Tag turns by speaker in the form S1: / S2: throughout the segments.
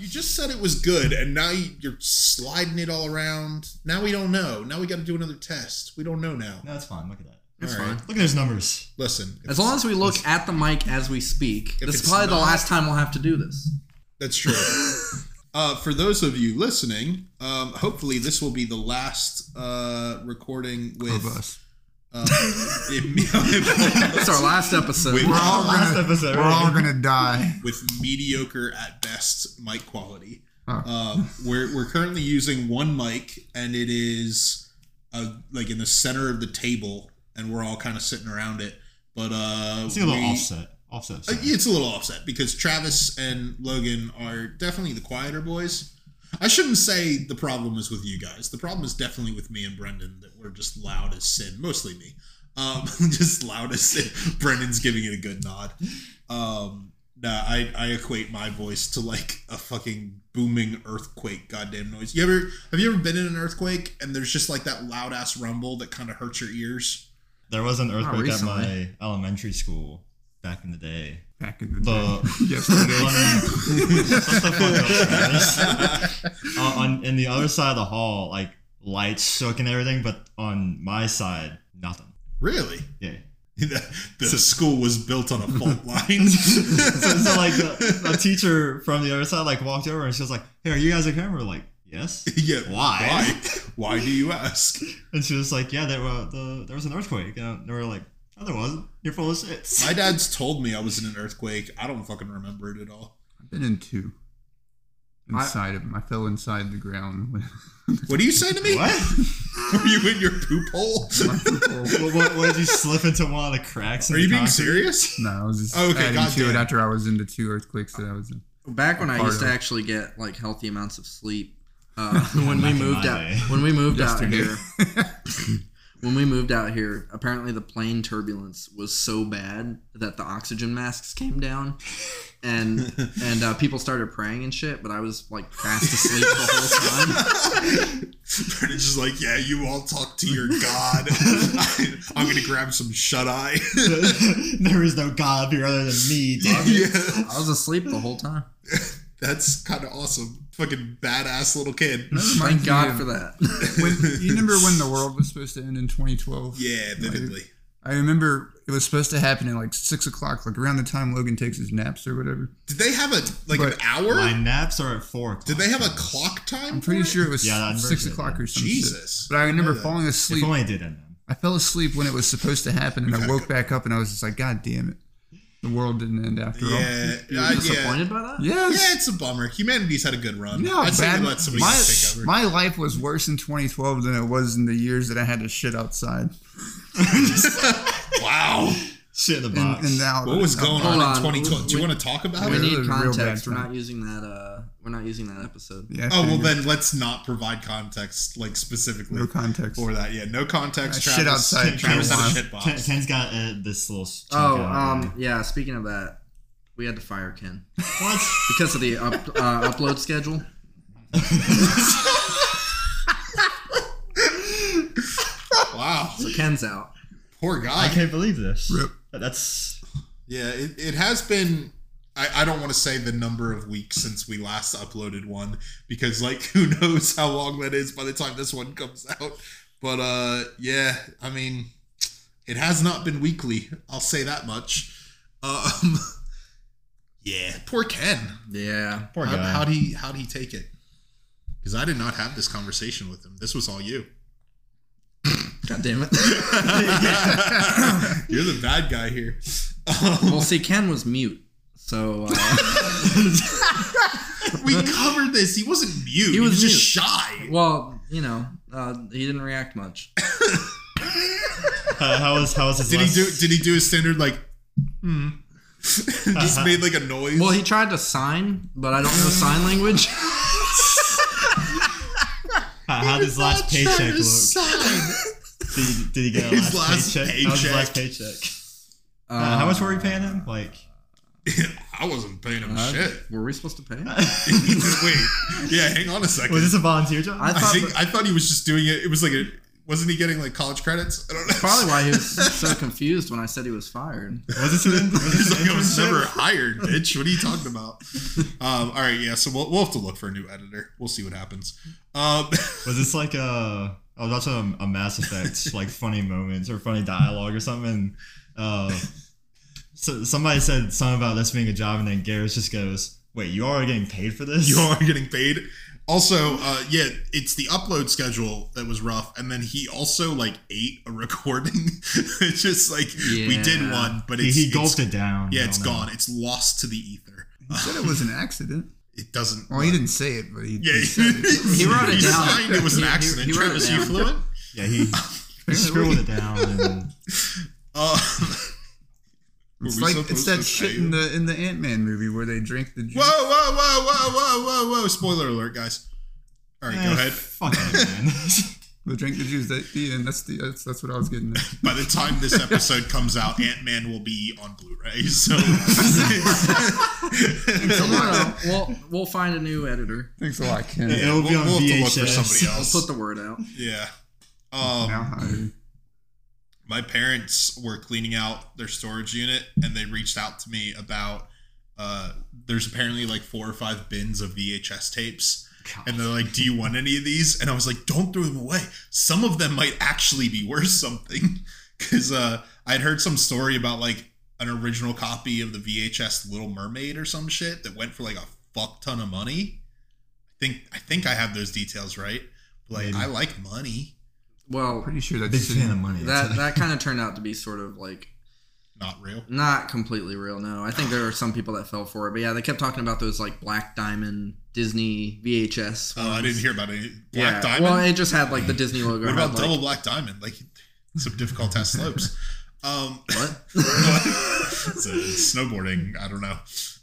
S1: just said it was good, and now you- you're sliding it all around. Now we don't know. Now we got to do another test. We don't know now.
S2: No, it's fine. Look at that.
S3: It's
S1: All right.
S3: fine.
S2: Look at those numbers.
S1: Listen, if-
S3: As long as we look at the mic as we speak,
S1: If
S3: this is
S1: it's
S3: probably the
S1: not-
S3: last time we'll have to do this.
S1: that's true. uh, for those of you listening, um, hopefully this will be the last uh, recording with.
S4: Of us.
S1: Uh, it-
S3: It's our last episode.
S1: Wait,
S4: We're all
S2: Last
S4: gonna,
S2: episode,
S4: we're
S2: right?
S4: all gonna die.
S1: with mediocre at best mic quality.
S4: Oh.
S1: Um, we're we're currently using one mic, and it is uh, like in the center of the table, and we're all kind of sitting around it. But uh,
S2: See a little
S1: we-
S2: offset. Offset.
S1: Uh,
S2: sorry.
S1: it's a little offset because Travis and Logan are definitely the quieter boys. I shouldn't say the problem is with you guys. The problem is definitely with me and Brendan that we're just loud as sin, mostly me. Um, just loud as sin. Brendan's giving it a good nod. Um, nah, I, I equate my voice to like a fucking booming earthquake goddamn noise. You ever have you ever been in an earthquake and there's just like that loud ass rumble that kind of hurts your ears?
S2: There was an earthquake at my
S3: recently.
S2: elementary school back in the day.
S4: Back in the
S2: The-
S4: day. Yesterday.
S2: Shut the fuck up, Travis. uh, on in the other side of the hall, like lights shook and everything, but on my side, nothing.
S1: Really?
S2: Yeah.
S1: The, the school was built on a fault line.
S2: So, so like uh, the, the teacher from the other side like walked over and she was like, "Hey, are you guys okay?" And we're like, "Yes."
S1: yeah,
S2: Why?
S1: Why? Why do you ask?
S2: And she was like, "Yeah, there were the, there was an earthquake," and we were like, "No, there wasn't. You're full of shit."
S1: My dad's told me I was in an earthquake. I don't fucking remember it at all.
S4: I've been in two.
S3: I-
S4: Inside of them. I fell inside the ground. with-
S1: What do you say to me?
S2: What?
S1: Were you in your poop hole?
S2: what, what, what did you slip into one of the cracks? In
S1: Are
S2: the
S1: you being
S2: concrete?
S1: serious?
S4: no, I was just
S1: Oh, okay,
S4: adding to
S1: goddamn.
S4: it after I was into two earthquakes that I was in.
S3: Back when I
S4: Part
S3: used to
S4: of it.
S3: actually get like healthy amounts of sleep, uh, when we
S2: Back in
S3: moved
S2: my
S3: out,
S2: day.
S3: when we moved out
S4: Yesterday.
S3: here, when we moved out here, apparently the plane turbulence was so bad that the oxygen masks came down, and and uh, people started praying and shit. But I was like fast asleep the whole time.
S1: Brennan's just like, yeah, you all talk to your god. I'm gonna grab some shut eye.
S2: there is no God here other than me. Damn it.
S1: yeah,
S3: I was asleep the whole time.
S1: that's kind of awesome. Fucking badass little kid.
S3: Thank
S4: Reminds me
S3: God
S4: of-
S3: for that.
S4: when, you remember when the world was supposed to end in 2012?
S1: Yeah, vividly.
S4: I remember it was supposed to happen at like six o'clock, like around the time Logan takes his naps or whatever.
S1: Did they have a like an
S4: But
S1: hour?
S2: My naps are at four. O'clock.
S1: Did they have a clock time?
S4: I'm pretty
S1: for it?
S4: sure it was
S2: Yeah, that
S4: six
S2: version,
S4: o'clock
S2: yeah.
S4: or something.
S1: Jesus.
S4: But I remember
S1: Yeah.
S4: falling
S2: If
S4: asleep.
S2: only it did end then.
S4: I fell asleep when it was supposed to happen, and I
S1: Okay.
S4: woke back up and I was just like, "God damn it, the world didn't end after
S1: Yeah,
S3: You were
S1: uh, yeah.
S3: disappointed by that?
S4: all."
S1: Yeah,
S4: Yes.
S1: it's a bummer. Humanity's had a good run.
S4: No,
S1: I'd say
S4: bad.
S1: we let somebody
S4: my,
S1: else take over.
S4: my life was worse in 2012 than it was in the years that I had to shit outside.
S1: wow.
S2: Shit in the
S4: And,
S2: box.
S4: and now,
S1: What was going on,
S3: Hold on.
S1: in 2012? Do you want to talk about
S3: Oh, We
S1: it?
S4: Wait. It
S3: need
S4: was a real bad
S3: context. We're
S4: time.
S3: not using that. Uh, we're not using that episode.
S4: Yeah, I
S1: Oh, well,
S4: figured.
S1: then let's not provide context, like specifically
S4: no context.
S1: for that. Yeah, no context.
S4: I
S1: Travis,
S4: shit outside.
S1: Travis had a
S4: Ken-
S1: shit box.
S2: Ken, Ken's got uh, this little. s-
S3: Oh,
S2: chunk out of
S3: um, yeah. Speaking of that, we had to fire Ken
S2: it. what?
S3: because of the up, uh, upload schedule.
S1: wow.
S3: So Ken's out.
S1: Poor
S2: I
S1: guy.
S2: can't believe this.
S4: Rip.
S2: That's
S1: Yeah, it, it has been. I, I don't want to say the number of weeks since we last uploaded one because, like, who knows how long that is by the time this one comes out. But, uh, yeah, I mean, it has not been weekly. I'll say that much. Um, yeah, poor Ken.
S3: Yeah.
S2: poor
S1: how,
S2: guy.
S1: How'd he, how'd he take it? Because I did not have this conversation with him. This was all you.
S3: God damn it.
S1: You're the bad guy here. Um,
S3: well, see, Ken was mute, so uh,
S1: we covered this. He wasn't mute. He was,
S3: was
S1: just
S3: mute.
S1: shy.
S3: well, you know, uh, he didn't react much.
S2: Uh, how was how was his?
S1: Did he
S2: last-
S1: do? Did he do a standard like? Hmm. just made like a noise.
S3: Well, he tried to sign, but I don't know sign language.
S2: how, how did his last paycheck
S1: Trying to
S2: look?
S1: sign.
S2: Did, he- did he get a
S1: His
S2: last,
S1: last
S2: paycheck? How was his last paycheck? Uh, how much were we paying him? Like
S1: I wasn't paying him
S3: Uh,
S1: shit.
S3: Were we supposed to pay? him?
S1: Wait, yeah, hang on a second.
S2: was this a volunteer job?
S3: I
S1: I
S3: thought-
S1: think I thought he was just doing it. It was like a wasn't he getting like college credits? I don't know.
S3: Probably why he was so confused when I said he was fired.
S2: Was this an, was
S1: He's
S2: this an
S1: like, I was
S2: internship?
S1: never hired, bitch. What are you talking about? Um, all right, yeah. So we'll, we'll have to look for a new editor. We'll see what happens. Um,
S2: Was this like a? I was watching a, a Mass Effect like funny moments or funny dialogue or something. And, uh, so somebody said something about this being a job, and then Garrus just goes, "Wait, you are getting paid for this?
S1: you are getting paid. Also, uh, yeah, it's the upload schedule that was rough, and then he also like ate a recording. it's just like we did
S3: Yeah.
S1: one, but
S2: He,
S1: it's,
S2: he
S1: it's-
S2: gulped it down.
S1: yeah,
S2: I
S1: it's
S2: don't know.
S1: gone. It's lost to the ether.
S4: He said it was an accident.
S1: It doesn't.
S4: Well, he didn't say it, but he,
S1: Yeah,
S4: he said it.
S3: He wrote it down.
S1: signed It was an
S3: He- he-
S1: accident.
S3: he wrote it
S1: Travis, you
S3: down.
S1: fluent?
S2: Yeah, he, he scribbled it down. And
S1: Uh, were
S4: It's
S1: we
S4: like it's
S1: supposed
S4: that
S1: to
S4: shit
S1: say
S4: in the in the Ant Man movie where they drink the juice.
S1: Whoa, whoa, whoa, whoa, whoa, whoa, whoa. Spoiler alert, guys. All right, go
S2: Eh,
S1: ahead.
S2: Fuck it, man.
S4: They drink the juice. That, yeah, and that's the that's, that's what I was getting. At.
S1: By the time this episode comes out, Ant Man will be on Blu ray. So.
S3: So no, no, we'll we'll find a new editor.
S4: Thanks a lot, Ken.
S2: Yeah. It'll be on
S1: we'll have to look for
S2: VHS.
S1: somebody
S3: I'll
S1: else.
S3: put the word out.
S1: yeah.
S4: Now
S1: Um,
S4: hired.
S1: my parents were cleaning out their storage unit and they reached out to me about uh, there's apparently like four or five bins of VHS tapes. And they're like, "Do you want any of these?" And I was like, "Don't throw them away. Some of them might actually be worth something." Because uh, I'd heard some story about like an original copy of the VHS Little Mermaid or some shit that went for like a fuck ton of money. I think I think I have those details right. But, like
S2: Maybe.
S1: I like money,
S3: Well,
S4: Pretty sure that's
S2: Big fan of money.
S3: that that kind of turned out to be sort of like
S1: not real.
S3: not completely real. No, I think there are some people that fell for it, but yeah, they kept talking about those like black diamond Disney VHS.
S1: Oh, I
S3: ones.
S1: didn't hear about any black
S3: yeah.
S1: diamond.
S3: Well, it just had like the Disney logo.
S1: what
S3: It
S1: about
S3: had,
S1: double black
S3: like,
S1: diamond? Like some difficult test slopes. Um,
S3: What?
S1: It's, uh, snowboarding. I don't know.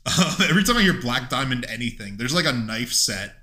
S1: Um, every time I hear black diamond anything, there's like a knife set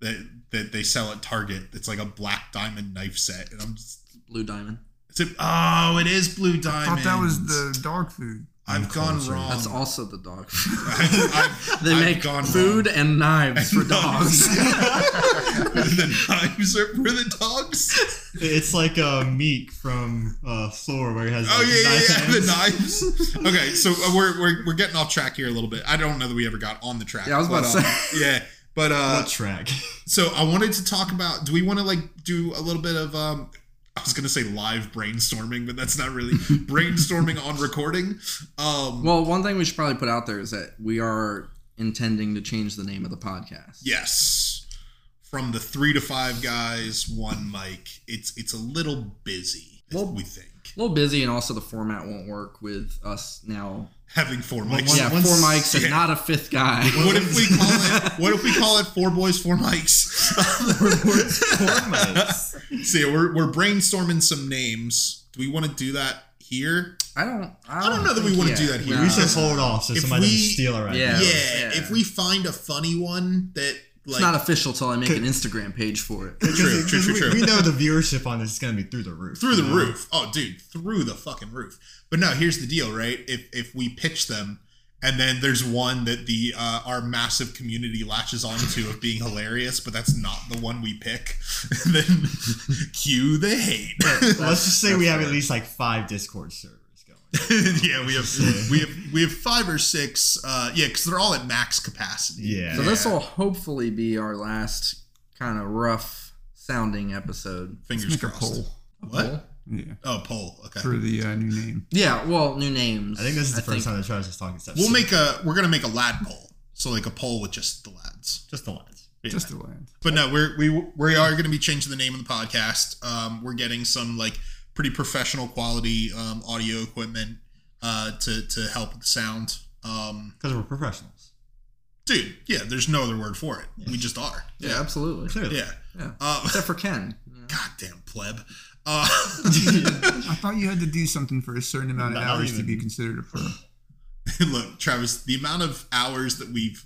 S1: that that they sell at Target. It's like a black diamond knife set, and I'm just.
S3: Blue diamond.
S1: It's a, oh, it is blue
S4: I
S1: diamond.
S4: thought that was the dog food.
S1: I've gone wrong.
S3: That's also the dog.
S1: I've, Um, I've-
S3: they
S1: I've
S3: make
S1: gone
S3: food
S1: wrong.
S3: and knives for dogs.
S1: the knives are for the dogs.
S2: It's like uh, Meek from uh, Floor where he has.
S1: Oh
S2: like,
S1: yeah, yeah,
S2: knife
S1: yeah. The
S2: hands.
S1: knives. Okay, so uh, we're, we're we're getting off track here a little bit. I don't know that we ever got on the track.
S3: Yeah, I was about
S1: but,
S3: to
S1: uh,
S3: say.
S1: Yeah, but uh,
S2: What track?
S1: So I wanted to talk about. Do we want to like do a little bit of? um I was gonna say live brainstorming, but that's not really brainstorming on recording. Um,
S3: Well, one thing we should probably put out there is that we are intending to change the name of the podcast.
S1: yes, from the three to five guys, one mic. It's it's a little busy.
S3: Well-
S1: we think
S3: A little busy, and also the format won't work with us now.
S1: having four
S2: Well,
S1: mics.
S2: One-
S3: yeah,
S2: one
S3: four
S2: s-
S3: mics and
S1: yeah.
S3: not a fifth guy.
S1: What if we call it? What if we call it four boys, four mics? so yeah, we're we're brainstorming some names. Do we want to do that here?
S3: I don't. I
S1: don't
S3: don't,
S1: know that we
S3: think
S1: wanna
S3: yet.
S1: do that here.
S3: No.
S2: we should hold off so
S1: If
S2: somebody
S1: we-
S2: doesn't steal our
S3: Yeah.
S2: idea.
S1: Yeah,
S3: Yeah.
S1: if we find a funny one that like
S3: it's not official till I make an Instagram page for it.
S1: True, true, true,
S2: we,
S1: true.
S2: we know the viewership on this is going to be through the roof.
S1: through the
S3: Mm.
S2: you know?
S1: roof. Oh, dude, through the fucking roof. But no, here's the deal, right? If if we pitch them, and then there's one that the uh, our massive community latches onto of being hilarious, but that's not the one we pick, then cue the hate.
S2: Let's just say we
S3: That's
S2: have at
S3: fair.
S2: least like five Discord servers going.
S1: yeah, we have we have we have five or six. Uh, yeah, because they're all at max capacity.
S2: Yeah.
S3: So this will hopefully be our last kind of rough sounding episode.
S1: fingers
S4: Make a
S1: crossed.
S4: poll.
S1: What?
S4: Yeah,
S1: Oh, poll. Okay.
S4: for the uh, new name.
S3: Yeah, well, new names.
S2: I think this is the first
S3: think-
S2: time that Travis is talking stuff.
S1: We'll make a. We're gonna make a lad poll. So like a poll with just the lads.
S2: just the lines.
S4: Just a land.
S1: But no, we're we we are going to be changing the name of the podcast. Um, we're getting some like pretty professional quality um, audio equipment uh, to to help with the sound. Um,
S2: Because we're professionals.
S1: dude, yeah, there's no other word for it. We just are.
S3: Yeah, absolutely.
S2: Clearly.
S1: yeah.
S3: Yeah.
S1: Uh,
S3: Except for Ken. you know.
S1: goddamn pleb. Uh,
S4: I thought you had to do something for a certain amount of
S2: Not
S4: hours to
S2: even.
S4: be considered a pro.
S1: look, Travis, the amount of hours that we've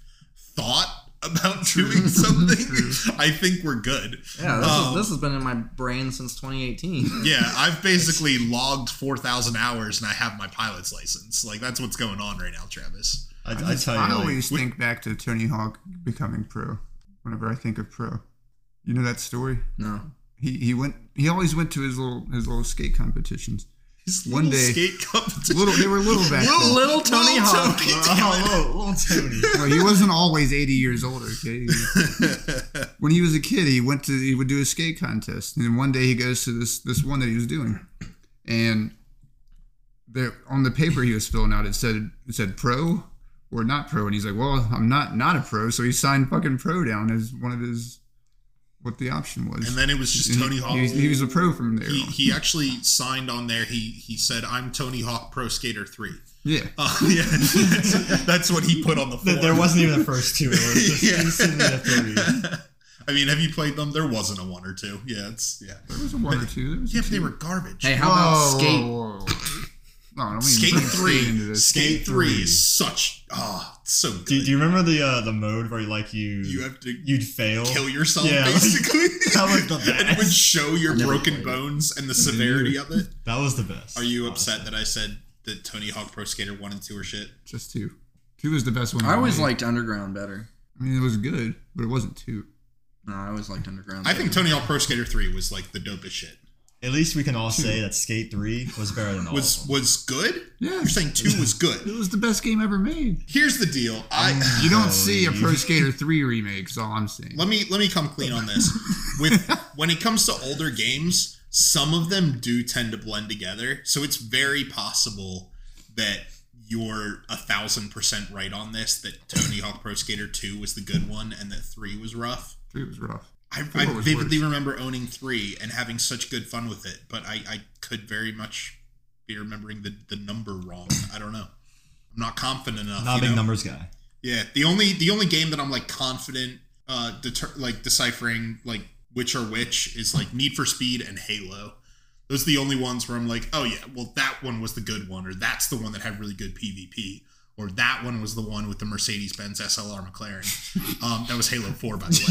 S1: thought about doing something, I think we're good.
S3: Yeah, this,
S1: Um,
S3: is, this has been in my brain since 2018.
S1: Yeah, I've basically logged 4,000 hours and I have my pilot's license. Like, that's what's going on right now, Travis.
S2: I, I,
S4: I, just-
S2: tell you,
S4: I
S2: like,
S4: always think back to Tony Hawk becoming pro. Whenever I think of pro, you know that story.
S3: No.
S4: He he went he always went to his little his little skate competitions.
S1: His
S4: One
S1: little
S4: day-
S1: skate competition.
S4: Little they were little back then.
S3: Little Tony Hawk.
S2: Oh, little, little Tony.
S4: Well, he wasn't always eighty years old. Okay, when he was a kid, he went to he would do a skate contest, and then one day he goes to this this one that he was doing, and there on the paper he was filling out it said it said pro or not pro, and he's like, well, I'm not not a pro, so he signed fucking pro down as one of his what the option was.
S1: and then it was just
S4: And
S1: Tony
S4: he-
S1: Hawk.
S4: He, he was a pro from there.
S1: he,
S4: on.
S1: he actually signed on there. He he said, "I'm Tony Hawk Pro Skater 3.
S4: yeah.
S1: Uh, yeah, that's, that's what he put on the form.
S2: Th- There wasn't even the first two. It was just
S1: Yeah.
S2: instantly the three.
S1: I mean, have you played them? There wasn't a one or two. Yeah, it's yeah.
S4: There was a one or two. There was a
S1: Yeah, but they
S4: two.
S1: were garbage.
S3: Hey, how about
S4: Whoa,
S3: skate?
S4: whoa, whoa. No, I don't mean
S1: Skate
S4: bring into
S1: three,
S4: this.
S1: skate three
S4: three.
S1: is such ah, it's so good.
S2: Do, do you remember the uh, the mode where like you
S1: you have to
S2: you'd fail?
S1: kill yourself
S2: Yeah, like,
S1: basically.
S2: that was the
S1: and it would
S2: best.
S1: show your
S3: never
S1: broken
S3: played it.
S1: bones and the severity of it.
S2: That was the best. Uh,
S1: Are you upset that I said that Tony Hawk Pro Skater one and two are shit?
S4: Just two. Two was the best one.
S3: I always
S4: made.
S3: liked Underground better.
S4: I mean, it was good, but it wasn't two.
S3: No, I always liked Underground.
S1: I
S3: better.
S1: think Tony Hawk Pro Skater three was like the dopest shit.
S2: At least we can all say that Skate Three was better than all.
S1: Was
S2: of them.
S1: was good.
S4: Yeah,
S1: You're saying two was
S4: it
S1: good.
S4: was the best game ever made.
S1: Here's the deal. I
S4: You don't see a
S2: Holy.
S4: Pro Skater three remake. Is all I'm saying.
S1: let me let me come clean on this. With when it comes to older games, some of them do tend to blend together. So it's very possible that you're a thousand percent right on this. That Tony Hawk Pro Skater Two was the good one, and that Three was rough.
S4: Three was rough.
S1: I,
S4: Four
S1: I
S4: was
S1: vividly
S4: worse.
S1: remember owning Three and having such good fun with it, but I, I could very much be remembering the, the number wrong. I don't know. I'm not confident enough.
S2: not a
S1: you
S2: big
S1: know?
S2: numbers guy.
S1: Yeah, the only the only game that I'm like confident uh deter- like deciphering like which are which is like Need for Speed and Halo. Those are the only ones where I'm like, oh yeah, well that one was the good one, or that's the one that had really good PvP, or that one was the one with the Mercedes Benz SLR McLaren. Um, that was Halo Four, by the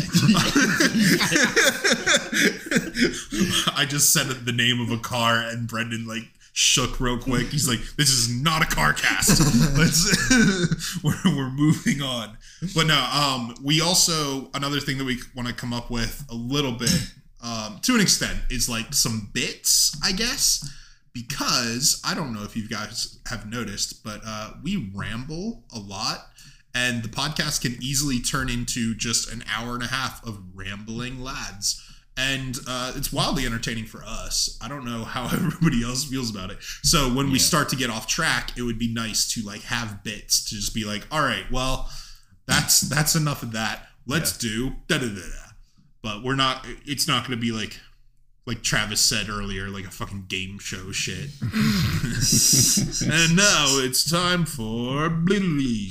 S1: way. I just said the name of a car, and Brendan like shook real quick. He's like, "This is not a car cast. Let's we're, we're moving on." But no, um, we also another thing that we want to come up with a little bit, um, to an extent, is like some bits, I guess, because I don't know if you guys have noticed, but uh, we ramble a lot. And the podcast can easily turn into just an hour and a half of rambling lads and uh, it's wildly entertaining for us. I don't know how everybody else feels about it. So when we
S2: Yeah.
S1: start to get off track, it would be nice to like have bits to just be like, all right, well, that's that's enough of that. Let's do da da da da. But we're not. It's not going to be like like Travis said earlier, like a fucking game show shit. and now it's time for Billy.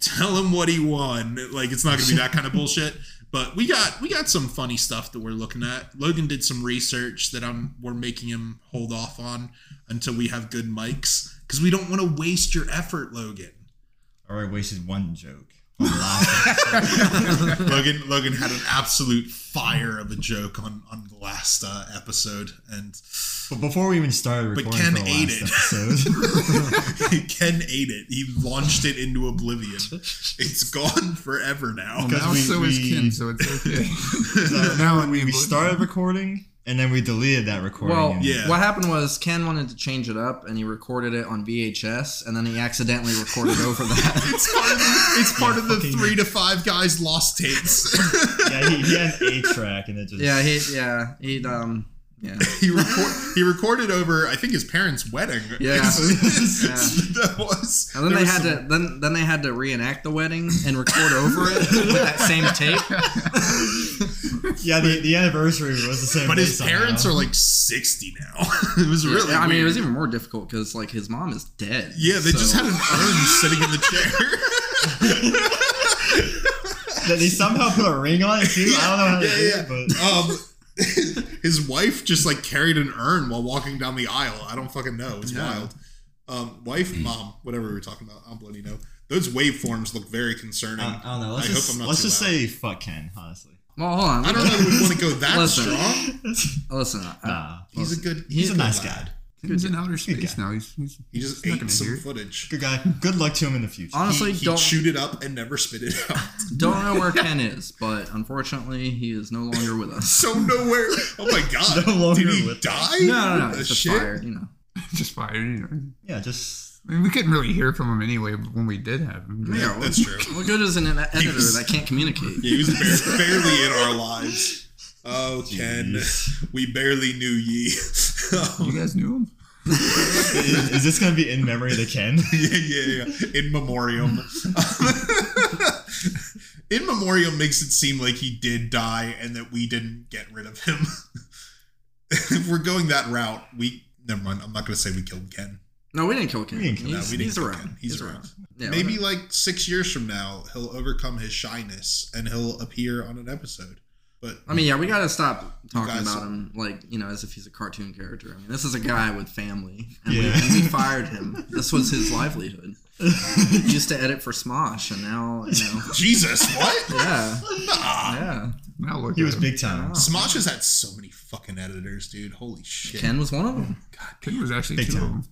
S1: Tell him what he won. Like it's not gonna be that kind of bullshit. But we got we got some funny stuff that we're looking at. Logan did some research that I'm we're making him hold off on until we have good mics because we don't want to waste your effort, Logan.
S2: I already wasted one joke. on the last one.
S1: Logan Logan had an absolute fire of a joke on on the last uh, episode, and
S2: but before we even started recording
S1: Ken
S2: for the
S1: ate
S2: last
S1: it.
S2: episode,
S1: Ken ate it. He launched it into oblivion. It's gone forever now.
S4: Well, now
S2: we-
S4: so
S2: we-
S4: is Ken, so it's okay.
S2: so
S4: now it
S2: we
S4: means-
S2: started recording and then we deleted that recording.
S3: Well,
S2: and-
S1: Yeah.
S3: what happened was Ken wanted to change it up, and he recorded it on VHS, and then he accidentally recorded over that.
S1: It's part of the, it's part
S2: Yeah,
S1: of the
S2: fucking-
S1: three to five guys lost tapes.
S2: yeah, he, he had an eight track and it just
S3: yeah, he, yeah, he, um, yeah,
S1: he record, he recorded over I think his parents' wedding.
S3: Yeah.
S1: that was.
S3: and then
S1: there
S3: they
S1: was
S3: had
S1: some-
S3: to then then they had to reenact the wedding and record over it with that same tape.
S2: yeah. The, the anniversary was the same.
S1: But
S2: day
S1: his parents
S2: somehow.
S1: are like sixty now. it was really.
S3: I mean, it
S1: weird.
S3: was even more difficult because like his mom is dead.
S1: Yeah, they just
S3: so-
S1: had an urn sitting in the chair.
S2: That they somehow put a ring on it too. I don't know how they
S1: Yeah,
S2: did
S1: yeah.
S2: it, but
S1: um, his wife just like carried an urn while walking down the aisle. I don't fucking know. It's
S4: Yeah.
S1: wild. Um, wife,
S2: Hmm.
S1: mom, whatever we were talking about. I don't bloody know. Those waveforms look very concerning.
S2: I, I don't know. Let's
S1: I hope
S2: just
S1: I'm not
S2: let's
S1: too
S2: just
S1: loud.
S2: say fuck Ken, honestly.
S3: Well, hold on.
S1: I don't know. if We want to go that
S3: Listen.
S1: strong.
S3: Listen, I-
S2: nah,
S1: Uh, He's a good.
S2: he's, a
S1: good
S2: nice
S1: lad.
S2: guy.
S4: He's
S3: Good
S4: in outer space
S2: guy.
S4: now. He's, he's
S1: He just
S4: he's not
S1: ate
S4: gonna
S1: some
S4: hear it.
S1: footage.
S2: Good guy. Good luck to him in the future.
S3: Honestly,
S1: he, he
S3: don't
S1: chewed it up and never spit it out.
S3: don't know where Ken is, but unfortunately, he is no longer with us.
S1: so nowhere. Oh my god!
S2: No longer
S1: Did he
S2: with us.
S1: die?
S3: No, no, no.
S1: The
S3: It's just
S1: shit?
S3: fire, you know.
S4: just fired. You know.
S2: yeah, just
S4: I mean, we couldn't really hear from him anyway when we did have him.
S1: Yeah,
S3: Yeah,
S1: that's true.
S3: What good is an ed- editor
S1: was-
S3: that can't communicate?
S1: Yeah, he was bar- barely in our lives. Oh, Ken, we barely knew ye.
S4: You
S1: Um,
S4: guys knew him?
S2: is, is this gonna be in memory of the Ken?
S1: yeah, yeah, yeah. In memoriam. in memoriam makes it seem like he did die and that we didn't get rid of him. if we're going that route, we never mind. I'm not going to say we killed Ken.
S3: No, we didn't kill Ken.
S2: We didn't kill-
S1: No,
S3: he's,
S1: we didn't
S3: he's
S1: kill
S3: around.
S1: Ken.
S3: He's, around. Yeah,
S1: Maybe like six years from now, he'll overcome his shyness and he'll appear on an episode. But
S3: I mean, yeah, we gotta stop talking
S1: guys-
S3: about him like you know as if he's a cartoon character. I mean, this is a guy with family, and, we,
S2: Yeah.
S3: and we fired him. This was his livelihood. He used to edit for Smosh, and now you know,
S1: Jesus, what?
S3: yeah,
S1: nah.
S3: yeah.
S4: Now look
S2: He
S4: at
S2: was
S4: him.
S2: big time.
S1: Smosh has had so many fucking editors, dude. Holy shit.
S3: Ken was one of them.
S4: He was actually
S2: Big
S4: two of
S2: time.
S4: them.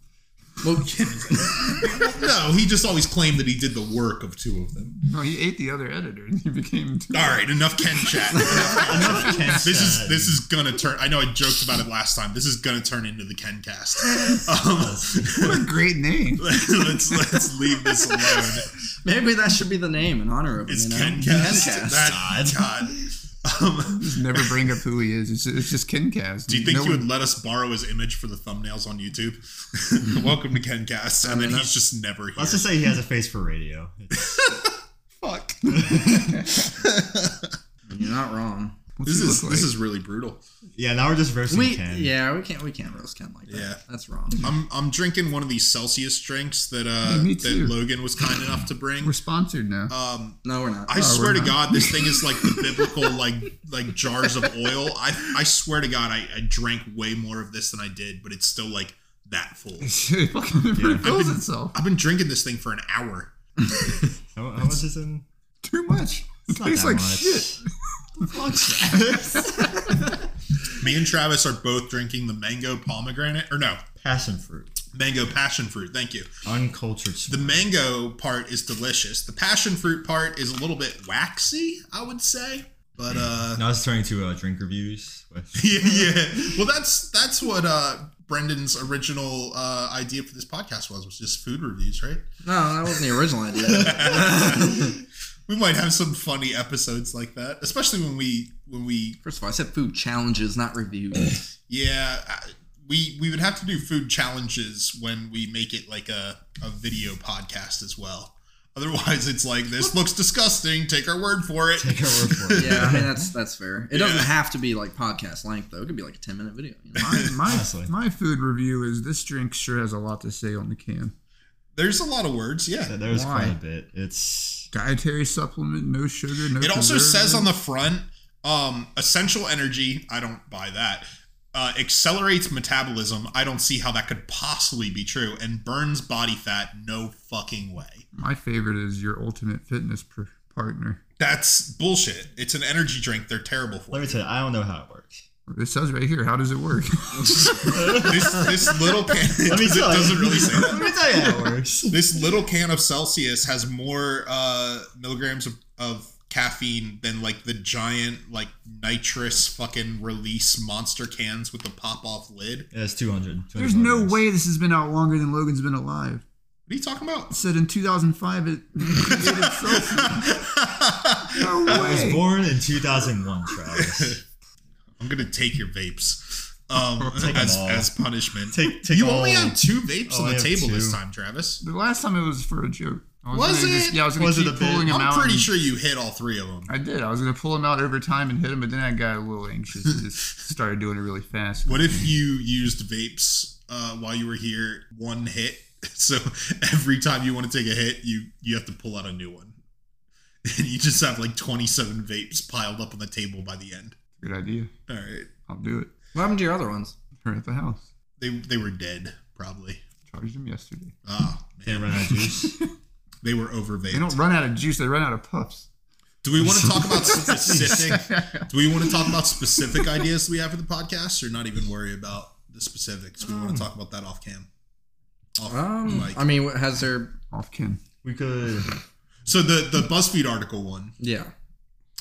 S3: Well,
S1: no, he just always claimed that he did the work of two of them.
S4: No, he ate the other editor and he became two.
S1: All right, enough Ken chat. Enough-
S2: Enough Ken
S1: this is
S2: sad.
S1: this is gonna turn. I know I joked about it last time. This is gonna turn into the Ken cast.
S4: What a great name.
S1: let's let's leave this alone.
S3: maybe that should be the name in honor of him.
S1: It's
S3: you know?
S1: Ken cast.
S3: Kencast.
S1: That, God. Um,
S4: Just never bring up who he is. It's, it's just Kincast.
S1: Do you think
S4: no
S1: you would
S4: one-
S1: let us borrow his image for the thumbnails on YouTube? Welcome to Kencast, and then he's just never here.
S2: Let's just say he has a face for radio. It's-
S1: fuck.
S3: You're not wrong.
S4: what's
S1: this
S4: he
S1: is
S4: look
S1: this
S4: like?
S1: is really brutal.
S2: yeah, now we're just versing
S3: We
S2: Ken.
S3: yeah, we can't we can't roast Ken like that.
S1: Yeah.
S3: that's wrong.
S1: I'm I'm drinking one of these Celsius drinks that uh
S4: Yeah, me
S1: that
S4: too.
S1: Logan was kind enough to bring.
S4: We're sponsored now.
S1: Um,
S3: No, we're not.
S1: I swear
S4: we're
S1: to
S4: not.
S1: God, this thing is like the biblical like like jars of oil. I I swear to God, I, I drank way more of this than I did, but it's still like that full.
S4: it fucking refills itself.
S1: I've been drinking this thing for an hour.
S2: How, how much is in?
S4: Too much. It
S2: It's not
S4: tastes
S2: that
S4: like
S2: much.
S4: shit.
S1: Me and Travis are both drinking the mango pomegranate, or no,
S2: Passion fruit.
S1: mango passion fruit. Thank you.
S2: Uncultured.
S1: The mango part is delicious. The passion fruit part is a little bit waxy, I would say. But uh
S2: Now it's turning to uh, drink reviews. With,
S1: yeah, yeah. Well, that's that's what uh Brendan's original uh idea for this podcast was, was just food reviews, right?
S3: no, that wasn't the original idea.
S1: We might have some funny episodes like that, especially when we when we
S3: First of all, I said food challenges, not reviews.
S1: yeah, I- we we would have to do food challenges when we make it like a a video podcast as well. Otherwise, it's like this looks disgusting. Take our word for it.
S2: take our word for it.
S3: yeah, I mean that's that's fair. It doesn't
S1: Yeah.
S3: have to be like podcast length though. It could be like a ten minute video. You know?
S4: My, my,
S2: Honestly.
S4: my food review is this drink sure has a lot to say on the can.
S1: There's a lot of words, yeah.
S2: That- That was
S4: Why?
S2: quite a bit. It's
S4: Dietary supplement, no sugar, no
S1: It also says on the front, um, essential energy. I don't buy that. Uh, accelerates metabolism. I don't see how that could possibly be true. And burns body fat. No fucking way.
S4: My favorite is your ultimate fitness per- partner.
S1: That's bullshit. It's an energy drink. They're terrible for.
S2: let me tell you, I don't know how it works.
S4: It says right here. How does it work?
S1: this this little can.
S2: Let me
S1: it
S2: tell you.
S1: doesn't really say that.
S2: Let me tell you how it works.
S1: This little can of Celsius has more uh, milligrams of, of caffeine than like the giant like nitrous fucking release monster cans with the pop off lid.
S2: Yeah, it's 200. 200
S4: There's no
S2: milligrams.
S4: way this has been out longer than Logan's been alive.
S1: What are you talking
S4: It
S1: about?
S4: said in 2005 it created itself. No
S2: I was
S4: way.
S2: born in 2001, Travis.
S1: I'm gonna take your vapes. Um,
S2: Take 'em
S1: as,
S2: all.
S1: as punishment.
S2: Take- take
S1: you
S2: all.
S1: only have two vapes
S2: Oh,
S1: on
S2: I
S1: the
S2: have
S1: table this
S2: two.
S1: time, Travis.
S4: The last time it was for a joke. I
S1: Was
S4: gonna
S1: it?
S4: Just, yeah, I was gonna
S2: Was it
S4: keep
S2: a bit?
S4: pulling him out.
S1: I'm pretty
S4: and-
S1: sure you hit all three of them.
S4: I did. I was gonna pull him out over time and hit him, but then I got a little anxious and just started doing it really fast.
S1: What if you used vapes uh, while you were here? One hit. So every time you want to take a hit, you you have to pull out a new one. And you just have like 27 vapes piled up on the table by the end.
S4: Good idea.
S1: All right,
S4: I'll do it.
S3: What happened to your other ones?
S4: We're at the house.
S1: they they were dead probably.
S4: Charged him yesterday.
S1: Ah,
S2: Can't
S1: man.
S2: run out of juice.
S1: they were over
S4: They
S1: vaped.
S4: don't run out of juice. They run out of puffs.
S1: Do we want to talk about specific? do we want to talk about specific ideas we have for the podcast, or not even worry about the specifics. We want to talk about that off cam. Off
S3: Um,
S1: mic.
S3: I mean, what- has there?
S4: Off Ken.
S2: We could.
S1: so the the BuzzFeed article one.
S3: Yeah.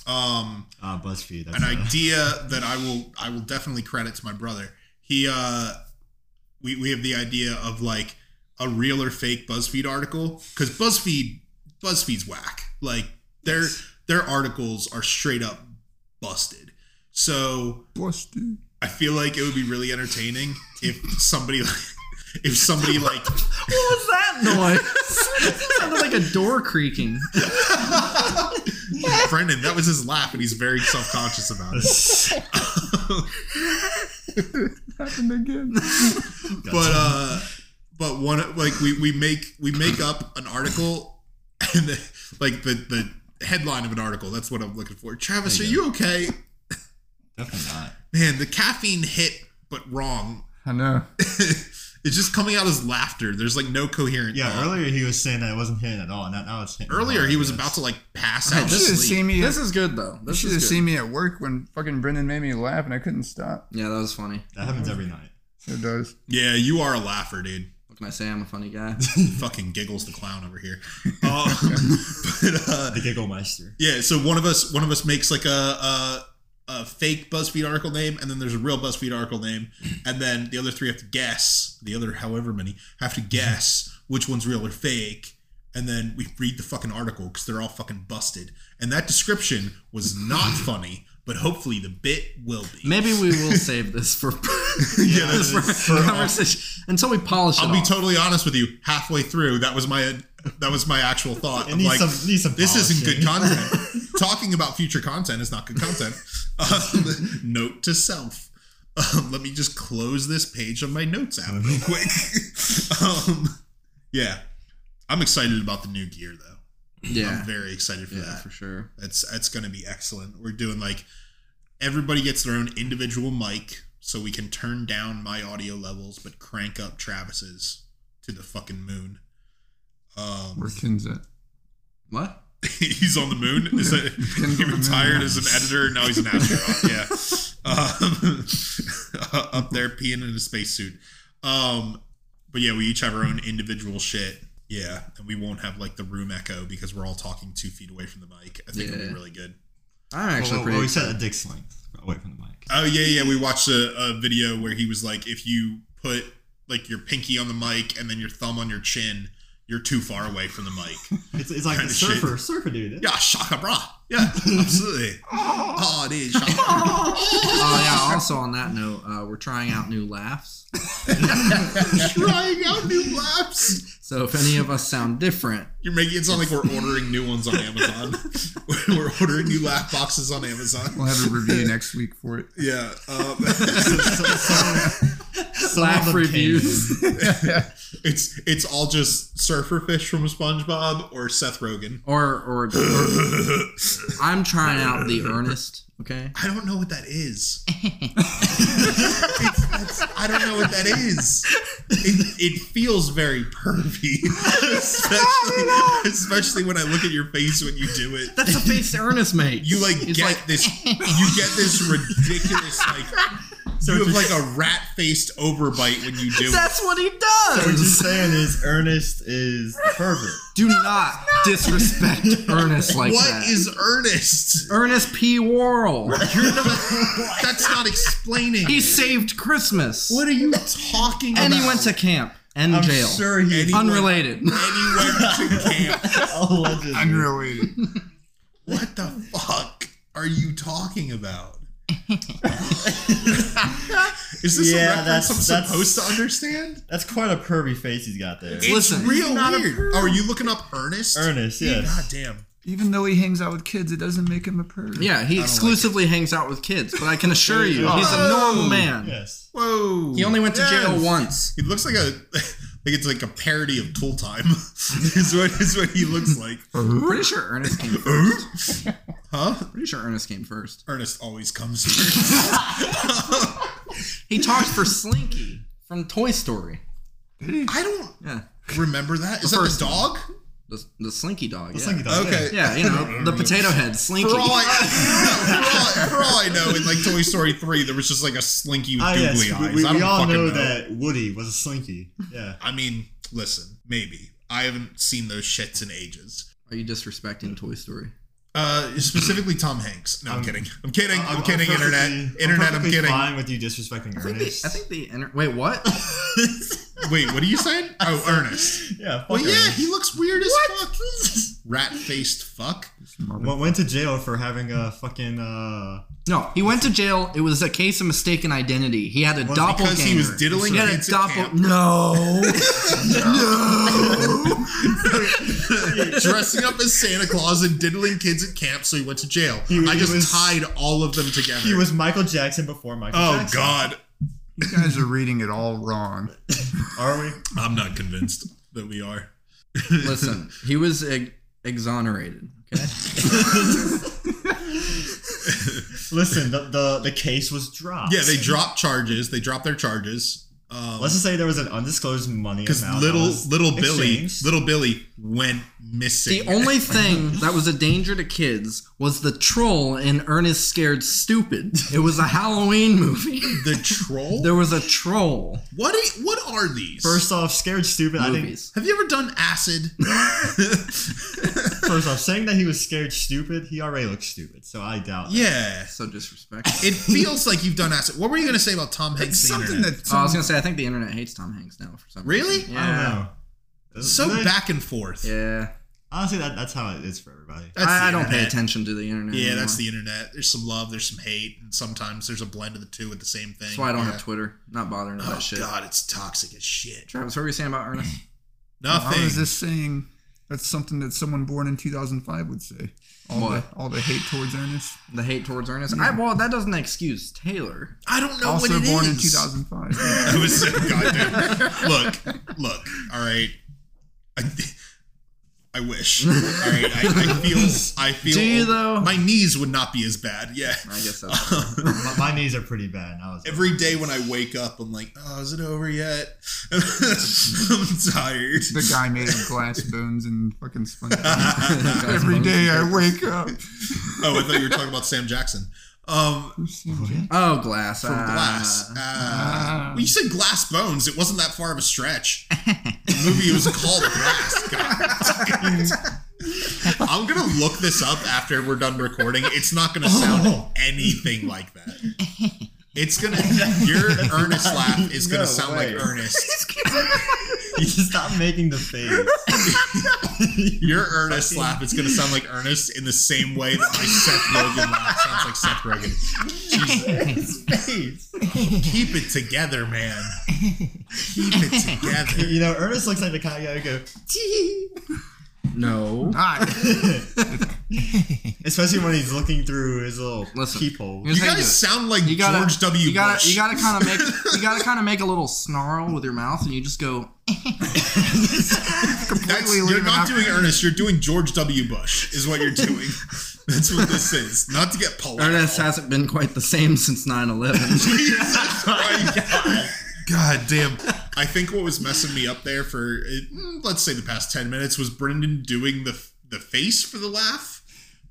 S1: Um,
S2: Ah, BuzzFeed. That's
S1: an
S2: uh,
S1: idea that I will I will definitely credit to my brother. He uh we, we have the idea of like a real or fake BuzzFeed article cuz BuzzFeed BuzzFeed's whack. Like their their articles are straight up busted. So
S4: Busted.
S1: I feel like it would be really entertaining if somebody if somebody like
S3: What was that noise? sounded like a door creaking.
S1: Brendan that was his laugh and he's very self-conscious about it.
S4: Happened again.
S1: but uh but one like we we make we make up an article and the, like the the headline of an article that's what i'm looking for travis are
S2: There you
S1: you okay
S2: definitely not.
S1: man the caffeine hit but wrong
S4: I know.
S1: it's just coming out as laughter there's like no coherent
S2: Yeah,
S1: thought.
S2: earlier he was saying that it wasn't hitting at all. Now, now it's hitting.
S1: earlier
S2: hard,
S1: he was
S2: yes.
S1: about to like pass
S2: Oh,
S3: Hey,
S1: out
S4: You should have
S1: sleep.
S4: seen me.
S3: This is good though.
S4: you
S3: This
S4: should have
S3: is good.
S4: seen me at work when fucking Brendan made me laugh and I couldn't stop.
S3: Yeah, that was funny.
S2: That happens every night.
S4: It does.
S1: yeah you are a laugher dude
S3: What can I say? I'm a funny guy.
S1: fucking giggles the clown over here uh, but uh
S2: The giggle meister.
S1: Yeah, so one of us one of us makes like a a, a fake BuzzFeed article name, and then there's a real BuzzFeed article name, and then the other three have to guess. The other, however many, have to guess which one's real or fake, and then we read the fucking article because they're all fucking busted. And that description was not funny, but hopefully the bit will be.
S3: Maybe we will save this for,
S1: Yeah,
S2: this
S3: for,
S2: is for-
S3: conversation until we polish it.
S1: I'll be
S3: off.
S1: totally honest with you. Halfway through, that was my that was my actual thought.
S2: It
S1: I'm
S2: needs
S1: like,
S2: some- needs some
S1: this isn't good
S2: polishing."
S1: content. Talking about future content is not good content. Um, note to self. Um, let me just close this page on my notes app real quick. um, yeah, I'm excited about the new gear though.
S3: yeah,
S1: I'm very excited for
S3: yeah,
S1: that.
S3: for sure.
S1: That's that's going to be excellent. We're doing like everybody gets their own individual mic, so we can turn down my audio levels but crank up Travis's to the fucking moon. Um,
S4: Where Ken's at.
S3: What?
S1: he's on the moon. Is that
S4: on
S1: he
S4: the moon.
S1: retired as an editor? Now he's an astronaut. Yeah, um, up there peeing in a spacesuit. Um, but yeah, we each have our own individual shit. Yeah, and we won't have like the room echo because we're all talking two feet away from the mic. I think it'll
S3: Yeah.
S1: be really good.
S3: I'm actually
S2: Well, well,
S3: pretty.
S2: we said a dick's length away from the mic.
S1: Oh yeah, yeah. We watched a, a video where he was like, if you put like your pinky on the mic and then your thumb on your chin, you're too far away from the mic.
S2: It's, it's like
S1: Kinda
S2: the surfer, surfer dude.
S1: yeah, shaka bra. Yeah, absolutely. oh, dude, shaka bra.
S3: oh yeah. Also on that note, uh, we're trying out new laughs.
S1: Trying out new laps.
S3: So if any of us sound different,
S1: You're making it sound like we're ordering new ones on Amazon. we're ordering new lap boxes on
S4: We'll
S1: Amazon.
S4: have a review next week for it.
S1: Yeah. Um,
S2: So, so, so, some
S3: laugh
S2: of them
S3: reviews.
S1: it's it's all just surfer fish from SpongeBob or Seth Rogen.
S3: Or, or or I'm trying out the earnest. Okay.
S1: I don't know what that is. It's- that's- I don't know what that is. It, it feels very pervy, especially, especially when I look at your face when you do it.
S3: That's the face Ernest makes.
S1: You like
S3: He's
S1: get this. You get this ridiculous like. you have like a rat faced overbite when you do it.
S3: That's what he
S2: What you're
S3: does.
S2: saying is Ernest is the pervert.
S3: Do not disrespect Ernest like that.
S1: What is earnest?
S3: Ernest P. Worrell?
S1: That's not explaining.
S3: He saved Christmas.
S1: what are you talking about?
S3: and he went to camp and
S2: I'm
S3: jail.
S2: sure he
S1: Any-
S3: Unrelated.
S1: And he went to camp.
S2: allegedly.
S4: Unrelated.
S1: What the fuck are you talking about? Is this
S2: Yeah,
S1: a reference
S2: that's-
S1: I'm
S2: that's-
S1: supposed to understand?
S2: That's quite a pervy face he's got there.
S3: Listen,
S1: it's real
S3: not a
S1: weird. Oh, are you looking up Ernest?
S2: Ernest,
S1: Yeah,
S2: yes.
S1: God damn.
S4: Even though he hangs out with kids, it doesn't make him a pervert.
S3: Yeah, he exclusively hangs out with kids, but I can
S1: Oh.
S3: assure you, he's a normal man.
S2: Yes.
S1: Whoa.
S3: He only went to jail
S1: Yes.
S3: once.
S1: He looks like a like it's like a parody of Tool Time. is what is what he looks like.
S3: Pretty sure Ernest came.
S1: huh?
S3: Pretty sure Ernest came first.
S1: Ernest always comes here.
S3: He talked for Slinky from Toy Story.
S1: I don't
S3: Yeah,
S1: remember that. Is
S3: The
S1: that the
S3: first
S1: dog?
S3: The, the Slinky Dog.
S2: The
S3: yeah.
S2: Slinky Dog.
S1: Okay.
S3: Yeah, you know the potato head Slinky.
S1: For all, I, no, for, all, for all I know, in like Toy Story 3, there was just like a slinky with
S2: Ah, yes,
S1: googly
S2: we-
S1: eyes.
S2: we,
S1: I
S2: we
S1: don't
S2: all
S1: fucking
S2: know,
S1: know
S2: that Woody was a Slinky. Yeah.
S1: I mean, listen, maybe. I haven't seen those shits in ages.
S3: Are you disrespecting Toy Story?
S1: Uh, specifically Tom Hanks. No, I'm,
S2: I'm-
S1: kidding. I'm kidding. I'm, kidding.
S2: perfectly-
S1: internet. internet. I'm
S2: perfectly
S1: kidding.
S2: Fine with you disrespecting
S3: I think the,
S2: Ernest.
S3: I think the inter- wait what?
S1: Wait, what are you saying? Oh, Ernest.
S2: yeah. Fuck
S1: Well, yeah,
S2: Ernest.
S1: he looks weird as fuck. Rat faced fuck.
S2: Went- went to jail for having a fucking uh,
S3: No, he went to jail. It was a case of mistaken identity. He had a
S2: Was
S3: doppelganger.
S1: Because he was diddling
S3: He had a
S1: kids at
S3: doppel.
S1: camp,
S3: No, no.
S1: dressing up as Santa Claus and diddling kids at camp, so he went to jail.
S2: He-
S1: I
S2: he
S1: just
S2: was-
S1: tied all of them together.
S2: He was Michael Jackson before Michael
S1: oh
S2: Jackson.
S1: God,
S4: You guys are reading it all wrong.
S2: Are we?
S1: I'm not convinced that we are.
S3: Listen, he was ex- exonerated. Okay.
S2: Listen, the, the the case was dropped.
S1: Yeah, they dropped charges. They dropped their charges. Um,
S2: Let's just say there was an undisclosed money
S1: because
S2: amount. that
S1: little
S2: was
S1: little Billy
S2: exchanged.
S1: little Billy went missing.
S3: The only thing that was a danger to kids was the troll in Ernest Scared Stupid. It was a Halloween movie.
S1: the troll.
S3: There was a troll.
S1: what are, what are these?
S2: First off, scared stupid.
S3: Movies.
S1: have you ever done acid?
S2: I think first off, saying that he was scared stupid, he already looked stupid. So I doubt. that.
S1: yeah,
S3: So disrespectful.
S1: it feels like you've done acid. What were you gonna say about Tom Hanks?
S4: It's
S1: the
S4: something
S1: internet?
S4: that
S3: Oh, I was gonna say I think the internet hates Tom Hanks now for some
S1: Really?
S3: reason.
S2: I don't know. Does-
S1: so
S2: does it-
S1: back and forth.
S3: Yeah.
S2: Honestly, that, that's how it is for everybody.
S1: That's the
S3: I, I don't pay
S1: internet.
S3: attention to the internet.
S1: Yeah, that's the
S3: anymore.
S1: internet. There's some love, there's some hate, and sometimes there's a blend of the two with the same thing.
S3: That's why I don't
S1: Yeah.
S3: have Twitter. Not bothering with
S1: Oh
S3: that shit.
S1: God, it's toxic as shit.
S3: Travis, what were you saying about Ernest?
S1: Nothing.
S4: Uh, I was just saying that's something that someone born in 2005 would say. All
S3: What?
S4: the all the hate towards Ernest.
S3: The hate towards Ernest? I, well, that doesn't excuse Taylor.
S1: I don't know
S4: also
S1: what it
S4: born in
S1: is.
S4: 2005.
S1: I was so goddamn. look, look. All right. I, I wish. All right. I, I feel. I feel.
S3: Do you, though?
S1: My knees would not be as bad. Yeah.
S3: I guess that's
S2: my, my knees are pretty bad. And I was
S1: Every day when I wake up, I'm like, "Oh, is it over yet?" I'm tired.
S4: the guy made of glass bones and fucking SpongeBob.
S1: oh,
S4: Every day I wake up.
S1: I thought you were talking about Sam Jackson. Um,
S3: Oh, glass.
S1: from
S3: ah.
S1: Glass. Ah.
S4: Ah.
S1: well, you said Glass Bones. It wasn't that far of a stretch. the movie was called Glass. God. I'm gonna look this up after we're done recording. It's not gonna sound
S2: Oh.
S1: anything like that. It's gonna your earnest laugh is gonna
S2: No
S1: sound
S2: way.
S1: like earnest.
S2: you stop making the face.
S1: Your earnest laugh is gonna sound like earnest in the same way that my Seth Rogen laugh sounds like Seth Rogen.
S2: His face.
S1: Keep it together, man. Keep it together.
S2: You know, Ernest looks like the kind of guy who go, "Tee."
S3: No.
S4: Hi.
S2: especially when he's looking through his little
S3: Listen.
S2: peephole.
S3: Here's
S1: You
S3: how
S1: guys
S3: do it.
S1: sound like
S3: You gotta,
S1: George W.
S3: You gotta,
S1: Bush.
S3: you gotta kind of make, you gotta kind of make a little snarl with your mouth, and you just go.
S1: That's-
S4: completely
S1: you're
S4: leaving
S1: not
S4: out-
S1: doing Ernest. You're doing George W. Bush. Is what you're doing. That's what this is. Not to get political.
S3: Ernest hasn't been quite the same since 9/11.
S1: Jesus Christ. God damn. I think what was messing me up there for eh, mm, let's say the past ten minutes was Brendan doing the the face for the laugh,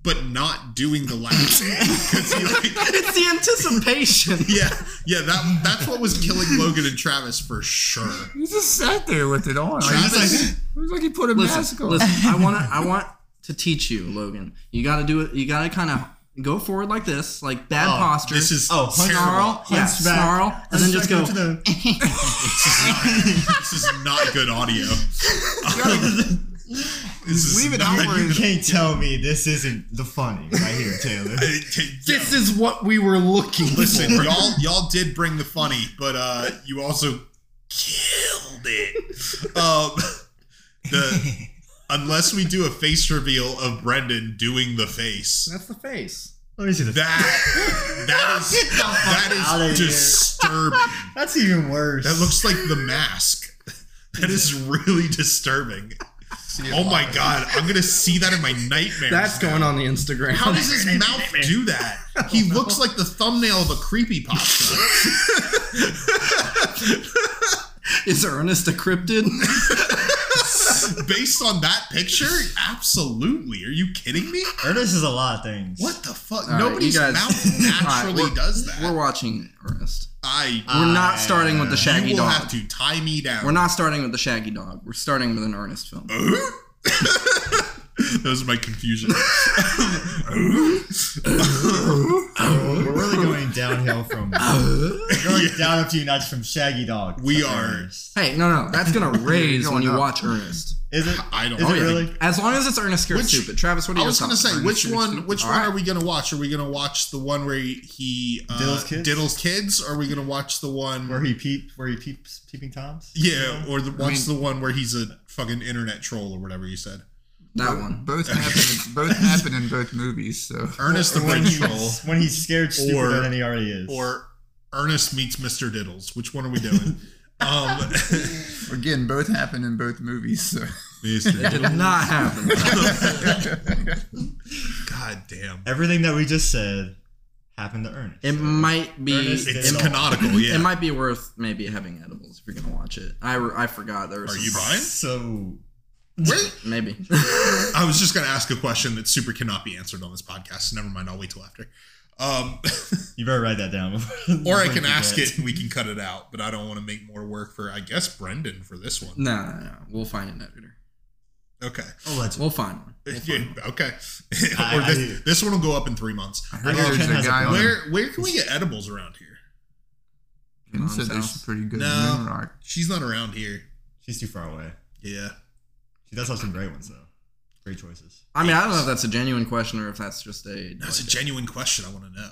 S1: but not doing the laugh. 'Cause he, like,
S3: it's the anticipation.
S1: yeah, yeah. That that's what was killing Logan and Travis for sure.
S4: He just sat there with it on. Like,
S1: Travis,
S4: it was like he put a mask
S3: Listen,
S4: on.
S3: listen. I want to, I want to teach you, Logan. You gotta do it. You gotta kind of go forward like this, like bad
S2: Oh,
S3: posture.
S1: this is
S2: Oh, hunch-
S1: terrible.
S3: snarl, yeah,
S2: Hunchback.
S3: snarl, and then just go.
S1: This is not good audio. this is
S4: Leave it
S1: not
S4: out where
S1: good.
S2: You can't tell me this isn't the funny right here, Taylor.
S3: This is what we were looking.
S1: Listen, y'all, y'all did bring the funny, but uh, you also killed it. Um, the unless we do a face reveal of Brendan doing the face,
S3: That's the face.
S2: Let me see this.
S1: that that is that
S2: outta
S1: is
S2: here.
S1: disturbing.
S2: That's even worse.
S1: That looks like the mask. That is really disturbing. Oh my god, I'm gonna see that in my nightmares.
S3: That's
S1: now.
S3: going on the Instagram.
S1: How does his mouth do that? He looks like the thumbnail of a creepy pasta.
S3: is Ernest a cryptid?
S1: based on that picture? Absolutely. Are you kidding me?
S2: Ernest is a lot of things.
S1: What the fuck?
S3: All right, you
S1: Nobody's
S3: guys-
S1: mouth naturally
S3: All right, we're-
S1: does that.
S3: We're watching Ernest.
S1: I
S2: Uh,
S3: We're not starting with the
S2: You
S3: Shaggy
S1: you will
S3: Dog.
S1: have to tie me down.
S3: We're not starting with the Shaggy Dog. We're starting with an Ernest film.
S1: Oh. Those are my confusion.
S2: We're we're really going downhill from. we're going down a few notches from Shaggy Dog.
S1: Uh-huh. We
S2: to
S1: are-
S2: Ernest.
S3: Hey, no, no, that's gonna raise when
S4: Going
S3: you
S4: up.
S3: watch Ernest. Oh,
S2: Is it?
S1: I don't
S2: Is
S1: know.
S2: it really?
S3: As long as it's Ernest Scared
S1: Which-
S3: Stupid. Travis, what are
S1: I
S3: your
S1: was gonna
S3: thoughts?
S1: say
S3: Ernest
S1: which
S3: Scared
S1: one
S3: Stupid?
S1: which
S3: All
S1: one
S3: right.
S1: are we gonna watch? Are we gonna watch the one where he, he uh,
S2: Diddles Kids?
S1: diddles kids? Or are we gonna watch the one
S2: Where he peep? Where he peeps? Peeping toms?
S1: yeah, or the, watch
S4: mean-
S1: the one where he's a fucking internet troll or whatever you said.
S3: That one.
S4: Both happen. both happen in both movies. So
S1: Ernest the
S2: when
S1: Bridge
S2: he's,
S1: Troll
S2: when he's scared
S1: Or-
S2: stupider than he already is.
S1: or Ernest meets Mr. Diddles. Which one are we doing? um,
S4: again, both happen in both movies. So
S1: Mr.
S3: Did not happen.
S1: God damn.
S2: everything that we just said happened to Ernest.
S3: It might be.
S2: Ernest
S1: It's
S2: Diddle.
S3: It,
S1: canonical, yeah.
S3: it might be worth maybe having edibles if you're gonna watch it. I, re- I forgot there was.
S1: Are
S3: some-
S1: you Brian?
S2: so
S1: Wait,
S3: Maybe.
S1: I was just going to ask a question that super cannot be answered on this podcast. So never mind, I'll wait till after. Um,
S2: you better write that down. Before,
S1: or I
S2: before
S1: can
S2: you
S1: ask
S2: forget.
S1: it and we can cut it out, but I don't want to make more work for, I guess, Brendan for this one.
S3: no, no, no. We'll find an editor.
S1: Okay.
S2: Allegedly.
S3: We'll find one. We'll find
S1: Yeah,
S3: one.
S1: okay.
S2: I-
S1: or
S2: I-
S1: this, this one will go up in three months.
S4: I heard
S2: Well,
S4: there's
S2: Ken
S4: a
S2: has a
S4: guy on.
S1: Where where can we get edibles around here?
S4: Ken said
S3: Mom's
S4: there's
S3: house.
S4: some pretty good
S1: No.
S4: moon rock.
S1: She's not around here.
S2: She's too far away.
S1: Yeah.
S2: She does have some great ones though. Great choices.
S3: I mean, I don't know if that's a genuine question or if that's just a.
S1: That's a genuine question. I want to know.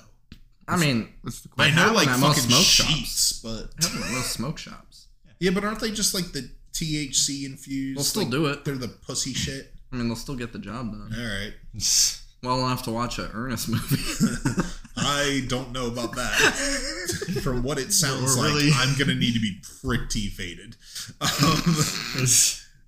S3: I mean,
S4: What's the
S1: I
S4: question?
S1: know
S3: have
S1: like
S3: them at most
S1: fucking
S3: smoke
S1: sheets, but
S3: having those smoke shops.
S1: yeah, but aren't they just like the THC infused?
S3: They'll still
S1: like,
S3: do it.
S1: They're the pussy shit.
S3: I mean, they'll still get the job
S1: All
S3: done.
S1: right,
S3: Well, we'll have to watch an Ernest movie.
S1: I don't know about that. From what it sounds
S2: We're
S1: like,
S2: really-
S1: I'm gonna need to be pretty faded. Um,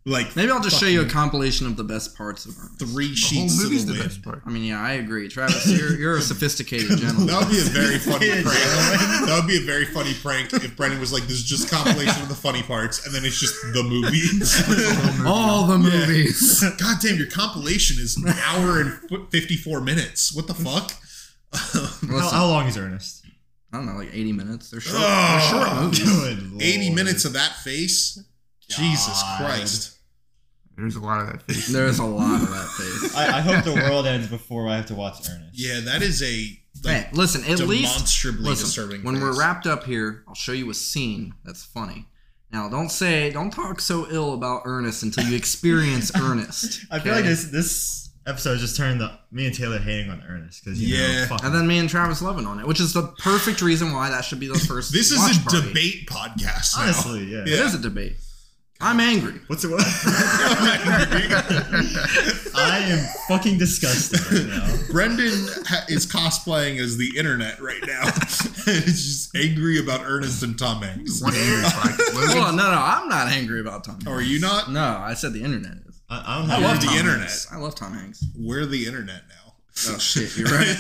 S1: like
S3: Maybe I'll just show you a compilation of the best parts of Ernest.
S1: three
S4: The whole
S1: sheets to
S4: movie's
S1: the
S4: the
S1: wind.
S4: best part.
S3: I mean, yeah, I agree, Travis. You're you're a sophisticated gentleman.
S1: That would be a very funny
S2: Yeah,
S1: prank. That would be a very funny prank if Brendan was like, "This is just compilation of the funny parts," and then it's just the movie.
S3: All the movies.
S1: God damn, your compilation is an hour and 54 minutes. What the fuck?
S2: How,
S3: Listen,
S2: how long is Ernest?
S3: I don't know, like 80 minutes. They're short.
S1: Oh,
S3: they're short movies.
S2: Good lord.
S1: 80 minutes of that face? Jesus
S2: God.
S1: Christ.
S4: There's a lot of that face.
S3: There's a lot of that face.
S2: I, I hope the world ends before I have to watch Ernest.
S1: Yeah, that is a like,
S3: hey, listen, at least
S1: demonstrably
S3: listen,
S1: disturbing
S3: when
S1: face.
S3: we're wrapped up here, I'll show you a scene that's funny. Now, don't say, don't talk so ill about Ernest until you experience Ernest.
S2: I feel like
S3: okay?
S2: this this episode just turned the me and Taylor hating on Ernest because you
S1: Yeah.
S2: know fuck
S3: And then me and Travis loving on it, which is the perfect reason why that should be the first.
S1: This is
S3: watch
S1: a
S3: party.
S1: debate podcast. now.
S2: honestly yeah.
S1: Yeah.
S3: It is a debate. I'm angry.
S2: What's it? I am fucking disgusted right now.
S1: Brendan ha- is cosplaying as the internet right now. He's just angry about Ernest and Tom Hanks.
S4: One angry podcast.
S3: Hold
S4: Logan,
S3: on, no, no, I'm not angry about Tom. Hanks.
S1: Are you not?
S3: No, I said the internet is.
S2: I, I don't
S1: I
S2: have.
S1: love
S2: any-
S1: the
S3: Tom
S1: internet.
S3: Hanks. I love Tom Hanks.
S1: We're the internet now.
S3: Oh shit, you're right.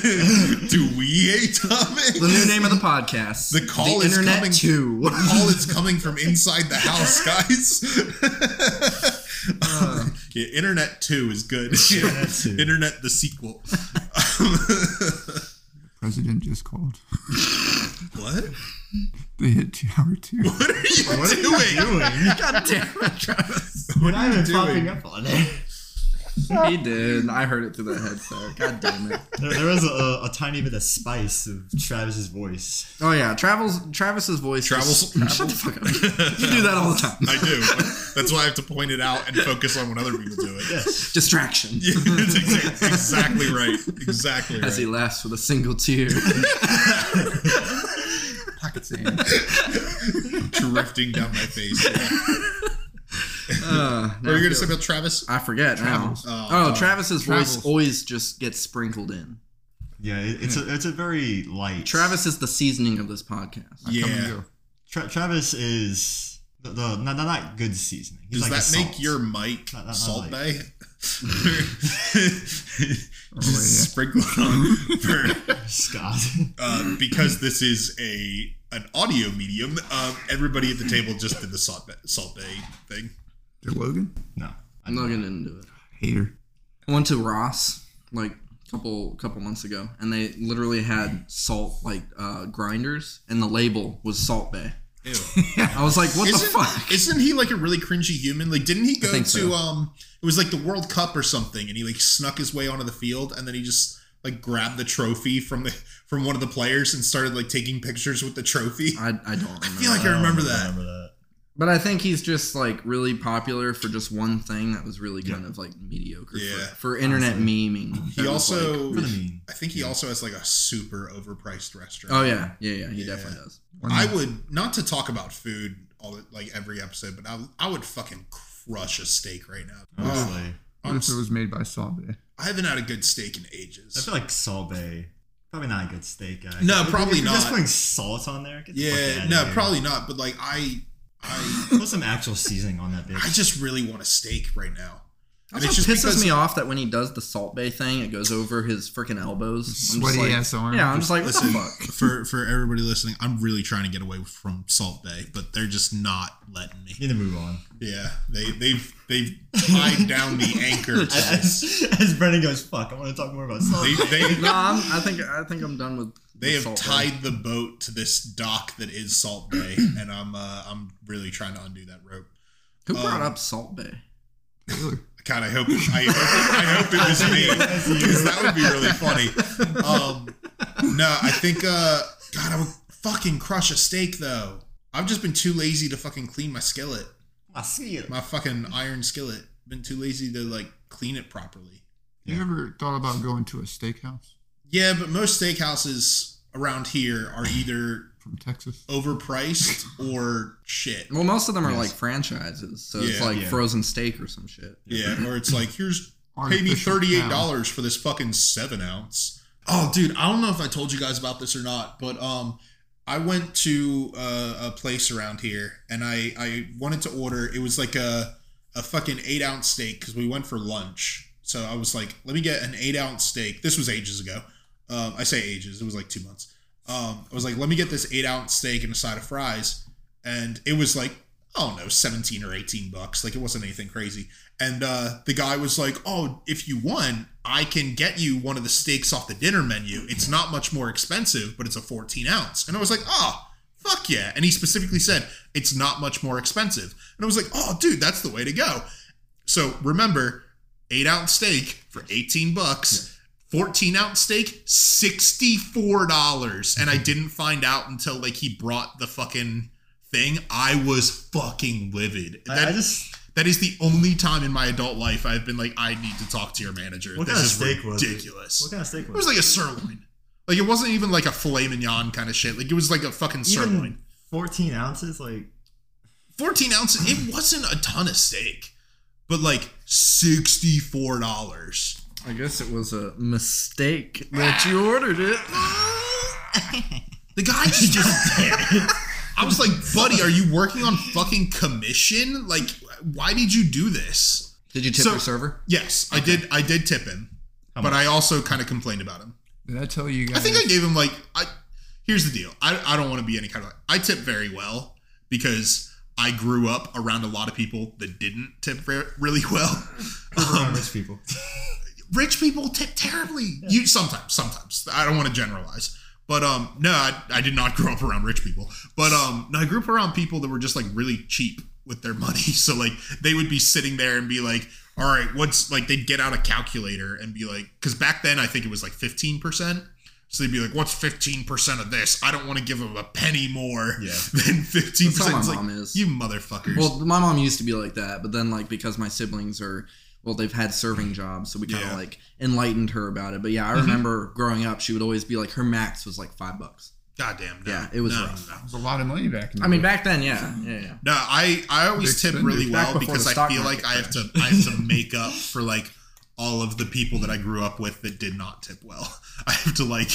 S1: Do we hate Tom Hanks?
S3: the new name of the podcast.
S1: The call is
S3: internet
S1: coming-
S3: Two.
S1: All is coming from inside the house, guys. yeah, Internet 2 is good.
S2: Internet 2.
S1: Internet the sequel.
S4: president just called.
S1: what?
S4: They hit two hour two.
S1: What are you
S2: What are
S1: doing?
S2: you doing?
S3: God damn it, Travis.
S2: We're not even
S1: doing?
S2: popping up on it.
S3: He did. I heard it through the headset. God damn it.
S2: There, there was a, a tiny bit of spice of Travis's voice.
S3: Oh yeah, Travels. Travis's voice.
S1: Travels-
S3: Just, shut the fuck up. You do that all the time.
S1: I do. That's why I have to point it out and focus on when other people do it.
S2: Yes.
S3: Distraction.
S1: Yeah, that's exa- exactly right. Exactly
S3: As he
S1: right.
S3: laughs with a single tear. Uh,
S1: Drifting down my face.
S3: Uh,
S1: What are you going to say about Travis?
S3: I forget
S4: Travels.
S3: now.
S1: Oh,
S3: Oh, Travis's voice
S4: Travels.
S3: always just gets sprinkled in.
S2: Yeah, it, it's a it's a very light.
S3: Travis is the seasoning of this podcast.
S4: Come and
S1: Yeah.
S4: go.
S2: Tra- Travis is the, the not, not not good seasoning. He's
S1: Does
S2: like the
S1: that make
S2: salt.
S1: your mic
S2: Not- not- not
S1: Salt
S2: like-
S1: Bay?
S2: Oh,
S4: yeah.
S1: Just sprinkle it on for
S2: Scott?
S1: uh, because this is a an audio uh, medium. Um, everybody at the table just did the salt bay, salt bay thing.
S4: Did Logan?
S2: no, I
S3: I'm
S2: know.
S3: not gonna do it.
S4: Hater.
S3: I went to Ross like a couple couple months ago, and they literally had salt like uh, grinders, and the label was Salt Bay.
S1: Ew.
S3: I was like, what the
S1: Isn't,
S3: fuck?
S1: isn't he like a really cringy human? Like, didn't he go to
S3: think so.
S1: um? It was like the World Cup or something, and he like snuck his way onto the field, and then he just like grabbed the trophy from the from one of the players and started like taking pictures with the trophy.
S3: I, I don't. Remember.
S1: I feel like I
S2: don't
S1: remember that.
S2: Remember that.
S3: But I think he's just like really popular for just one thing that was really kind of like mediocre
S1: Yeah.
S3: for, for internet memeing.
S1: He
S3: That was,
S1: also,
S2: What do you mean?
S1: I think he also has like a super overpriced restaurant.
S3: oh yeah, yeah, yeah. He
S1: Yeah.
S3: definitely does.
S1: I would not to talk about food all the, like every episode, but I, I would fucking crush a steak right now.
S2: Honestly,
S1: I'm
S4: What if
S1: s-
S4: it was made by Sorbet?
S1: I haven't had a good steak in
S2: I
S1: ages.
S2: feel like Salt Bay. Probably not a good steak, guy.
S1: No,
S2: If- if
S1: probably
S2: you're Just
S1: not.
S2: putting salt on there. Get the fuck
S1: Yeah,
S2: outta
S1: no,
S2: here.
S1: probably not. But like I, I,
S2: Put some actual seasoning on that bitch.
S1: I just really want a steak right now. And
S3: Also
S1: it's just
S3: pisses
S1: because
S3: me off that when he does the Salt Bay thing, it goes over his freaking elbows. I'm just
S4: Sweaty
S3: like,
S4: ass arm.
S3: Yeah, I'm just like, what
S1: listen
S3: the fuck?
S1: for for everybody listening. I'm really trying to get away from Salt Bay, but they're just not letting me.
S2: need to move on.
S1: Yeah, they they've they've tied down the anchor. To this.
S2: As, as Brendan goes, fuck, I want to talk more about salt.
S1: They, they
S3: No, I'm, I think I think I'm done with.
S1: They
S3: with
S1: have
S3: Salt Bay.
S1: tied the boat to this dock that is Salt Bay, and I'm uh, I'm really trying to undo that rope.
S3: Who brought
S1: um,
S3: up Salt Bay?
S1: I kind of hope I hope, I hope it was me
S2: As you-
S1: because that would be really funny. Um, no, I think uh, God, I would fucking crush a steak though. I've just been too lazy to fucking clean my skillet,
S2: I see it.
S1: my fucking iron skillet. Been too lazy to like clean it properly.
S4: You ever thought about going to a steakhouse
S1: Yeah, but most steakhouses around here are either
S4: from Texas?
S1: overpriced or shit.
S3: Well, most of them are
S2: Yes.
S3: like franchises, so it's
S1: Yeah.
S3: like
S2: Yeah.
S3: frozen steak or some shit.
S1: Yeah, or it's like here's pay me
S4: Artificial
S1: thirty-eight
S4: cow.
S1: dollars for this fucking seven ounce. Oh, dude, I don't know if I told you guys about this or not, but um, I went to uh, a, a place around here and I I wanted to order. It was like a a fucking eight ounce steak because we went for lunch. So I was like, let me get an eight ounce steak. This was ages ago. Um, I say ages. It was like two months. Um, I was like, let me get this eight ounce steak and a side of fries, and it was like, I don't know, seventeen or eighteen bucks. Like it wasn't anything crazy. And uh, the guy was like, "Oh, if you won, I can get you one of the steaks off the dinner menu. It's not much more expensive, but it's a 14 ounce." And I was like, "Oh, fuck yeah!" And he specifically said, "It's not much more expensive." And I was like, "Oh, dude, that's the way to go." So remember, eight ounce steak for 18 bucks. 14 ounce steak, $64. And I didn't find out until like he brought the fucking thing. I was fucking livid.
S2: I, I
S1: That-
S2: just.
S1: that is the only time in my adult life I've been like, I need to talk to your manager.
S2: What
S1: this
S2: kind of
S1: is
S2: steak was it?
S1: ridiculous.
S2: What kind of steak
S1: it?
S2: was
S1: was like a sirloin. Like it wasn't even like a filet mignon kind of shit. Like it was like a fucking sirloin.
S2: Even 14 ounces? Like,
S1: Fourteen ounces. It wasn't a ton of steak, but like sixty four dollars.
S3: I guess it was a mistake that you ordered it.
S1: The guy just, I was like, buddy, are you working on fucking commission? Like, why did you do this?
S3: Did you tip
S1: So-
S3: your server?
S1: Yes, I did. I did tip him,
S2: How
S1: but
S2: much?
S1: I also kind of complained about him.
S4: Did I tell you guys?
S1: I think I gave him like I. Here's the deal. I, I don't want to be any kind of. I tip very well because I grew up around a lot of people that didn't tip re- really well.
S2: um, rich people.
S1: Rich people tip terribly. You sometimes, sometimes. I don't want to generalize, but um, no, I, I did not grow up around rich people. But um, no, I grew up around people that were just like really cheap with their money. So like they would be sitting there and be like. All right, what's like they'd get out a calculator and be like, because back then I think it was like 15%. So they'd be like, "What's fifteen percent of this? I don't want to give them a penny more
S2: Yeah.
S1: than fifteen
S3: That's
S1: percent."
S3: how my
S1: It's like
S3: mom is.
S1: you motherfuckers.
S3: Well, my mom used to be like that, but then like because my siblings are well, they've had serving jobs, so we kind of
S1: Yeah.
S3: like enlightened her about it. But yeah, I
S1: Mhm.
S3: remember growing up, she would always be like, her max was like five bucks.
S1: Goddamn. No.
S3: Yeah, it was
S1: no,
S3: rough.
S1: no, no.
S4: It was a lot of money back in the
S3: I mean,
S4: day.
S3: back then, yeah, yeah, yeah.
S1: No, I I always
S4: Big
S1: tip really
S4: spenders.
S3: Back
S1: well
S3: before
S1: because
S3: the
S1: I
S3: stock
S1: feel like
S3: market
S1: I have to I have to make up for like all of the people that I grew up with that did not tip well. I have to like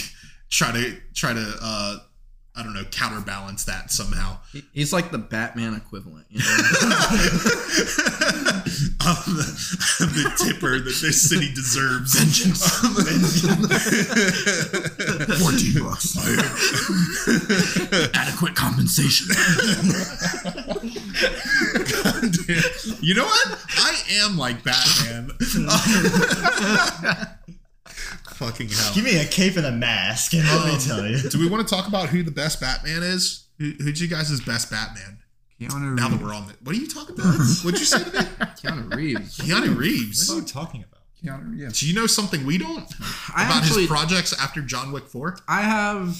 S1: try to try to uh I don't know counterbalance that somehow.
S3: He- He's like the Batman equivalent. You know?
S1: I'm the, I'm the tipper that this city deserves. Vengeance. Oh,
S4: fourteen bucks.
S3: Adequate compensation.
S1: you know what? I am like Batman. Fucking hell.
S2: Give me a cape and a mask, and
S1: Oh,
S2: let me tell you.
S1: Do we want to talk about who the best Batman is? Who, who'd you guys is best Batman?
S4: Keanu
S1: Now that
S4: Reeves.
S1: we're on it, what are you talking about? What'd you say to me?
S3: Keanu Reeves.
S1: Keanu
S2: What are
S1: Reeves.
S2: you talking about?
S4: Keanu, yeah.
S1: Do you know something we don't
S3: I
S1: about
S3: actually,
S1: his projects after John Wick Four?
S3: I have,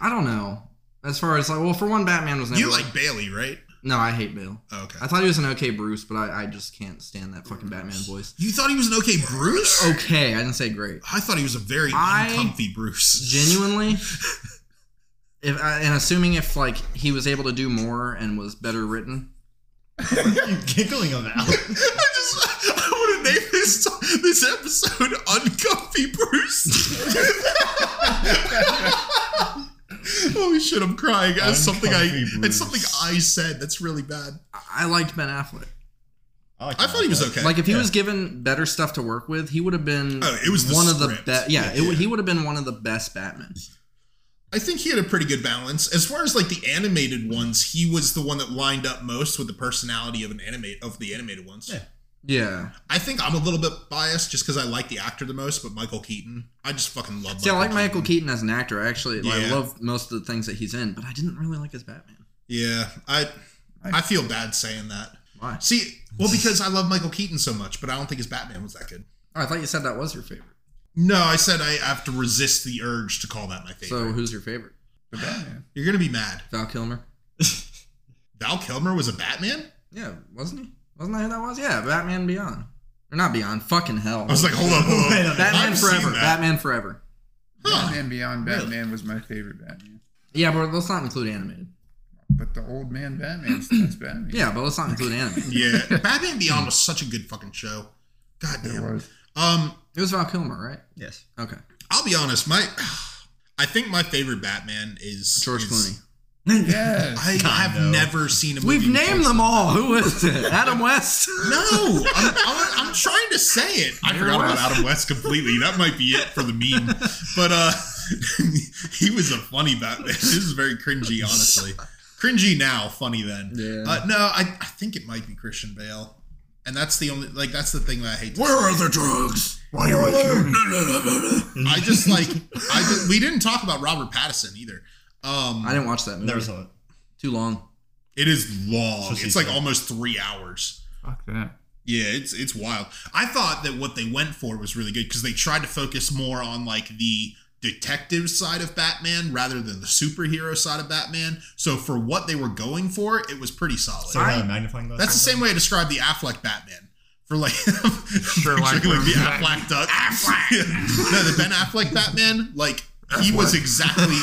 S3: I don't know. As far as like, well, for one, Batman was never.
S1: You like Bailey, right? Oh,
S3: No, I hate Bale.
S1: Okay.
S3: I thought he was an okay Bruce, but I, I just can't stand that fucking Batman voice.
S1: You thought he was an okay Bruce?
S3: Okay, I didn't say great.
S1: I thought he was a very
S3: Oh, I-
S1: uncomfy Bruce.
S3: Genuinely, if I, and assuming if like he was able to do more and was better written,
S2: What are you giggling about?
S1: I just I want to name this this episode "Uncomfy Bruce." Holy shit! I'm crying. That's something I.
S2: Uncomfy Bruce.
S1: It's something I said. That's really bad.
S3: I, I liked Ben Affleck.
S2: like
S1: I thought he was okay.
S3: Like if he
S2: Yeah.
S3: was given better stuff to work with, he would have been
S1: Oh, it was the
S3: one of the
S1: script.
S3: best. Yeah,
S1: Yeah,
S3: it, would
S1: yeah.
S3: he would have been one of the best Batman.
S1: I think he had a pretty good balance as far as like the animated ones. He was the one that lined up most with the personality of an animate of the animated ones.
S2: Yeah.
S3: Yeah.
S1: I think I'm a little bit biased just because I like the actor the most, but Michael Keaton, I just fucking love.
S3: See, I like Michael Keaton as an actor. I actually I
S1: Yeah.
S3: love most of the things that he's in, but I didn't really like his Batman.
S1: Yeah, I I feel bad saying that.
S3: Why?
S1: See, well, because I love Michael Keaton so much, but I don't think his Batman was that good.
S3: Oh, I thought you said that was your favorite.
S1: No, I said I have to resist the urge to call that my favorite.
S3: So who's your favorite?
S4: The Batman.
S1: You're gonna be mad.
S3: Val Kilmer.
S1: Val Kilmer was a Batman.
S3: Yeah, wasn't he? Wasn't that who that was? Yeah, Batman Beyond. Or not Beyond. Fucking hell.
S1: I was like, hold up, hold up.
S2: Wait a minute.
S3: Batman
S1: I've seen
S3: Forever.
S1: that.
S3: Batman Forever.
S1: Huh.
S4: Batman Beyond
S1: Really?
S4: Batman was my favorite Batman.
S3: Yeah, but let's not include animated.
S4: But the old man Batman, that's Batman.
S3: Yeah, but let's not include animated.
S1: Yeah, Batman Beyond was such a good fucking show. God
S4: It
S1: damn.
S4: was.
S1: Um,
S3: It was Val Kilmer, right?
S2: Yes.
S3: Okay.
S1: I'll be honest, my I think my favorite Batman is
S3: George
S1: is-
S3: Clooney.
S4: Yes.
S1: I have
S2: Kinda.
S1: never seen a movie.
S3: We've
S1: with
S3: named
S1: George
S3: them
S1: Clooney.
S3: all. Who is it? Adam West.
S1: No, I'm, I'm, I'm trying to say it. I
S3: Adam
S1: forgot
S3: West.
S1: about Adam West completely. That might be it for the meme. But uh, he was a funny Batman. This is very cringy, honestly. Cringy now, funny then.
S3: Yeah.
S1: Uh, no, I, I think it might be Christian Bale, and that's the only like that's the thing that I hate. To
S3: are the drugs?
S4: Why are
S1: I just like I did, we didn't talk about Robert Pattinson either. Um,
S3: I didn't watch that movie.
S2: Never saw it.
S3: Too long.
S1: it is long.
S2: Especially
S1: It's like
S2: so-
S1: almost three hours.
S4: Fuck that.
S1: Yeah, it's it's wild. I thought that what they went for was really good because they tried to focus more on like the detective side of Batman rather than the superhero side of Batman. So for what they were going for, it was pretty solid.
S2: So I had a magnifying glass.
S1: That's the same way I describe the Affleck Batman. For like, sure, like, the Affleck duck. Affleck. no, the Ben Affleck Batman. Like he was exactly,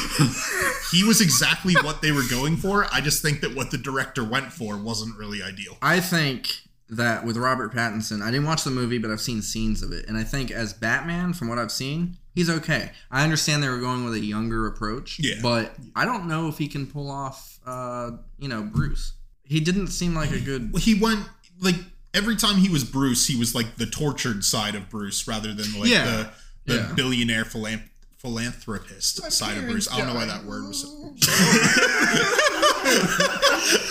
S1: he was exactly what they were going for. I just think that what the director went for wasn't really ideal.
S3: I think that with Robert Pattinson, I didn't watch the movie, but I've seen scenes of it. And I think as Batman, from what I've seen, he's okay. I understand they were going with a younger approach.
S1: Yeah.
S3: But I don't know if he can pull off, uh, you know, Bruce. He didn't seem like a good.
S1: he went like every time he was Bruce, he was like the tortured side of Bruce rather than like
S3: Yeah.
S1: the, the
S3: Yeah.
S1: billionaire philanthrop- philanthropist side of Bruce. I don't know why that word was.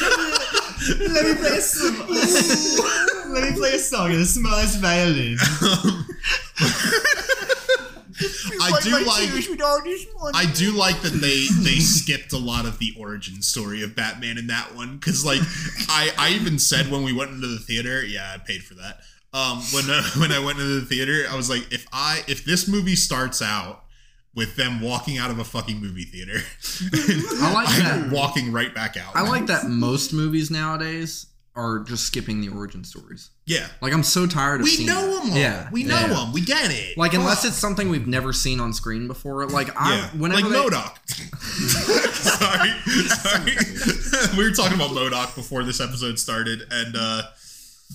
S2: Let me play some. Let me play a song in the smallest violin.
S1: I do like. I do like that they they skipped a lot of the origin story of Batman in that one because like I I even said when we went into the theater yeah I paid for that um when uh, when I went into the theater I was like if I if this movie starts out with them walking out of a fucking movie theater
S3: I like
S1: I'm
S3: that.
S1: walking right back out
S3: I like that most movies nowadays are just skipping the origin stories.
S1: yeah
S3: Like I'm so tired of.
S1: we
S3: seeing
S1: know
S3: that.
S1: them all
S3: Yeah,
S1: we know
S3: yeah.
S1: them we get it
S3: Like unless it's something we've never seen on screen before. Like I,
S1: Yeah,
S3: whenever
S1: like
S3: they-
S1: Modoc. sorry, sorry. we were talking about Modoc before this episode started, and uh,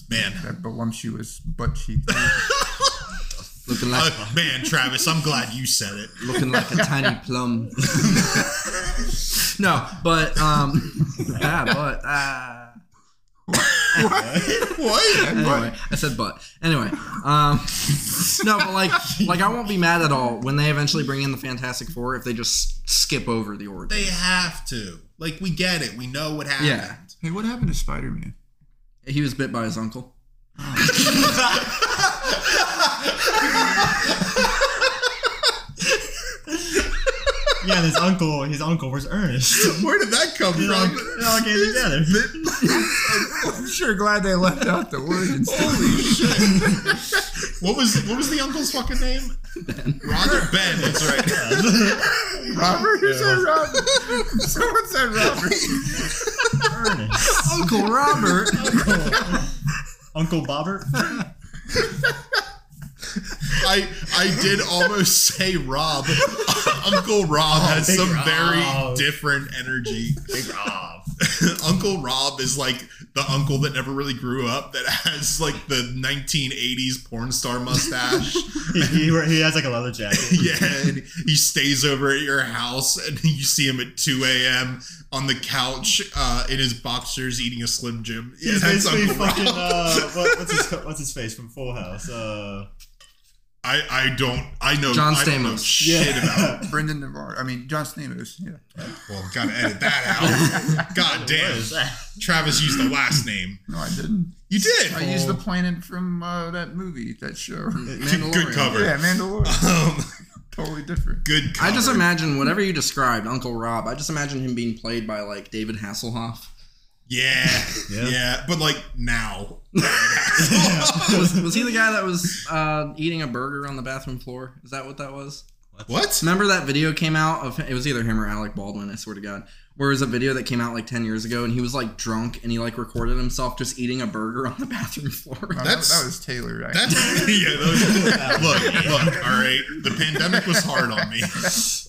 S1: man,
S4: That voluptuous butt cheek.
S3: looking like
S1: uh, man, Travis, I'm glad you said it.
S3: looking like a tiny plum. no, but um, ah, but ah.
S1: What?
S3: Anyway, I said but. Anyway, um, no, but like, like I won't be mad at all when they eventually bring in the Fantastic Four if they just skip over the origin.
S1: They have to. Like, we get it. We know what happened.
S3: Yeah.
S4: hey, what happened to Spider Man?
S3: He was bit by his uncle.
S2: yeah, and his uncle, his uncle was Ernest.
S1: Where did that come
S2: It all,
S1: from?
S2: it all came together.
S4: I'm sure glad they left out the origins.
S1: Holy shit! what was what was the uncle's fucking name? Roger Ben. That's right.
S4: Robert? Who said Robert? Someone said Robert.
S2: Ernest.
S4: Uncle Robert.
S2: Uncle Bobbert.
S1: I I did almost say Rob. Uncle Rob has
S2: Big
S1: some very
S2: Rob.
S1: different energy.
S2: Big Rob.
S1: Uncle Rob is like the uncle that never really grew up that has like the 1980s porn star mustache.
S2: He, he, wear- he has like a leather jacket.
S1: yeah, and he stays over at your house and you see him at 2 a.m. on the couch uh, in his boxers eating a Slim Jim. Yeah,
S2: He's
S1: that's
S2: basically
S1: Uncle
S2: fucking.
S1: Rob.
S2: Uh, what, what's his what's his face from Full House? Uh,
S1: I, I don't, I know,
S3: John
S1: I don't know
S3: Stamos.
S1: shit about
S4: Brendan Navarro. I mean, John Stamos. Yeah.
S1: Well, gotta edit that out. God
S2: What
S1: damn.
S2: is that?
S1: Travis used the last name.
S4: No, I didn't.
S1: You did.
S4: I used the planet from uh, that movie, that show.
S1: Good-
S3: Mm.
S1: good cover.
S4: Yeah, Mandalorian.
S1: Um,
S4: totally different.
S1: good.
S3: I just
S1: cover.
S3: imagine whatever you described, Uncle Rob. I just imagine him being played by like David Hasselhoff.
S1: Yeah, yeah,
S2: Yeah.
S1: but like now.
S3: Was, was he the guy that was uh, eating a burger on the bathroom floor? Is that what that was?
S1: What?
S3: Remember that video came out of it was either him or Alec Baldwin. I swear to God, where it was a video that came out like ten years ago, and he was like drunk and he like recorded himself just eating a burger on the bathroom floor.
S4: No,
S1: That's-
S4: that, that was Taylor, right?
S1: That's yeah. That was, look, look. All right, the pandemic was hard on me,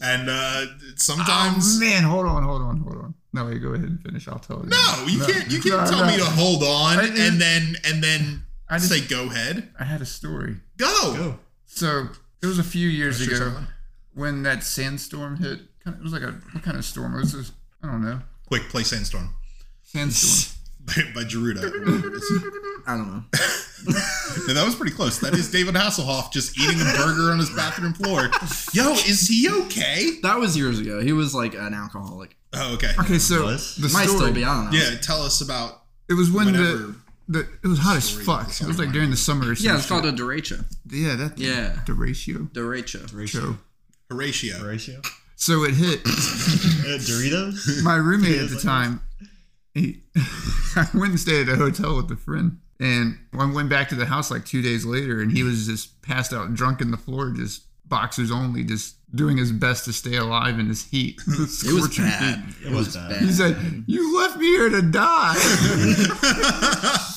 S1: and uh
S4: Oh,
S1: sometimes
S4: man, hold on, hold on, hold on. No, wait, go ahead and finish. I'll tell you.
S1: no, you can't. You can't
S4: No,
S1: tell
S4: no.
S1: me to hold on
S4: I-
S1: and then and then
S4: I just-
S1: say go ahead.
S4: I had a story.
S1: Go.
S2: Go.
S4: So it was a few years
S1: Sure,
S4: ago
S1: someone.
S4: when that sandstorm hit. Kind of, it was like a what kind of storm was this? I don't know.
S1: Quick play Sandstorm
S4: Sandstorm.
S1: by, by Gerudo.
S3: I don't know.
S1: Yeah, that was pretty close. That is David Hasselhoff just eating a burger on his bathroom floor. Yo, is he okay?
S3: That was years ago. He was like an alcoholic.
S1: Oh, okay.
S4: Okay, so
S2: Was?
S4: the
S3: Might still
S4: story-
S3: be. I don't know.
S1: Yeah, tell us about
S4: It was when
S1: Whatever
S4: the, the it was hot as
S1: story
S4: fuck.
S1: the
S4: It was like
S1: storyline
S4: during the summer. Or some
S3: Yeah, it's
S4: shit.
S3: called a derecha.
S4: yeah that
S3: Yeah.
S4: the ratio
S3: Derecha.
S4: show.
S1: Horatio.
S2: Horatio.
S4: So it hit
S2: Uh, Doritos.
S4: my roommate at
S2: it's
S4: the
S2: like-
S4: time. He, I went and stayed at a hotel with a friend, and I went back to the house like two days later, and he was just passed out, drunk in the floor, just boxers only, just doing his best to stay alive in this heat.
S3: It was bad.
S2: It was bad.
S4: He said, "You left me here to die." I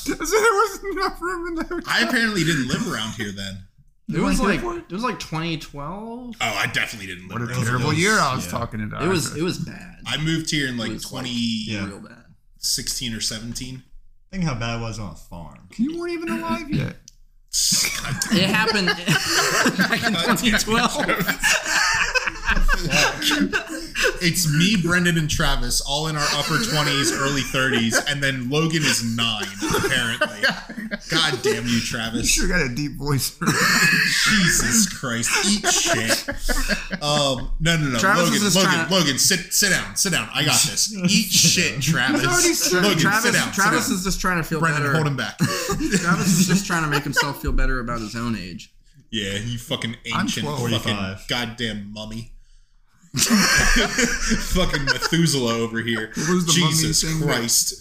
S4: said, "There wasn't enough room in the hotel."
S1: I apparently didn't live around here then.
S3: It was
S4: wanna
S3: like
S4: hear
S3: it was like 2012.
S1: Oh, I definitely didn't live
S4: What a
S1: around
S2: was-
S4: terrible
S2: it was-
S4: year I was
S2: yeah.
S4: talking about.
S3: It was it was bad.
S1: I moved here in like
S3: was like-
S1: 2016
S2: Yeah.
S3: Real bad.
S1: or 17.
S2: Think how bad it was on a farm.
S4: you weren't even alive yet.
S1: God damn.
S3: It happened back in 2012.
S1: It's me, Brendan, and Travis, all in our upper 20s, early 30s, and then Logan is nine, apparently. God damn you,
S4: You
S1: Travis.
S4: sure got a deep voice.
S1: Jesus Christ, eat shit. Um, no, no, no,
S3: Travis
S1: Logan,
S3: is just
S1: Logan,
S3: trying to-
S1: Logan, sit, sit down, sit down. I got this. Eat shit, Travis.
S4: already said-
S1: Logan,
S3: Travis,
S1: sit down.
S3: Travis
S1: sit down.
S3: is just trying to feel
S1: Brendan,
S3: better.
S1: hold him back.
S3: Travis is just trying to make himself feel better about his own age.
S1: yeah, you fucking ancient,
S4: 12.
S1: fucking
S2: 45.
S1: goddamn mummy. fucking Methuselah over here.
S4: was the mummy
S1: Jesus
S4: thing that-
S1: Christ.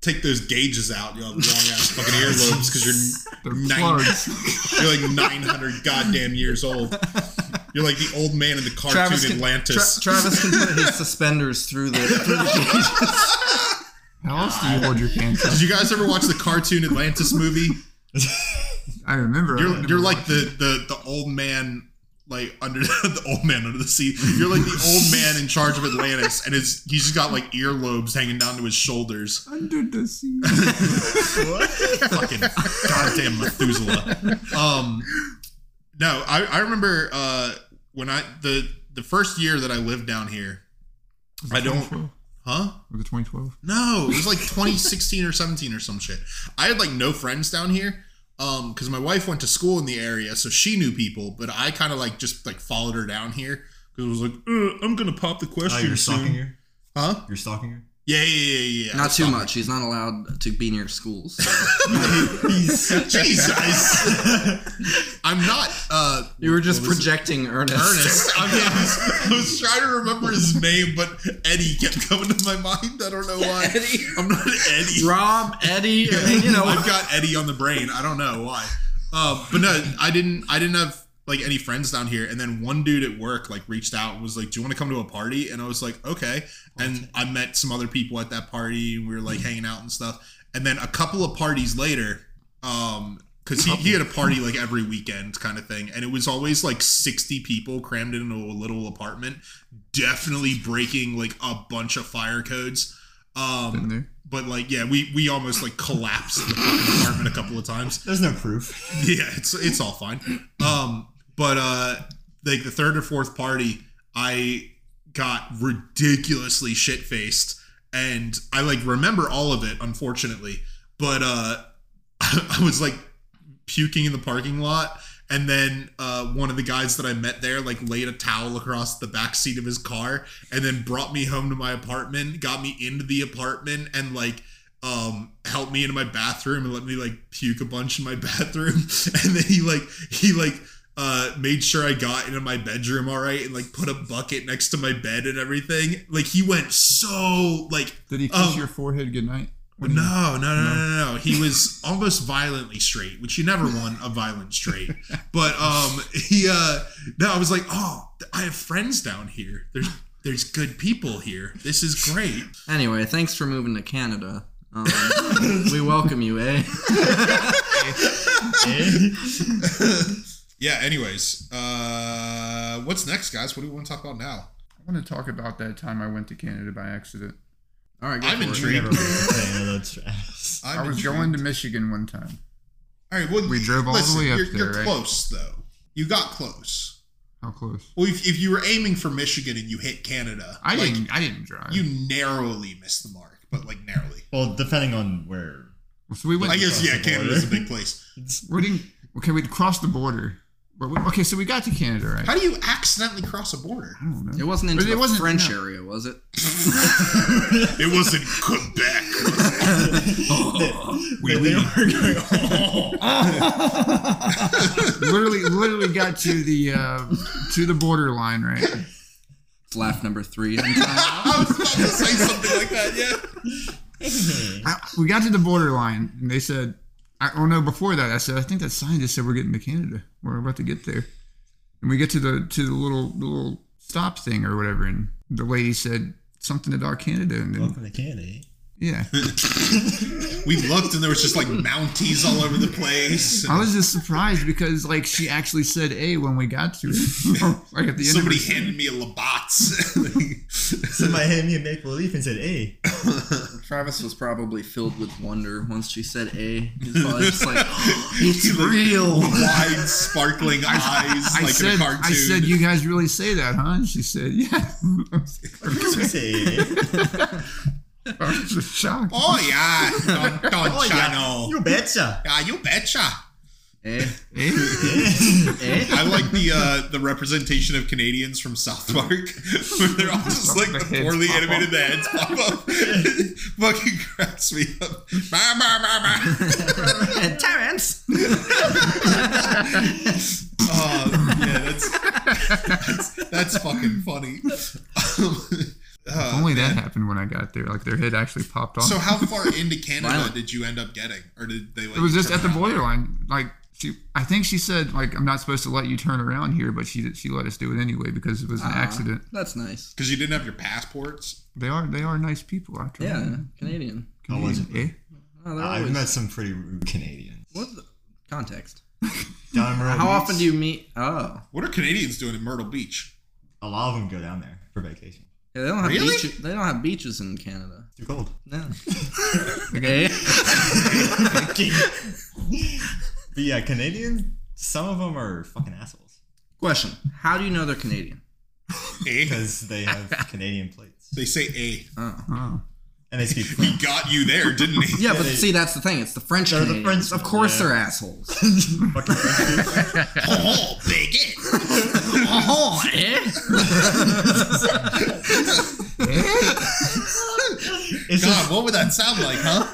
S1: Take those gauges out. You'll have long ass fucking earlobes because you're
S4: They're
S1: Nine.
S4: plugs.
S1: you're like 900 goddamn years old. You're like the old man in the cartoon
S3: Travis can,
S1: Atlantis.
S3: Tra- Travis can put his suspenders through the. Through the
S4: How else do you hold your pants up?
S1: Did you guys ever watch the cartoon Atlantis movie?
S4: I remember. I
S1: You're
S4: remember
S1: you're like the the the old man like under the old man under the sea. You're like the old man in charge of Atlantis, and it's he's just got like earlobes hanging down to his shoulders.
S4: under the sea.
S2: Oh,
S1: Fucking goddamn Methuselah. Um, no, I I remember uh when I the the first year that I lived down here. I don't,
S4: 2012?
S1: huh?
S4: Was it 2012?
S1: No, it was like 2016 or 17 or some shit. I had like no friends down here um because my wife went to school in the area so she knew people but i kind of like just like followed her down here because it was like uh, i'm gonna pop the
S2: Oh,
S1: question
S2: you're stalking
S1: soon
S2: her.
S1: huh
S2: You're stalking her.
S1: Yeah, yeah, yeah, yeah.
S3: Not
S1: I
S3: too
S1: saw
S3: much. He's not allowed to be near schools. so.
S2: He's
S1: Jesus. I'm not. Uh,
S3: you were just
S1: what was it?
S3: projecting Ernest.
S1: Ernest. I, mean, I, was, I was trying to remember his name, but Eddie kept coming to my mind. I don't know why.
S3: Eddie.
S1: I'm not Eddie.
S3: Rob, Eddie, I mean, you know.
S1: I've got Eddie on the brain. I don't know why. Uh, but no, I didn't. I didn't have like any friends down here. And then one dude at work like reached out and was like, "Do you want to come to a party?" And I was like, "Okay." And I met some other people at that party. We were like
S3: Mm-hmm.
S1: hanging out and stuff. And then a couple of parties later, um, because he, he had a party like every weekend kind of thing, and it was always like sixty people crammed into a little apartment, definitely breaking like a bunch of fire codes. Um,
S4: Been there.
S1: but like yeah we we almost like collapsed the fucking apartment a couple of times
S2: There's no proof.
S1: yeah it's it's all fine um but uh like the third or fourth party i got ridiculously shit faced and i like remember all of it unfortunately but uh i was like puking in the parking lot and then uh, one of the guys that I met there like laid a towel across the back seat of his car and then brought me home to my apartment, got me into the apartment and like um helped me into my bathroom and let me like puke a bunch in my bathroom. And then he like he like uh made sure I got into my bedroom all right and like put a bucket next to my bed and everything. Like he went so like
S4: Did he kiss
S1: Um,
S4: your forehead goodnight?
S1: no, no, no, no, no, no. He was almost violently straight, which you never want a violent straight. But um, he uh, no, I was like, oh, I have friends down here. There's there's good people here. This is great.
S3: Anyway, thanks for moving to Canada. Um, we welcome you, eh?
S1: Yeah. Anyways, uh, what's next, guys? What do we want to talk about now?
S4: I want to talk about that time I went to Canada by accident.
S3: All right, go
S1: I'm
S3: for it.
S1: intrigued.
S2: Never mind. Okay, no, that's trash.
S1: I'm
S4: i was
S1: intrigued.
S4: going to Michigan one time.
S1: All right. Well,
S4: We drove all the
S1: listen,
S4: way up
S1: you're,
S4: there,
S1: You're
S4: right?
S1: close though. You got close.
S4: How close?
S1: Well, if, if you were aiming for Michigan and you hit Canada,
S4: I
S1: like,
S4: didn't. I didn't drive.
S1: You narrowly missed the mark, but like narrowly.
S2: Well, depending on where.
S4: so we went.
S1: I guess yeah,
S2: across the
S1: Canada's a
S2: border.
S1: big place.
S4: We didn't. Okay, we crossed the border. But we, okay, so we got to Canada, right?
S1: How do you accidentally cross a border?
S4: I don't know.
S3: It wasn't into
S4: But it
S3: the
S4: wasn't-
S3: French
S4: no.
S3: area, was it?
S1: it was in Quebec.
S2: They- they were going,
S4: literally, literally got to the uh, to the borderline, right?
S3: It's laugh number three. on time.
S1: I was about to say something like that. Yeah.
S4: I, we got to the borderline, and they said, "I don't know." Before that, I said, "I think that sign just said we're getting to Canada. We're about to get there." And we get to the to the little the little stop thing or whatever, and the lady said something about Canada, and then,
S2: Welcome to Canada. eh?
S4: yeah,
S1: We looked and there was just like Mounties all over the place.
S4: I was just surprised because like she actually said "a" when we got to it, like at the end.
S1: Somebody
S4: of her-
S1: handed me a Labatt's.
S2: Somebody handed me a make believe and said, hey.
S3: Travis was probably filled with wonder once she said "Eh," "a." He's probably just like, "It's real."
S1: Wide, sparkling eyes
S4: I
S1: like in
S4: said,
S1: a cartoon.
S4: I said, you guys really say that, huh? And she said, yeah.
S2: Of course I say, eh? hey.
S4: I was just shocked.
S1: Oh yeah, Don, Don
S2: Oh, yeah.
S1: Chano.
S2: You betcha.
S1: Yeah, you betcha.
S3: Eh,
S4: Eh?
S3: eh.
S1: I like the uh, the representation of Canadians from South Park. Where they're all just like the
S4: The heads
S1: poorly
S4: pop
S1: animated
S4: up.
S1: the heads pop up. Fucking cracks me up. Bah, bah, bah, bah.
S3: And Terrence.
S1: Oh, yeah, that's, that's that's fucking funny. Um, uh,
S4: Only that happened when I got there. Like their head actually popped off.
S1: so how far into Canada
S3: Violent.
S1: did you end up getting, or did they like?
S4: it was just
S1: turn
S4: at the
S1: around?
S4: borderline. Like she, I think she said, like I'm not supposed to let you turn around here, but she she let us do it anyway because it was an accident.
S3: That's nice.
S1: because you didn't have your passports.
S4: They are they are nice people after all.
S3: Yeah, Canadian.
S2: I wasn't.
S4: Eh?
S3: Oh, they're
S2: I've
S3: always-
S2: met some pretty rude Canadians.
S3: What the context?
S2: Down in Myrtle
S3: How
S2: Beach,
S3: often do you meet? Oh,
S1: What are Canadians doing in Myrtle Beach?
S2: A lot of them go down there for vacation.
S3: yeah, they don't have
S1: Really?
S3: beaches. They don't have beaches in Canada.
S2: Too cold.
S3: No. okay.
S2: but yeah, Canadian. Some of them are fucking assholes
S3: Question: How do you know they're Canadian?
S1: Eh?
S2: because they have Canadian plates
S1: They say "a."
S3: Oh.
S4: Oh.
S2: and they speak
S1: He
S2: French.
S1: got you there, didn't he?
S3: Yeah,
S2: Yeah,
S3: but
S2: they-
S3: see, that's the thing. It's the French
S2: They're the
S3: Canadians.
S2: French-
S3: of course,
S2: yeah.
S3: they're assholes.
S2: Fucking French people.
S1: Oh, bigot.
S3: oh, eh?
S2: It's
S1: God,
S2: just,
S1: what would that sound like, huh?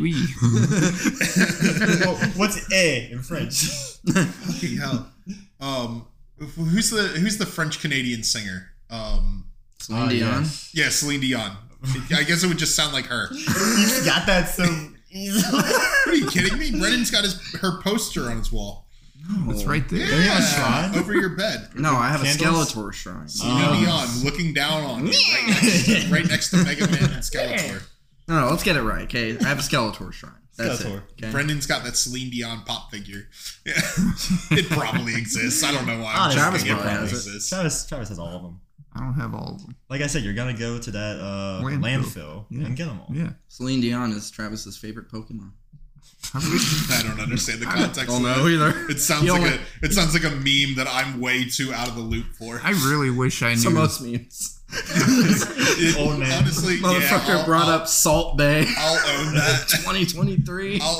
S4: wee.
S2: well, what's a in French?
S1: Fucking hell. Um, who's the who's the French Canadian singer? Um,
S3: Celine
S2: Ah,
S3: Dion.
S2: yes.
S1: yeah, Celine Dion. I guess it would just sound like her.
S2: You got that so easily.
S1: What are you kidding me? Brendan's got his her poster on his wall.
S4: It's right there.
S2: you have a shrine?
S1: over your bed.
S3: Oh. No, I have
S2: Candles?
S3: a Skeletor shrine.
S1: Celine
S2: Um.
S1: Dion looking down on you, right next, to, right next to Mega Man and Skeletor.
S3: No, no, let's get it right. Okay, I have a Skeletor shrine. That's
S2: Skeletor.
S3: it. Okay?
S1: Brendan's got that Celine Dion pop figure. Yeah. it probably exists. I don't know why. I'm just
S2: Honestly,
S3: Ah, Travis
S1: thinking
S3: probably has it.
S1: exists.
S2: Travis, Travis has all of them.
S4: I don't have all of them.
S2: Like I said, you're gonna go to that uh, landfill,
S4: Landfill. Yeah.
S2: and get them all.
S4: Yeah.
S3: Celine Dion is Travis's favorite Pokemon.
S1: I don't understand the context.
S3: Oh
S1: of
S3: no,
S1: it.
S3: either.
S1: It sounds
S3: You
S1: like
S3: only-
S1: a it sounds like a meme that I'm way too out of the loop for.
S4: I really wish I
S3: So
S4: knew.
S3: most memes.
S1: It-
S2: Old man.
S1: Honestly, yeah,
S3: Oh, Motherfucker
S1: I'll,
S3: brought
S1: I'll-
S3: up Salt Bay
S1: I'll own that.
S3: 2023.
S1: I'll,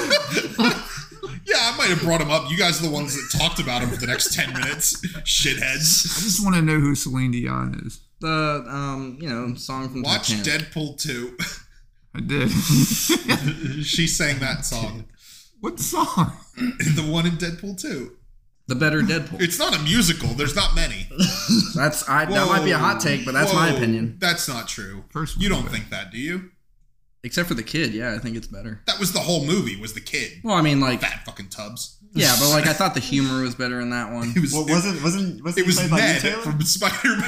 S1: yeah, I might have brought him up. You guys are the ones that talked about him for the next ten minutes,
S4: I
S1: shitheads.
S4: just want to know who Celine Dion is.
S3: The um, you know, song from
S1: Watch
S3: Titanic.
S1: Deadpool two.
S4: I did.
S1: she sang that song,
S4: what song?
S1: the one in Deadpool two.
S3: The better Deadpool.
S1: It's not a musical. There's not many.
S3: That's I. That might be a hot take, but that's my
S1: Whoa.
S3: opinion.
S1: That's not true.
S4: First
S1: You
S4: one,
S1: don't
S4: but-
S1: think that, do you?
S3: Except for the kid, yeah, I think it's better.
S1: That was the whole movie. Was the kid
S3: Well, I mean, like,
S1: fat fucking Tubbs?
S3: yeah, but like, I thought the humor was better in that one.
S1: It was.
S2: What
S1: it-
S2: wasn't wasn't wasn't
S1: It
S2: he
S1: was
S2: played
S1: Ned
S2: by Liu Taylor?
S1: from Spider Man.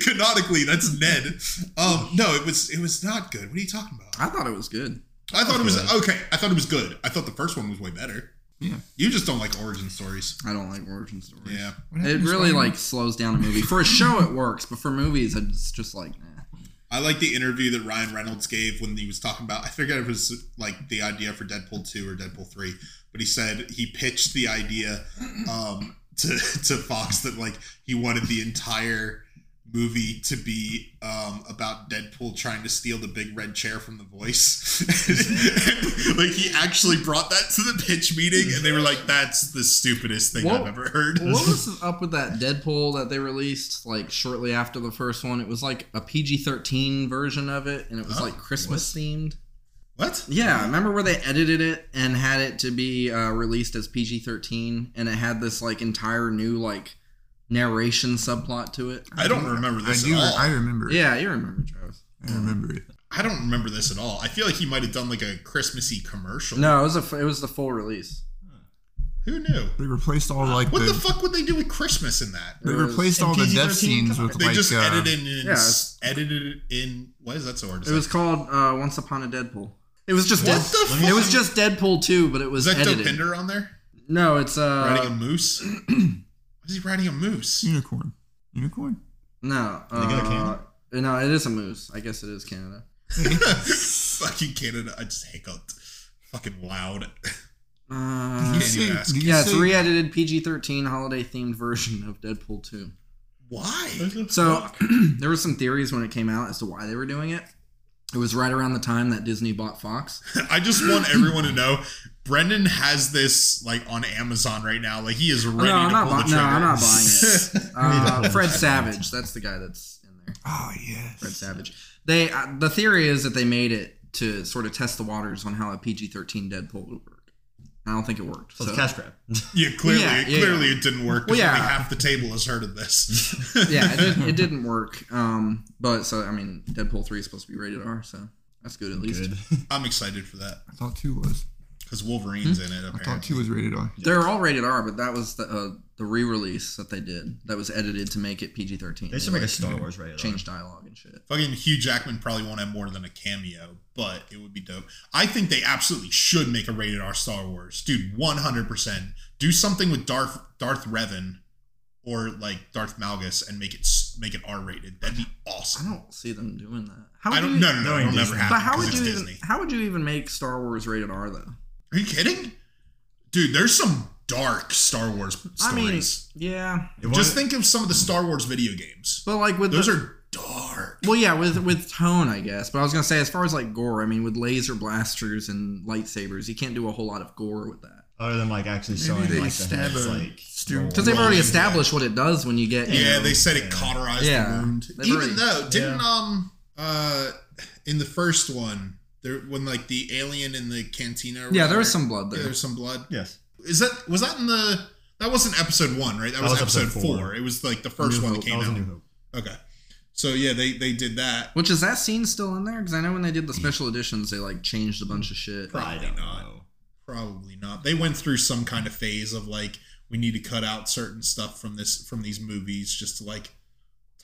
S1: Canonically, that's Ned. Um, no, it was it was not good. What are you talking about?
S3: I thought it was good.
S1: I thought it
S2: Okay.
S1: was okay. I thought it was good. I thought the first one was way better.
S4: Yeah.
S1: You just don't like origin stories.
S3: I don't like origin stories.
S1: Yeah.
S4: What
S3: It
S4: happened to
S3: really
S4: Spider-Man?
S3: like slows down a movie. For a show, it works, but for movies, it's just like, eh.
S1: I like the interview that Ryan Reynolds gave when he was talking about. I forget if it was like the idea for Deadpool two or Deadpool three, but he said he pitched the idea um, to to Fox that like he wanted the entire movie to be um, about Deadpool trying to steal the big red chair from The Voice. like he actually brought that to the pitch meeting, and they were like, "That's the stupidest thing I've
S3: What-
S1: ever heard."
S3: Well, what was up with that Deadpool that they released like shortly after the first one? It was like a PG thirteen version of it, and it was
S1: Huh?
S3: like Christmas themed.
S1: What?
S3: Yeah, remember where they edited it and had it to be uh, released as PG thirteen, and it had this like entire new like narration subplot to it.
S1: I don't remember this
S4: I do.
S1: at all.
S4: I remember. it.
S3: Yeah, you remember, Travis?
S4: I remember it.
S1: I don't remember this at all. I feel like he might have done like a Christmassy commercial.
S3: No, it was a f- it was the full release.
S1: Who knew?
S4: They replaced all like
S1: What
S4: the.
S1: the fuck would they do with Christmas in that?
S4: they replaced all the death
S2: NPG-13?
S4: scenes with
S1: They
S4: like.
S1: just
S4: uh,
S1: edited in,
S3: yeah.
S1: edited it in. What is that so hard to
S3: It
S1: say?
S3: was called uh, Once Upon a Deadpool. It was just
S1: what
S3: Dead-
S1: the fuck?
S2: me-
S3: it was just Deadpool two, but it was
S1: is that
S3: edited.
S1: Dopinder on there
S3: No, it's uh
S1: riding a moose? Why is he riding a moose?
S4: Unicorn. Unicorn.
S3: No.
S2: they go to
S3: uh,
S2: Canada?
S3: No, it is a moose. I guess it is Canada.
S1: Fucking Canada! I just hiccuped. Fucking loud.
S3: Uh,
S1: you ask?
S4: did you
S3: yeah, it's
S4: say-
S3: a re-edited PG-13 holiday-themed version of Deadpool 2.
S1: Why?
S3: So there were some theories when it came out as to why they were doing it. It was right around the time that Disney bought Fox.
S1: I just want everyone to know. Brendan has this like on Amazon right now. Like he is ready
S3: no, I'm
S1: to
S3: not
S1: pull the
S3: bu-
S1: trigger.
S3: no, I'm not buying it. Uh,
S2: Neither.
S3: Fred Savage, that's the guy that's in there.
S4: Oh
S3: Fred
S4: yes.
S3: Savage. They uh, the theory is that they made it to sort of test the waters on how a PG-13 Deadpool would work. I don't think it worked.
S2: So it's
S3: so-
S2: a cash grab.
S1: Yeah, clearly,
S3: Yeah, yeah,
S1: clearly it didn't work. 'cause
S3: Well, yeah.
S1: only half the table has heard of this.
S3: yeah, it, did, it didn't work. Um, but so I mean, Deadpool three is supposed to be rated R, so that's good at least.
S2: Good.
S1: I'm excited for that
S4: I thought two was.
S1: because Wolverine's
S3: Hmm?
S1: in it.
S4: I thought
S1: Apparently,
S4: two was rated R.
S3: They're all rated R, but that was the uh, the re-release that they did that was edited to make it PG thirteen.
S2: They should make a Star Wars rated. R.
S3: change dialogue and shit.
S1: fucking Hugh Jackman probably won't have more than a cameo, but it would be dope. I think they absolutely should make a rated R Star Wars, dude. 100. percent Do something with Darth Darth Revan or like Darth Malgus and make it s- make it R rated. That'd be
S3: I
S1: awesome.
S3: don't see them doing that. How
S1: I
S3: would
S1: don't.
S3: you-
S1: No, no, no.
S2: knowing
S1: It'll never
S2: Disney.
S1: happen.
S3: But how would
S1: 'cause
S3: you
S1: it's
S3: even,
S1: Disney.
S3: how would you even make Star Wars rated R though?
S1: Are you kidding, dude? There's some dark Star Wars stories.
S3: I mean, yeah,
S2: It was-
S1: Just think of some of the Star Wars video games.
S3: but like with
S1: Those
S3: the,
S1: are dark.
S3: Well, yeah, with with tone, I guess. But I was gonna say, as far as like gore, I mean, with laser blasters and lightsabers, you can't do a whole lot of gore with that
S2: other than like actually
S4: Maybe
S2: showing
S4: they
S2: like the
S4: stab
S2: heads
S4: a
S2: like
S4: student-
S2: roll.
S3: because they've already
S1: Rolling
S3: established what it does when you get. you
S1: Yeah,
S3: know,
S1: they said it cauterized
S3: Yeah.
S1: the wound.
S3: They've
S1: Even
S3: already-
S1: though didn't
S2: yeah.
S1: um uh, in the first one, there when like the alien in the cantina. or
S3: Yeah, there was
S1: whatever-
S3: some blood
S1: Yeah,
S3: there.
S1: there's some blood.
S2: Yes.
S1: Is that was that in the? That wasn't episode one, right? That, was, episode, four. It was like the first
S2: New
S1: one
S2: Hope.
S1: that came
S2: was a New
S1: out.
S2: Hope.
S1: Okay, so yeah, they they did that.
S3: Which is that scene still in there? Because I know when they did the special editions, they like changed a bunch of shit.
S1: Probably
S2: I don't
S1: not.
S2: know.
S1: Probably not. They went through some kind of phase of like we need to cut out certain stuff from this from these movies just to like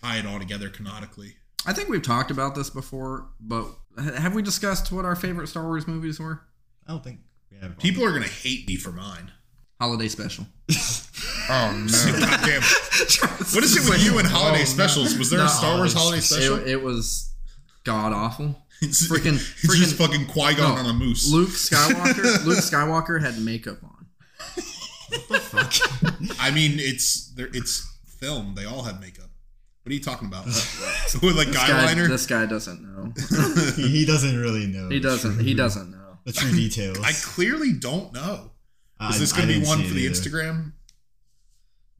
S1: tie it all together canonically.
S3: I think we've talked about this before, but ha- have we discussed what our favorite Star Wars movies were?
S2: I don't think we have
S1: People are gonna hate me for mine.
S3: Holiday special.
S4: Oh no!
S1: Goddamn. What is it with you and holiday specials? Was there
S3: No,
S1: a Star Wars holiday
S2: holiday
S1: special?
S3: It, it was god awful.
S1: it's,
S3: freaking-
S1: it's just
S3: freaking-
S1: fucking Qui Gon
S3: no,
S1: on a moose.
S3: Luke Skywalker. Luke Skywalker had makeup on.
S1: I mean, it's there. It's film. They all have makeup. What are you talking about? With like
S3: This guy,
S1: guyliner.
S3: this guy doesn't know.
S2: he, he doesn't really know.
S3: He
S2: the
S3: doesn't.
S2: true-
S3: He doesn't know.
S2: the true details.
S1: I clearly don't know.
S2: I-
S1: Is this
S2: I
S1: gonna be
S2: didn't
S1: one
S2: see
S1: for
S2: it
S1: the
S2: either.
S1: Instagram?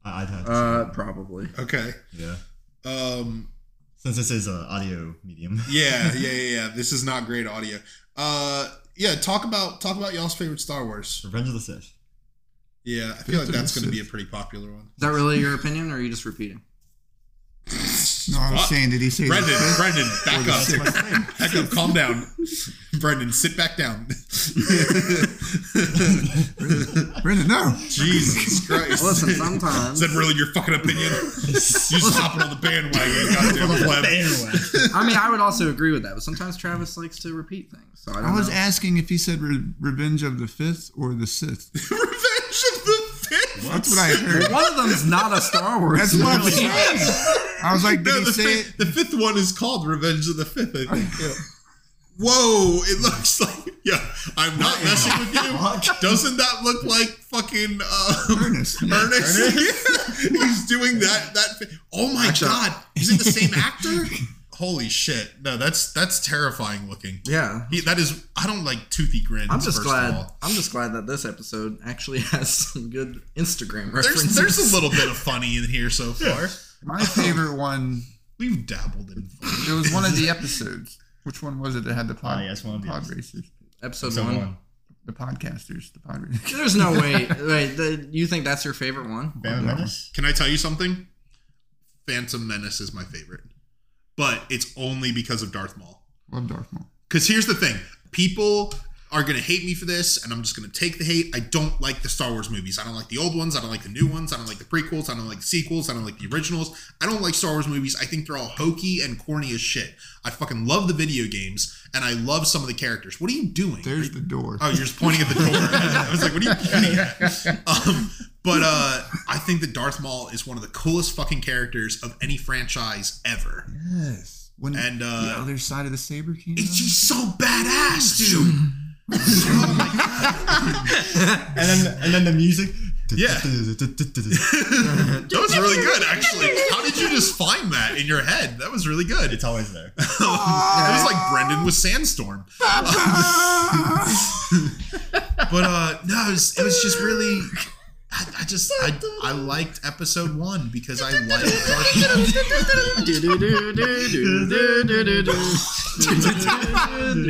S2: I, I'd have to
S3: Uh,
S2: see
S3: probably.
S1: Okay.
S2: it. yeah.
S1: Um,
S2: Since this is an audio medium,
S1: yeah, yeah, yeah, yeah. This is not great audio. Uh, yeah, talk about talk about y'all's favorite Star Wars.
S2: Revenge of the Sith.
S1: Yeah, I feel like that's going to be a pretty popular one.
S3: Is that really your opinion, or are you just repeating?
S4: No, I was
S1: Fuck.
S4: saying, did he say?
S1: Brendan, Brendan, back
S2: That's my
S1: up,
S2: thing.
S1: back up, calm down. Brendan, sit back down.
S4: Brendan, no.
S1: Jesus Christ!
S3: Listen,
S1: is
S3: sometimes.
S1: that really your fucking opinion? You just hopping on the bandwagon, goddamn pleb.
S2: Anyway.
S3: I mean, I would also agree with that, but sometimes Travis likes to repeat things. So I don't
S4: I was
S3: know.
S4: asking if he said re- "Revenge of the Fifth or the Sixth.
S1: Revenge of the Fifth.
S4: That's what I heard.
S3: One of them's not a Star Wars.
S4: That's what I was
S3: movie.
S4: saying. I was like, did
S1: No,
S4: he
S1: the,
S4: say it?
S1: fifth, the fifth one is called Revenge of the Fifth, I think. Yeah. Whoa, it looks like. Yeah, I'm not messing with you. Doesn't that look like fucking um, Ernest?
S4: Ernest.
S1: Yeah. He's doing that. That. fi- Oh my
S3: Actually-
S1: god, is it the same actor? Holy shit! No, that's that's terrifying looking.
S3: Yeah.
S1: He, that is. I don't like toothy grins.
S3: I'm just
S1: first Of
S3: glad.
S1: all.
S3: I'm just glad that this episode actually has some good Instagram
S1: There's
S3: references.
S1: there's a little bit of funny in here so far.
S4: My favorite one.
S1: We've dabbled in funny.
S4: It was one of the episodes. Which one was it that had the pod?
S2: Oh, yes, one of the
S4: pod
S2: episodes.
S4: racers,
S3: episode
S2: So
S3: one.
S2: one.
S4: the podcasters, the pod racers.
S3: There's no way. Wait, the, you think that's your favorite one?
S2: Phantom Menace.
S1: Can I tell you something? Phantom Menace is my favorite, but it's only because of Darth Maul.
S4: Love Darth Maul.
S1: Because here's the thing people are going to hate me for this, and I'm just going to take the hate. I don't like the Star Wars movies. I don't like the old ones. I don't like the new ones. I don't like the prequels. I don't like the sequels. I don't like the originals. I don't like Star Wars movies. I think they're all hokey and corny as shit. I fucking love the video games, and I love some of the characters. What are you doing?
S4: There's the door.
S1: Oh, you're just pointing at the door. I was like, what are you pointing at? Um, but uh, I think that Darth Maul is one of the coolest fucking characters of any franchise ever.
S4: Yes. When
S1: And, uh,
S4: the other side of the saber came
S1: It's
S4: out.
S1: just so badass, dude.
S2: And then and then the music.
S1: Yeah. That was really good, actually. How did you just find that in your head? That was really good.
S2: It's always there.
S1: it was like Brendan with Sandstorm. but uh no, it was, it was just really. I, I just I, I liked episode one because I liked Darth Maul.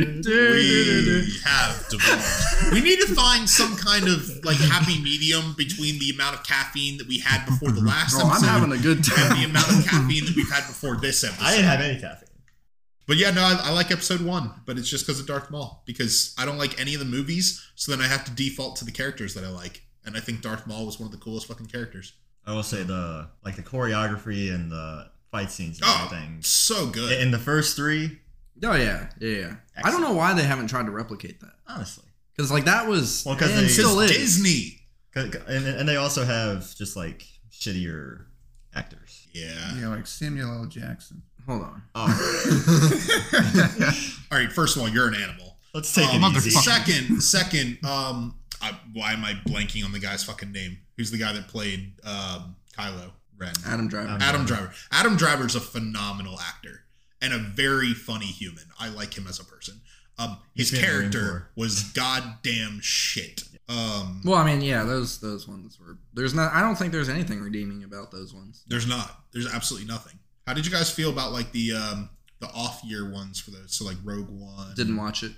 S1: we have devolved. We need to find some kind of like happy medium between the amount of caffeine that we had before the last
S3: Oh, I'm
S1: episode
S3: having a good
S1: and
S3: time.
S1: the amount of caffeine that we've had before this episode.
S2: I didn't have any caffeine.
S1: but yeah, no, I, I like episode one, but it's just because of Darth Maul because I don't like any of the movies, so then I have to default to the characters that I like, and I think Darth Maul was one of the coolest fucking characters.
S2: I will say the like the choreography and the fight scenes and
S1: Oh,
S2: everything.
S1: so good.
S2: In the first three,
S3: Oh yeah, yeah. yeah. I don't know why they haven't tried to replicate that
S2: honestly,
S3: because like that was
S2: Well, 'cause
S3: and
S2: they-
S1: Because
S3: still is.
S1: Disney.
S2: 'Cause- and and they also have just like shittier actors.
S1: Yeah.
S4: Yeah, like Samuel L. Jackson.
S3: Hold on.
S2: Oh,
S1: All right. First of all, you're an animal.
S2: let's take
S1: Oh,
S2: it
S1: motherfucker.
S2: easy.
S1: Second, second, um, I, why am I blanking on the guy's fucking name? Who's the guy that played um, Kylo Ren?
S3: Adam Driver.
S2: Um,
S1: Adam Driver. Adam Driver's a phenomenal actor and a very funny human. I like him as a person. Um, his
S2: He's been in the Marine
S1: character
S2: Corps.
S1: was goddamn shit. Um,
S3: Well, I mean, yeah, those those ones were. There's not. I don't think there's anything redeeming about those ones.
S1: there's not. There's absolutely nothing. How did you guys feel about like the um, the off year ones for those. So like Rogue One.
S3: Didn't watch it.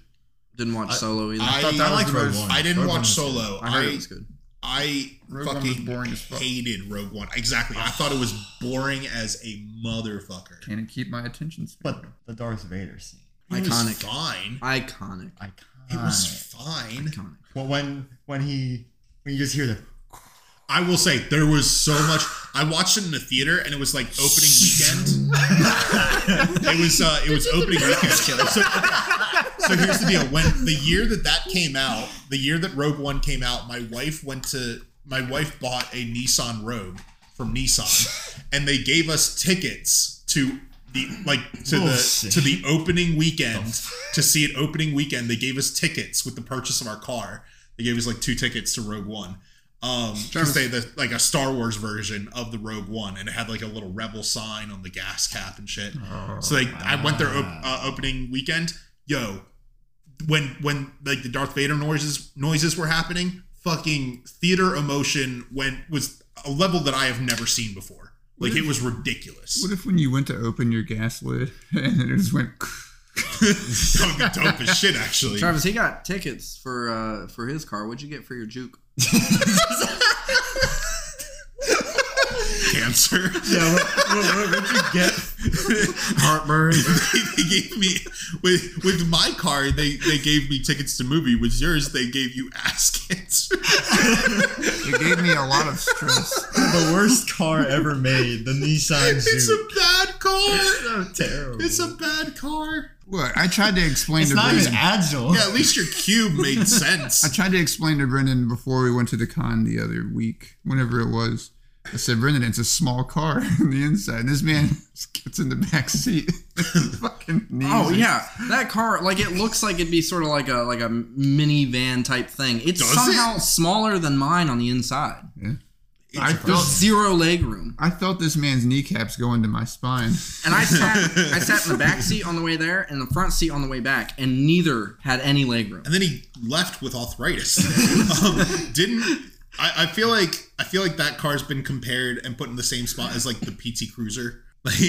S3: Didn't watch
S2: I-
S3: Solo either.
S1: I,
S2: I thought that was the
S1: Rogue
S2: most-
S1: One. I didn't
S2: Rogue One
S1: watch
S2: was good.
S1: Solo.
S3: I heard
S1: I
S3: it was good.
S1: I
S4: Rogue One was
S1: fucking
S4: boring as fuck.
S1: hated Rogue One. Exactly. I thought it was boring as a motherfucker.
S4: Can't keep my attention span.
S2: But the Darth Vader scene.
S1: It was
S3: Iconic.
S1: fine.
S3: Iconic.
S2: Iconic.
S1: It was fine.
S3: Iconic.
S2: well, when when he when you just hear the
S1: I will say there was so much. I watched it in the theater, and it was like opening weekend. it was uh, it was opening weekend. So, so here's the deal: when the year that that came out, the year that Rogue One came out, my wife went to my wife bought a Nissan Rogue from Nissan, and they gave us tickets to the like to the
S2: Bullshit.
S1: to the opening weekend to see it opening weekend. They gave us tickets with the purchase of our car. They gave us like two tickets to Rogue One. Um,
S4: Travis-
S1: because they the like a Star Wars version of the Rogue One, and it had like a little rebel sign on the gas cap and shit. So like, I went there op- uh, opening weekend. Yo, when when like the Darth Vader noises noises were happening, fucking theater emotion went was a level that I have never seen before. Like it was ridiculous.
S4: What if when you went to open your gas lid and it just went?
S1: That would be dope as shit, actually.
S3: Travis, he got tickets for uh for his car. What'd you get for your juke?
S1: Cancer.
S2: yeah. What, what, what, would you get?
S3: Heartburn.
S1: they gave me with with my car. They they gave me tickets to movie. With yours, they gave you ass cancer.
S4: It gave me a lot of stress.
S2: The worst car ever made. The Nissan
S1: It's
S2: Juke.
S1: a bad car.
S2: so terrible.
S1: It's a bad car.
S4: Look, I tried to explain
S2: It's
S4: to
S2: not even
S4: Brendan.
S2: agile.
S1: Yeah, at least your cube made
S4: I
S1: sense.
S4: tried to explain to Brendan before we went to the con the other week, whenever it was. I said, Brendan, it's a small car on the inside. And this man gets in the back seat. fucking knees
S3: Oh
S4: are-
S3: yeah, that car like it looks like it'd be sort of like a like a minivan type thing. It's
S1: Does
S3: somehow smaller than mine on the inside.
S4: I
S3: There's
S4: felt,
S3: zero leg room,
S4: I felt this man's kneecaps go into my spine.
S3: and I sat I sat in the back seat on the way there and the front seat on the way back, and neither had any leg room.
S1: And then he left with arthritis. um, didn't I, I? feel like I feel like that car's been compared and put in the same spot as like the PT Cruiser. Like, I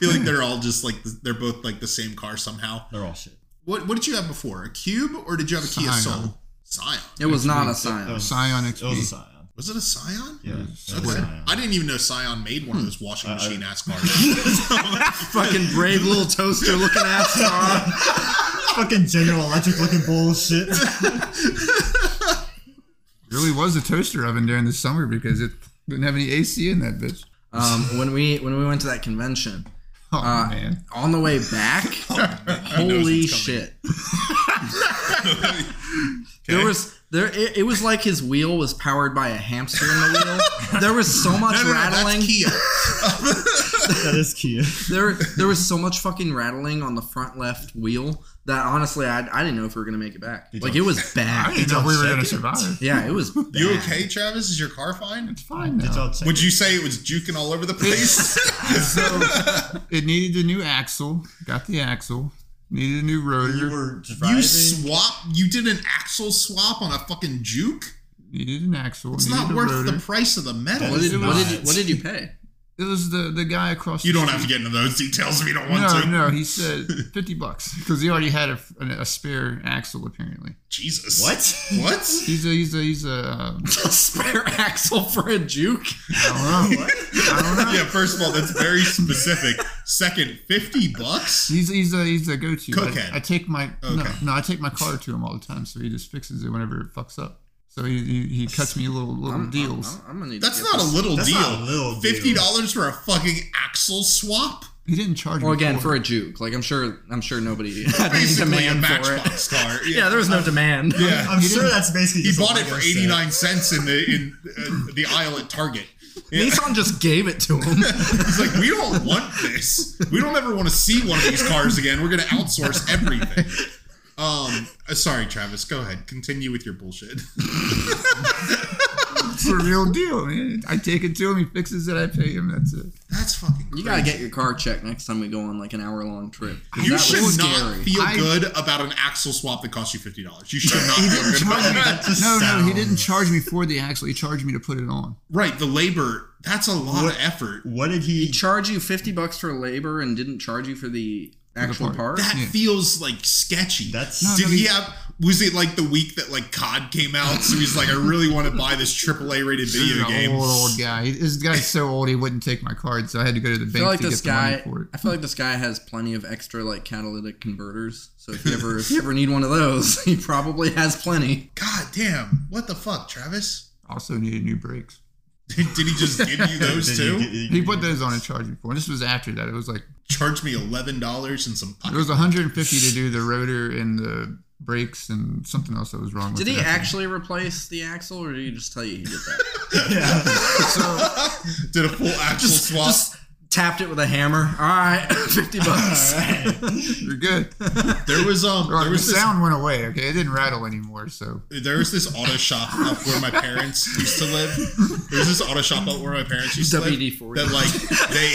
S1: feel like they're all just like they're both like the same car somehow.
S2: They're all shit.
S1: What what did you have before? A cube or did you have a Kia
S4: Scion.
S1: Soul? Scion.
S3: It was not a Scion.
S4: Scion
S2: It was a
S4: XP.
S2: Scion.
S1: Was it a Scion?
S2: Yeah. it was
S1: Okay.
S2: a Scion. Uh,
S1: I didn't even know Scion made one of those washing machine ass cars.
S3: Fucking brave little toaster looking ass car.
S2: Fucking General Electric looking bullshit.
S4: really was a toaster oven during the summer because it didn't have any AC in that bitch.
S3: Um, when we when we went to that convention,
S4: Oh
S3: Uh,
S4: man.
S3: on the way back, holy shit. There was there. It, it was like his wheel was powered by a hamster in the wheel. There was so much
S1: No, no, no,
S3: rattling.
S1: that's Kia.
S2: that is Kia.
S3: there there was so much fucking rattling on the front left wheel that honestly I, I didn't know if we were gonna make it back.
S2: You
S3: like
S2: don't-
S3: it was
S4: I
S3: bad.
S4: didn't know we were gonna
S2: Second.
S4: survive.
S3: Yeah, it was. Bad.
S1: You okay, Travis? Is your car fine?
S4: It's fine
S2: It's
S4: now.
S2: all checked.
S1: Would you say it was juking all over the place?
S4: So it needed a new axle. Got the axle. Needed a new
S2: You
S4: rotor.
S2: were
S1: you
S2: driving.
S1: swap. You did an axle swap on a fucking juke.
S4: Needed an axle.
S1: It's
S4: needed
S1: not
S4: a
S1: worth
S4: rotor.
S1: the price of the metal.
S3: What did,
S2: It's
S3: what did you,
S2: not.
S3: what did you pay?
S4: It was the the guy across.
S1: You
S4: the
S1: don't
S4: street.
S1: have to get into those details if you don't want
S4: No,
S1: to.
S4: no, he said fifty bucks because he already had a, a, spare axle. Apparently,
S1: Jesus.
S2: What?
S1: What?
S4: he's a he's a he's a. Um,
S3: A spare axle for a juke.
S4: I don't know. I don't know.
S1: yeah. First of all, that's very specific. Second, fifty bucks.
S4: He's he's a he's a go-to.
S1: Cokehead.
S4: I, I take my no,
S1: Okay.
S4: no I take my car to him all the time, so he just fixes it whenever it fucks up. So he he, he cuts me little little
S3: I'm,
S4: deals.
S3: I'm, I'm gonna need.
S1: That's
S3: to get
S1: not a
S3: this.
S1: little
S2: That's
S1: deal.
S2: not a little deal.
S1: Fifty dollars for a fucking axle swap.
S4: he didn't charge
S3: Well,
S4: me.
S3: again,
S4: for
S3: for
S4: it.
S3: a juke. Like I'm sure I'm sure nobody had any
S1: Basically, a
S3: demand for it.
S1: Matchbox car.
S3: Yeah, there was no demand.
S1: Yeah.
S2: I'm sure that's basically.
S1: He
S2: just a
S1: bought it
S2: Lego
S1: for
S2: set.
S1: eighty nine cents in the in uh, the aisle at Target. Yeah.
S3: Nissan just gave it to him.
S1: He's like, we don't want this. We don't ever want to see one of these cars again. We're going to outsource everything. Um, uh, sorry, Travis. Go ahead. Continue with your bullshit.
S4: It's a real deal, man. I take it to him, he fixes it, I pay him. That's it.
S1: That's fucking. Crazy.
S3: You gotta get your car checked next time we go on like an hour long trip. 'cause
S1: You
S3: that
S1: should
S3: was
S1: not
S3: scary.
S1: feel
S4: I-
S1: good about an axle swap that cost you fifty dollars. You should not. feel good about
S4: charge me.
S1: that.
S2: just
S4: no, no, he
S2: sounds-
S4: didn't charge me for the axle. He charged me to put it on.
S1: Right, the labor. That's a lot
S2: What-
S1: of effort.
S2: What did
S3: He
S2: he?
S3: charged you fifty bucks for labor and didn't charge you for the actual
S4: part.
S3: part.
S1: That
S4: Yeah.
S1: feels like sketchy.
S2: That's
S4: No,
S1: Did
S4: no,
S1: he
S4: he-
S1: have? Was it like the week that like COD came out? So he's like, I really want to buy this AAA rated video
S4: He's an
S1: game.
S4: old, old guy. He- This guy's so old he wouldn't take my card, so I had to go to the
S3: I feel
S4: bank
S3: like
S4: to
S3: this
S4: get the
S3: guy.
S4: money for it.
S3: I feel like this guy has plenty of extra like catalytic converters. So if you ever if you ever need one of those, he probably has plenty.
S1: God damn! What the fuck, Travis?
S4: Also needed new brakes.
S1: Did he just give you those
S2: did
S1: two?
S2: he get-
S4: He put those on and charged me for. it. This was after that. It was like
S1: Charged me eleven dollars and some.
S4: it
S1: Pocket.
S4: was 150 to do the rotor and the brakes and something else that was wrong.
S3: Did
S4: with
S3: he
S4: it.
S3: actually replace the axle, or did he just tell you he did that?
S2: Yeah.
S1: Did a full axle
S3: just,
S1: swap.
S3: just tapped it with a hammer. All right, fifty bucks.
S4: You're good.
S1: there was um.
S4: Right,
S1: There
S4: the
S1: was this
S4: sound went away. Okay, it didn't rattle anymore. So
S1: there was this auto shop up where my parents used to live. There was this auto shop up where my parents used to live.
S3: WD-40.
S1: That like they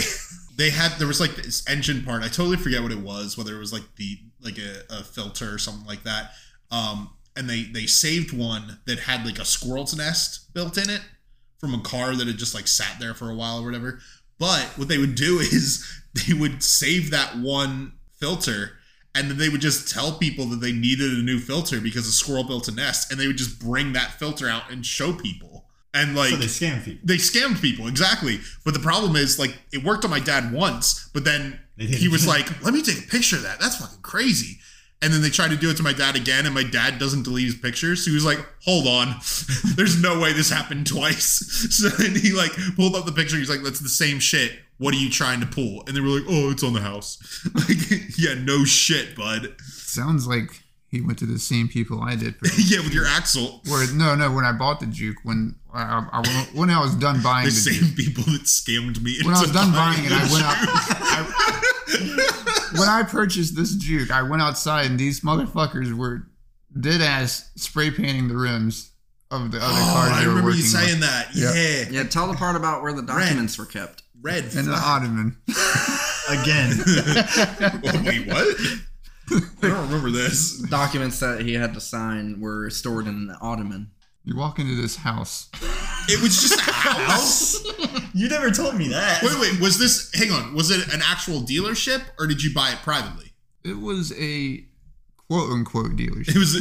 S1: they had there was like this engine part. I totally forget what it was. Whether it was like the like a, a filter or something like that. Um, and they they saved one that had like a squirrel's nest built in it from a car that had just like sat there for a while or whatever. But what they would do is they would save that one filter and then they would just tell people that they needed a new filter because a squirrel built a nest and they would just bring that filter out and show people. And like
S2: so they scam people.
S1: they scammed people exactly but the problem is like it worked on my dad once but then
S2: They didn't.
S1: he was like let me take a picture of that that's fucking crazy and then they tried to do it to my dad again and my dad doesn't delete his pictures so he was like hold on there's no way this happened twice so then he like pulled up the picture he's like that's the same shit what are you trying to pull and they were like oh it's on the house like yeah no shit bud
S4: sounds like he went to the same people I did. For
S1: yeah with your axle
S4: Where no, no, when I bought the juke, when I, I- I- when I was done buying
S1: the
S4: the, juke,
S1: same people that scammed me
S4: when I was
S1: into
S4: done buying it, I went out. I, when I purchased this juke, I went outside and these motherfuckers were dead ass spray painting the rims of the other
S1: Oh,
S4: cars
S1: I
S4: they were
S1: remember
S4: working
S1: you saying that.
S4: Yeah.
S1: Yeah.
S3: Yeah, tell the part about where the documents were kept.
S1: Red.
S4: with. and the
S1: flag.
S4: ottoman.
S2: Again.
S1: Oh, wait, what? I don't remember this.
S3: Documents that he had to sign were stored in an ottoman.
S4: You walk into this house.
S1: It was just a house.
S2: You never told me that.
S1: wait, wait. Was this? Hang on. Was it an actual dealership, or did you buy it privately?
S4: It was a quote unquote
S1: It
S4: dealership.
S1: was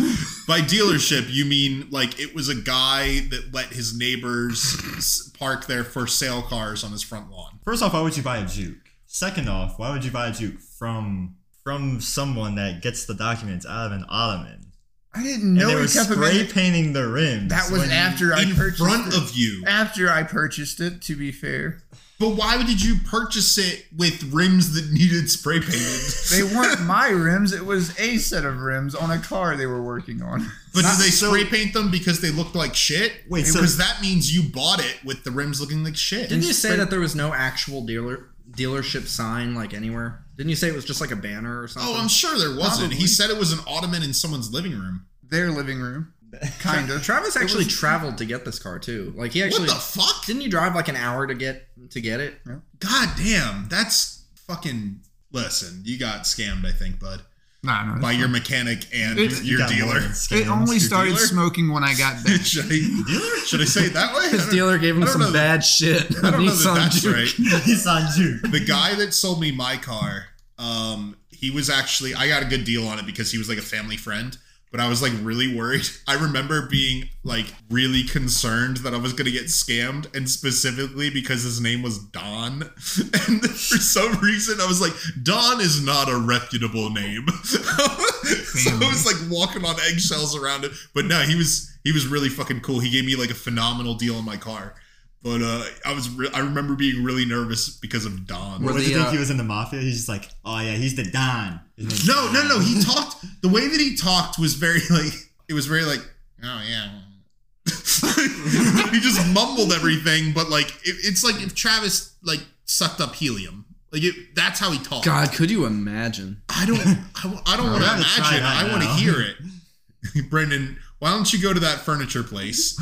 S1: by dealership. You mean like it was a guy that let his neighbors s- park their for sale cars on his front lawn?
S2: First off, why would you buy a juke? Second off, why would you buy a juke from from someone that gets the documents out of an ottoman?
S4: I didn't
S2: And they were spray painting the rims.
S4: That was
S2: when-
S4: after I
S1: In
S4: purchased
S1: front
S4: it.
S1: of you.
S4: after I purchased it. To be fair,
S1: But why did you purchase it with rims that needed spray
S4: they
S1: painted?
S4: weren't my rims. It was a set of rims on a car they were working on.
S1: But did
S2: Not
S1: they
S2: so-
S1: spray paint them because they looked like shit?
S2: Wait, so-
S1: because that means you bought it with the rims looking like shit.
S3: Didn't you say that there was no actual dealer dealership sign like anywhere? Didn't you say it was just like a banner or something?
S1: Oh, I'm sure there wasn't. He
S4: Probably.
S1: said it was an ottoman in someone's living room.
S4: Their living room, kind of.
S3: Travis actually
S4: It was-
S3: traveled to get this car too. Like he
S1: What
S3: actually
S1: the fuck?
S3: didn't you drive like an hour to get to get it?
S1: God damn, that's fucking. Listen, you got scammed, I think, bud,
S4: Nah, no.
S1: by your mechanic and
S4: It-
S2: You
S1: your
S2: got
S1: dealer.
S2: more than scammed.
S4: it only
S2: Your
S4: started
S1: dealer?
S4: smoking when I got there.
S1: should, I, should I say it that way? I
S3: His
S1: don't-
S3: dealer gave him
S1: I don't know
S3: some
S1: that-
S3: bad shit.
S1: I don't know that
S3: Nissan
S1: that's
S3: Juke.
S1: right.
S2: It's on juke.
S1: the guy that sold me my car, um, he was actually I got a good deal on it because he was like a family friend. But I was like really worried. I remember being like really concerned that I was gonna get scammed, and specifically because his name was Don. And for some reason, I was like, Don is not a reputable name. so I was like walking on eggshells around it. But no, he was he was really fucking cool. He gave me like a phenomenal deal on my car. But uh, I was re- I remember being really nervous because of Don.
S2: What
S3: Were
S2: do
S3: the,
S2: you think
S3: uh,
S2: he was in the mafia? He's just like, oh yeah, he's the Don. His name's
S1: No, no,
S2: Don.
S1: no. He talked the way that he talked was very like it was very like oh yeah. he just mumbled everything, but like it, it's like if Travis like sucked up helium. Like it, that's how he talked.
S3: God, could you imagine?
S1: I don't, I, I don't want to
S2: I'd rather try
S1: imagine.
S2: that
S1: I want to
S2: now.
S1: hear it. Brendan, why don't you go to that furniture place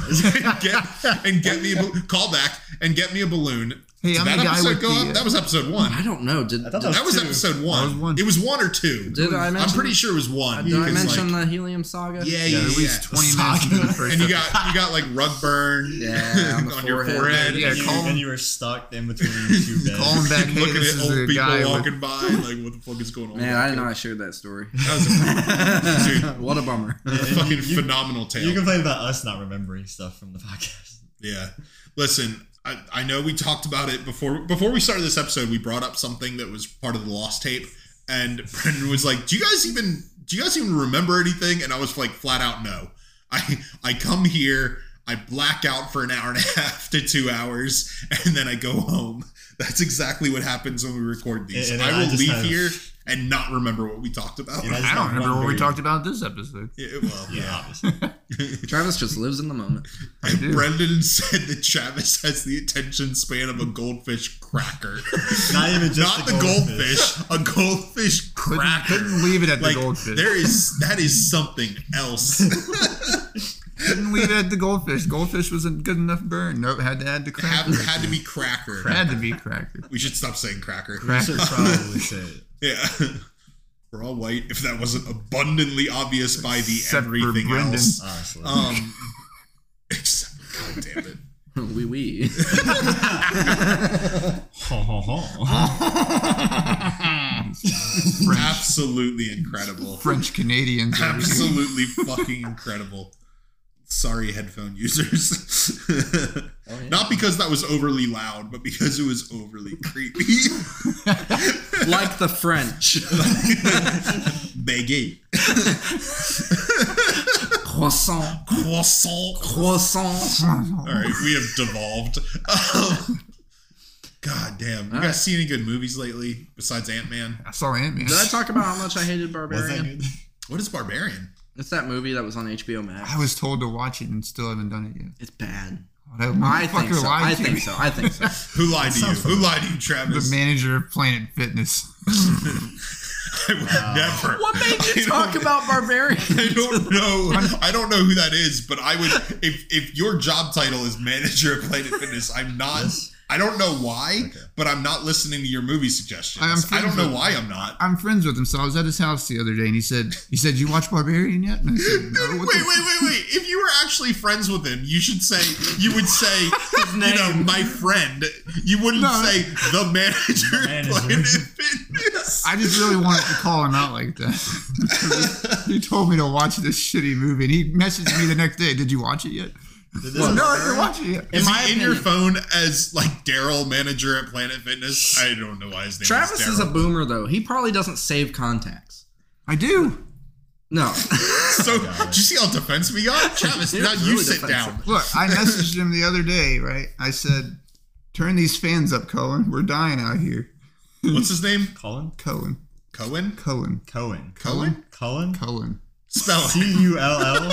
S1: and get, and get me a bal- call back and get me a balloon?
S4: Hey,
S1: Did
S4: I'm
S1: that
S4: the guy
S1: episode
S4: with
S1: go
S4: the,
S1: up?
S4: uh,
S1: That was episode one.
S3: I don't know. Did
S2: I thought
S3: did,
S2: that
S1: That was
S2: two.
S1: episode one.
S4: was one.
S1: It was one or two.
S3: did I
S1: I'm
S3: mention?
S1: pretty sure it was one.
S3: Did I
S1: because, like,
S3: mention the helium saga?
S1: yeah,
S2: Yeah,
S1: yeah,
S4: at
S1: yeah.
S4: least 20 minutes into the first
S1: And you got you got like rug burn
S3: Yeah, on
S1: on,
S3: the
S1: your
S3: forehead.
S1: forehead.
S4: Yeah,
S1: and you
S2: you,
S4: call him.
S2: and you were stucked in between two beds.
S4: Call him back. Hey,
S1: look
S4: this
S1: at
S4: is
S1: old
S4: the
S1: people
S4: guy
S1: walking
S4: with,
S1: by, like what the fuck is going on?
S3: Man, I didn't know I shared that story.
S1: That was a, dude,
S3: what a bummer.
S1: a
S2: Yeah,
S1: fucking
S2: you- you-
S1: phenomenal tale.
S2: You complain about us not remembering stuff from the podcast.
S1: Yeah. Listen, I, I know we talked about it before before we started this episode, we brought up something that was part of the lost tape and Brendan was like, "Do you guys even do you guys even remember anything?" And I was like flat out no. I I come here, I black out for an hour and a half to 2 hours and then I go home. That's exactly what happens when we record these.
S2: And- and
S1: I
S2: I
S1: will
S2: just
S1: leave
S2: have-
S1: here and not remember what we talked about.
S2: And I
S1: Yeah,
S2: just
S4: I
S2: have
S4: don't remember
S2: one
S4: what we
S2: very-
S4: talked about this episode.
S1: well,
S2: Yeah,
S1: yeah.
S2: obviously.
S3: Travis just lives in the moment.
S4: I do.
S1: Brendan said that Travis has the attention span of a goldfish cracker.
S2: Not even just
S1: Not the goldfish, a goldfish
S4: Couldn't,
S1: cracker.
S4: couldn't leave it at
S1: Like
S4: the goldfish.
S1: there is that is something else.
S4: couldn't leave it at the goldfish. Goldfish wasn't good enough burn. Nope, had to add the
S1: Have,
S4: cracker.
S1: had to be cracker.
S4: had to be cracker.
S1: We should stop saying cracker.
S2: I should probably say it.
S1: Yeah. We're all white. If that wasn't abundantly obvious by the
S4: Except for
S1: everything
S4: Brendan.
S1: else.
S2: Honestly.
S1: Um, except, God damn it.
S3: Wee wee.
S2: Ho, ho, ho.
S1: Absolutely incredible.
S4: French Canadians. over here.
S1: Absolutely fucking incredible. Sorry, headphone users.
S3: yeah.
S1: Not because that was overly loud, but because it was overly creepy.
S3: like the French.
S1: Baguette.
S3: Croissant.
S1: Croissant.
S3: Croissant.
S1: All right, we have devolved. Um, God damn. You guys
S3: right.
S1: see any good movies lately besides Ant Man?
S4: I saw Ant Man.
S3: Did I talk about how much I
S2: Was that
S3: hated Barbarian?
S2: good?
S1: What is Barbarian?
S3: It's that movie that was on HBO Max.
S4: I was told to watch it and still haven't done it yet.
S3: Oh, It's bad.
S4: Oh, that
S3: I
S4: motherfucker
S3: think so.
S4: lied
S3: I
S4: to
S3: think
S4: me.
S3: so. I think so.
S1: Who lied to you? Who lied to you,
S4: The
S1: Travis?
S4: manager of Planet Fitness.
S1: I would never.
S3: What made
S1: I
S3: you talk
S1: don't-
S3: about Barbarian?
S1: I don't know. I don't know who that is, but I would if if your job title is manager of Planet Fitness, I'm not. I don't know why, but I'm not listening to your movie suggestions.
S4: I'm
S1: I don't know
S4: friends
S1: why I'm not.
S4: I'm friends with him, so I was at his house the other day, and he said, "He said you watch Barbarian yet?" And I said,
S1: Wait,
S4: "No."
S1: wait,
S4: What the-
S1: wait, wait! If you were actually friends with him, you should say you would say you know my friend. You wouldn't
S4: No.
S1: say the manager,
S2: Manager.
S1: of Planet Fitness.
S4: I just really wanted to call him out like that. he told me to watch this shitty movie, and he messaged me the next day. Did you watch it yet?
S2: Did
S4: No,
S2: this-
S4: I didn't watch it yet.
S1: is he
S3: In my
S1: in your
S3: opinion-
S1: phone as like Daryl, manager at Planet Fitness? I don't know why his name
S3: Travis
S1: is
S3: is a
S1: Daryl.
S3: boomer though. He probably doesn't save contacts.
S4: I do.
S3: No.
S1: So, did you see how defensive we got? Travis,
S3: It
S1: now
S3: was
S1: you
S3: really
S1: sit down.
S3: defensive.
S4: Look, I messaged him the other day, right? I said, "Turn these fans up, Cohen. We're dying out here."
S1: What's his name?
S2: Colin?
S4: Cohen,
S1: Cohen?
S4: Cohen,
S2: Cohen.
S1: Cohen?
S2: Cullen?
S4: Cohen.
S1: Spell it.
S2: C U L L?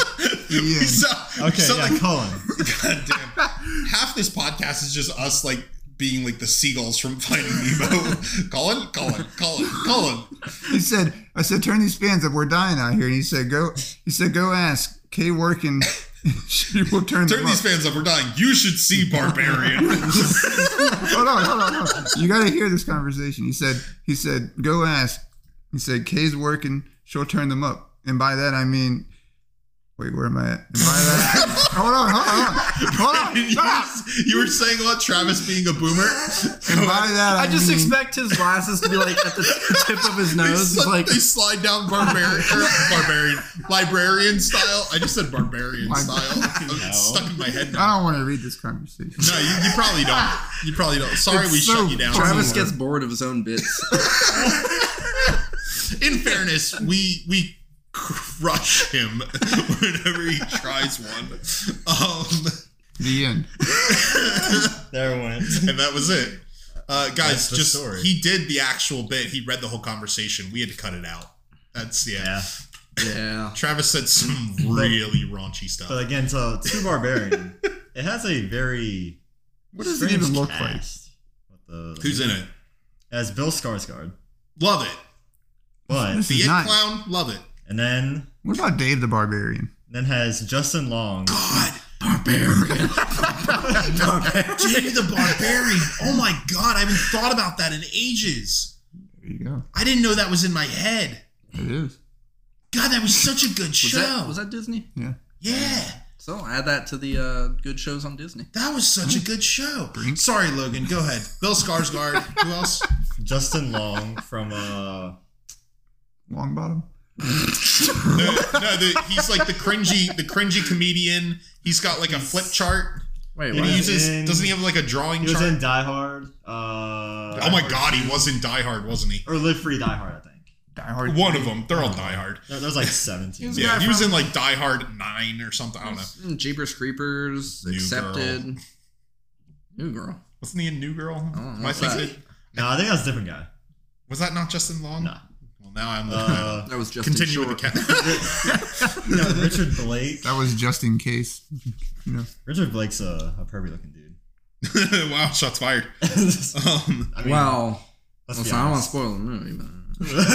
S1: You sound, okay,
S2: Okay,
S1: sound
S2: yeah,
S1: like,
S2: Cullen.
S1: God damn. Half this podcast is just us, like, being like the seagulls from Finding Nemo. Colin, Colin, Colin, Colin.
S4: He said, "I said turn these fans up. We're dying out here." And he said, "Go." He said, "Go ask Kay Workin. she will turn,
S1: Turn
S4: them
S1: these
S4: up."
S1: fans up. We're dying. You should see Barbarian.
S4: hold on, hold on, hold on. You got to hear this conversation. He said, he said, go ask. He said, Kay's working. She'll turn them up. And by that, I mean, wait, where am I at? And by that, hold on, hold on, hold on.
S1: you,
S4: Stop.
S1: were, you were saying about Travis being a boomer?
S4: And by that, I,
S3: I just
S4: mean,
S3: expect his glasses to be like at the tip of his
S1: They,
S3: nose. It's
S1: slid,
S3: like
S1: they slide down barbarian, er, barbarian, librarian style. I just said barbarian style. I'm stuck in my head now.
S4: I don't want to read this conversation.
S1: No, you, you probably don't. You probably don't. Sorry,
S4: It's
S1: we
S4: so
S1: shut you down.
S4: funny.
S3: Travis gets bored of his own bits.
S1: In fairness, we we crush him whenever he tries one, um,
S4: The end.
S2: There it went.
S1: and that was it. Uh, guys,
S2: That's the
S1: just
S2: story.
S1: he did the actual bit. He read the whole conversation. We had to cut it out. That's yeah.
S2: Yeah.
S3: yeah.
S1: Travis said some really raunchy stuff.
S2: But again, so to Barbarian, it has a very.
S4: What does it even look like?
S2: like? What the,
S1: Who's in it?
S2: As Bill Skarsgård.
S1: Love it.
S2: But
S4: This
S1: The
S4: is
S1: it
S4: nice.
S1: clown. Love it.
S2: and then
S4: What about Dave the Barbarian?
S2: then has Justin Long.
S1: God, barbarian. Jay the Barbarian. Oh my god, I haven't thought about that in ages.
S4: There you go.
S1: I didn't know that was in my head.
S4: It is.
S1: God, that was such a good
S3: Was
S1: show.
S3: that, was that Disney?
S4: Yeah.
S1: yeah,
S3: So I'll add that to the uh, good shows on Disney.
S1: that was such a good show. Sorry, Logan. Go ahead. Bill Skarsgård. Who else?
S2: Justin Long from uh
S4: Long bottom.
S1: no, no the, he's like the cringy, the cringy comedian. He's got like a flip chart.
S3: Wait,
S1: And
S2: was
S1: he
S3: what?
S1: uses.
S2: in-
S1: doesn't he have like a drawing
S2: he was
S1: chart?
S2: in Die Hard. Uh
S1: oh my god, he was in Die Hard, wasn't he?
S2: or Live Free Die Hard, I think.
S4: Die Hard.
S1: One of them. They're all Die Hard.
S2: There, there's like 17.
S3: He's-
S1: Yeah, he was in like Die Hard Nine or something. I don't know.
S3: Mm, Jeepers Creepers,
S1: New
S3: Accepted. New Girl.
S1: Wasn't he in New Girl?
S3: I don't know.
S1: Am I
S3: What's that?
S1: thinking-
S2: no, I think that's a different guy.
S1: Was that not Justin Long?
S2: No.
S1: Well, now I'm.
S2: Uh,
S3: That was just
S1: continue with the cat.
S2: no, Richard Blake.
S4: That was just in case. you know.
S2: Richard Blake's a, a pervy looking dude.
S1: wow, shots fired. Um,
S2: I
S3: Well,
S2: let's be
S3: listen, I don't want
S2: honest.
S3: to spoil the movie, but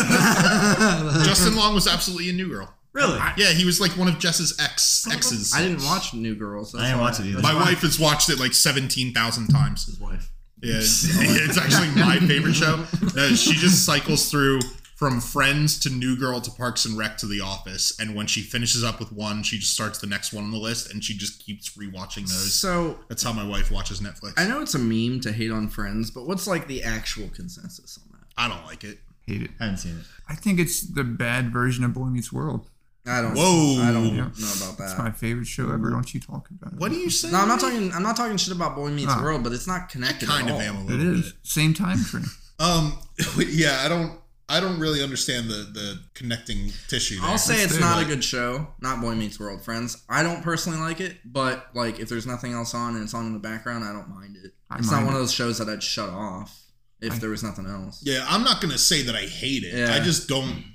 S1: Justin Long was absolutely in New Girl.
S2: really?
S1: Yeah, he was like one of Jess's ex exes.
S3: I didn't watch New Girl. So
S2: I didn't watch it either.
S1: My wife has watched it like seventeen thousand times.
S3: His wife.
S1: Yeah, it's, it's actually my favorite show. No, she just cycles through from Friends to New Girl to Parks and Rec to The Office, and when she finishes up with one, she just starts the next one on the list, and she just keeps rewatching those.
S3: So
S1: That's how my wife watches Netflix.
S3: I know it's a meme to hate on Friends, but what's like the actual consensus on that?
S1: I don't like it.
S4: Hate it.
S2: I haven't seen it.
S4: I think it's the bad version of Boy Meets World.
S3: I don't.
S1: Whoa.
S3: I don't
S4: Yeah.
S3: know about
S4: It's
S3: that.
S4: my favorite show ever. Don't you talk about it?
S1: What do you say?
S3: No, I'm not talking. I'm not talking shit about Boy Meets
S4: Ah.
S3: World, but it's not connected.
S1: Kind
S3: at
S1: of
S3: all.
S1: am a
S4: It
S1: little bit.
S4: is same time frame.
S1: Um, yeah, I don't, I don't really understand the the connecting tissue. There.
S3: I'll say it's
S4: Dude,
S3: not
S1: like-
S3: a good show. Not Boy Meets World, friends. I don't personally like it, but like if there's nothing else on and it's on in the background, I don't mind it.
S4: I
S3: it's
S4: mind
S3: not one
S4: it.
S3: of those shows that I'd shut off if
S4: I-
S3: there was nothing else.
S1: Yeah, I'm not gonna say that I hate it.
S3: Yeah.
S1: I just don't.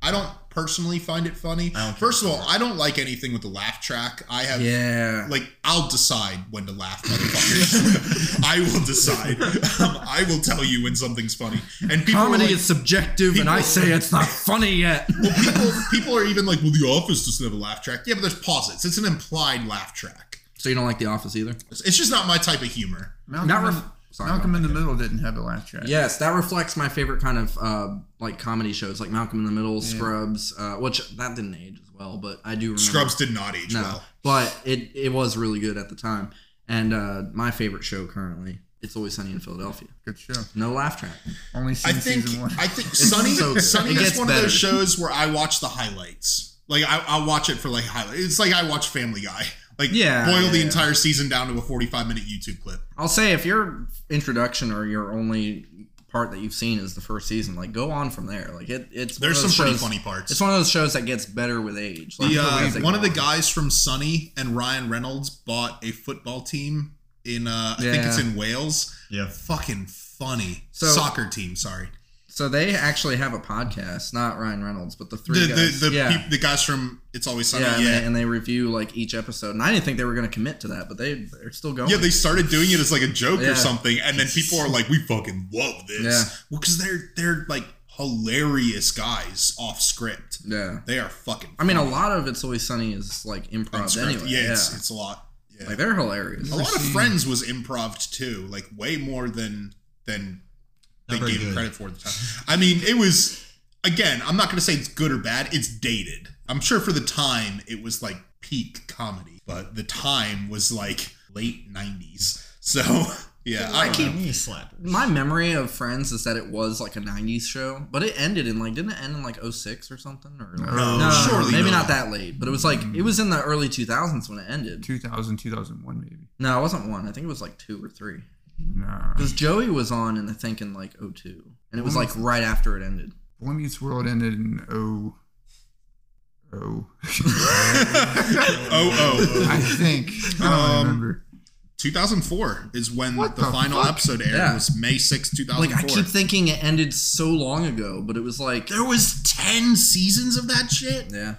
S1: I don't personally find it funny.
S2: I don't care
S1: First of all,
S2: for it.
S1: I don't like anything with the laugh track. I have.
S3: Yeah.
S1: Like I'll decide when to laugh, motherfuckers. I will decide. Um, I will tell you when something's funny. And people are
S3: Comedy
S1: like,
S3: is subjective, and I
S1: people-
S3: say it's not funny yet.
S1: well, people, people are even like, well, The Office doesn't have a laugh track. Yeah, but there's pauses. It's an implied laugh track.
S3: so you don't like The Office either?
S1: It's it's just not my type of humor.
S4: Malcolm,
S3: Not
S4: in,
S3: ref- Sorry,
S4: Malcolm
S3: Malcolm.
S4: in the Middle didn't have a laugh track.
S3: Yes, that reflects my favorite kind of uh, like comedy shows, like Malcolm in the Middle,
S4: Yeah.
S3: Scrubs, uh, which that didn't age as well, but I do remember
S1: Scrubs did not age
S3: Mm. No,
S1: well.
S3: but it it was really good at the time, and uh, my favorite show currently. It's always sunny in Philadelphia.
S4: Good show.
S3: No laugh track.
S4: Only
S1: I
S4: seen
S1: think
S4: season one.
S1: I think Sunny
S3: so good.
S1: Sunny
S3: It
S1: is
S3: gets
S1: one of
S3: better.
S1: those shows where I watch the highlights. Like I, I'll watch it for like highlights. It's like I watch Family Guy. Like
S3: Yeah,
S1: boil
S3: yeah,
S1: the
S3: yeah.
S1: entire season down to a forty-five minute YouTube clip.
S3: I'll say if your introduction or your only part that you've seen is the first season, like go on from there. Like it, it's one
S1: There's some
S3: of those
S1: pretty
S3: shows-
S1: funny parts.
S3: It's one of those shows that gets better with age. Like,
S1: the, uh,
S3: as they
S1: one
S3: go
S1: of the
S3: on.
S1: guys from Sunny and Ryan Reynolds bought a football team in uh, I think
S3: Yeah.
S1: it's in Wales.
S2: Yeah.
S1: Fucking funny
S3: So-
S1: soccer team. Sorry,
S3: So they actually have a podcast, not Ryan Reynolds, but the three
S1: the
S3: guys.
S1: the the,
S3: yeah.
S1: peop- the guys from It's Always Sunny.
S3: yeah,
S1: Yeah,
S3: and, They, and they review like each episode, and I didn't think they were going to commit to that, but they they're still going.
S1: Yeah, they started doing it as like a joke
S3: Yeah.
S1: or something, and then people are like, "We fucking love this."
S3: Yeah.
S1: Well, because they're they're like hilarious guys off script.
S3: yeah.
S1: They are fucking.
S3: I mean, a lot of it's always sunny is like improv
S1: unscripted.
S3: anyway.
S1: yeah,
S3: Yeah,
S1: It's, it's a lot. Yeah.
S3: like they're hilarious.
S1: a lot of
S4: seen-
S1: Friends was improv too, like way more than than they
S2: Not very
S1: gave it
S2: good.
S1: credit for at the time. I mean, it was again. I'm not going to say it's good or bad. It's dated. I'm sure for the time it was like peak comedy, but the time was like late '90s. So yeah, I,
S2: I
S1: keep.
S2: keep me slappers.
S3: My memory of Friends is that it was like a '90s show, but it ended in like didn't it end in like 06 or something or like,
S4: No,
S1: Oh, surely
S3: maybe
S1: not.
S3: not that late, but it was like it was in the early 2000s when it ended.
S4: 2000, 2001 maybe.
S3: No, it wasn't one. I think it was like two or three
S4: Nah.
S3: because Joey was on and I think in like 02, and it was like right after it ended.
S4: Boy Meets World ended in oh oh.
S1: Oh oh.
S4: I think. I don't
S1: Um,
S4: remember.
S1: 2004 is when
S4: What
S1: the,
S4: the
S1: final
S4: fuck?
S1: episode aired.
S3: Yeah.
S1: It was May 6,
S3: Like
S1: 2004.
S3: I keep thinking it ended so long ago, but it was like
S1: there was 10 seasons of that shit.
S3: yeah.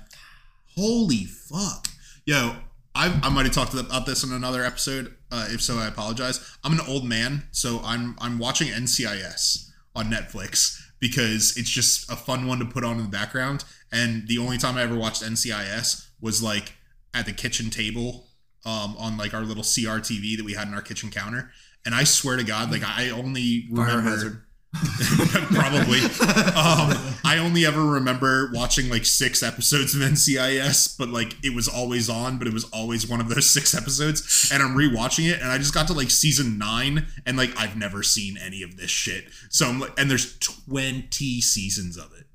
S1: Holy fuck. Yo, I, I might have talked about this in another episode. Uh, if so, I apologize. I'm an old man, so I'm I'm watching NCIS on Netflix. because it's just a fun one to put on in the background. And the only time I ever watched NCIS was like at the kitchen table um, on like our little CRTV that we had in our kitchen counter. And I swear to God, like I only
S3: Fire
S1: remember
S3: hazard.
S1: probably. Um, I only ever remember watching like six episodes of NCIS, but like it was always on, but it was always one of those six episodes. And I'm rewatching it, and I just got to like season nine, and like I've never seen any of this shit. So I'm like, and there's 20 seasons of it.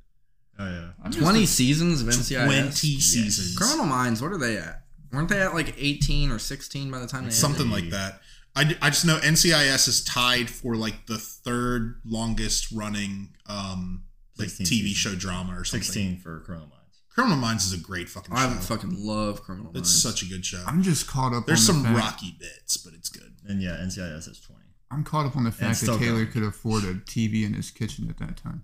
S2: Oh yeah.
S3: Twenty seasons of NCIS.
S1: 20 seasons.
S3: Criminal Minds. What are they at? Weren't they at like eighteen or sixteen by the time they ended?
S1: Something like that. I, d- I just know NCIS is tied for like the third longest running um like
S2: 16
S1: TV
S2: seasons.
S1: show drama or something.
S2: Sixteen for Criminal Minds.
S1: Criminal Minds is a great fucking show.
S3: I fucking love Criminal Minds.
S1: It's such a good show.
S4: I'm just caught up.
S1: There's
S4: on the
S1: some
S4: fact,
S1: rocky bits, but it's good.
S2: And yeah, NCIS is twenty.
S4: I'm caught up on the fact that
S2: still
S4: Taylor
S2: going.
S4: could afford a TV in his kitchen at that time.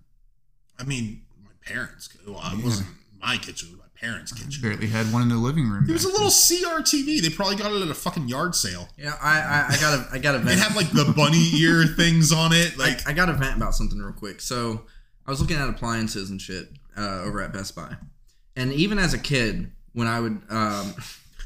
S1: I mean, my parents. Well, I wasn't my kitchen. It was my parents' kitchen.
S4: Barely had one in the living room.
S1: It was a
S4: back
S1: little CRTV. They probably got it at a fucking yard sale.
S3: yeah, I, I, I gotta I gotta
S1: It
S3: vent.
S1: had like the bunny ear things on it. Like,
S3: I, I gotta vent about something real quick. So I was looking at appliances and shit uh, over at Best Buy, and even as a kid, when I would.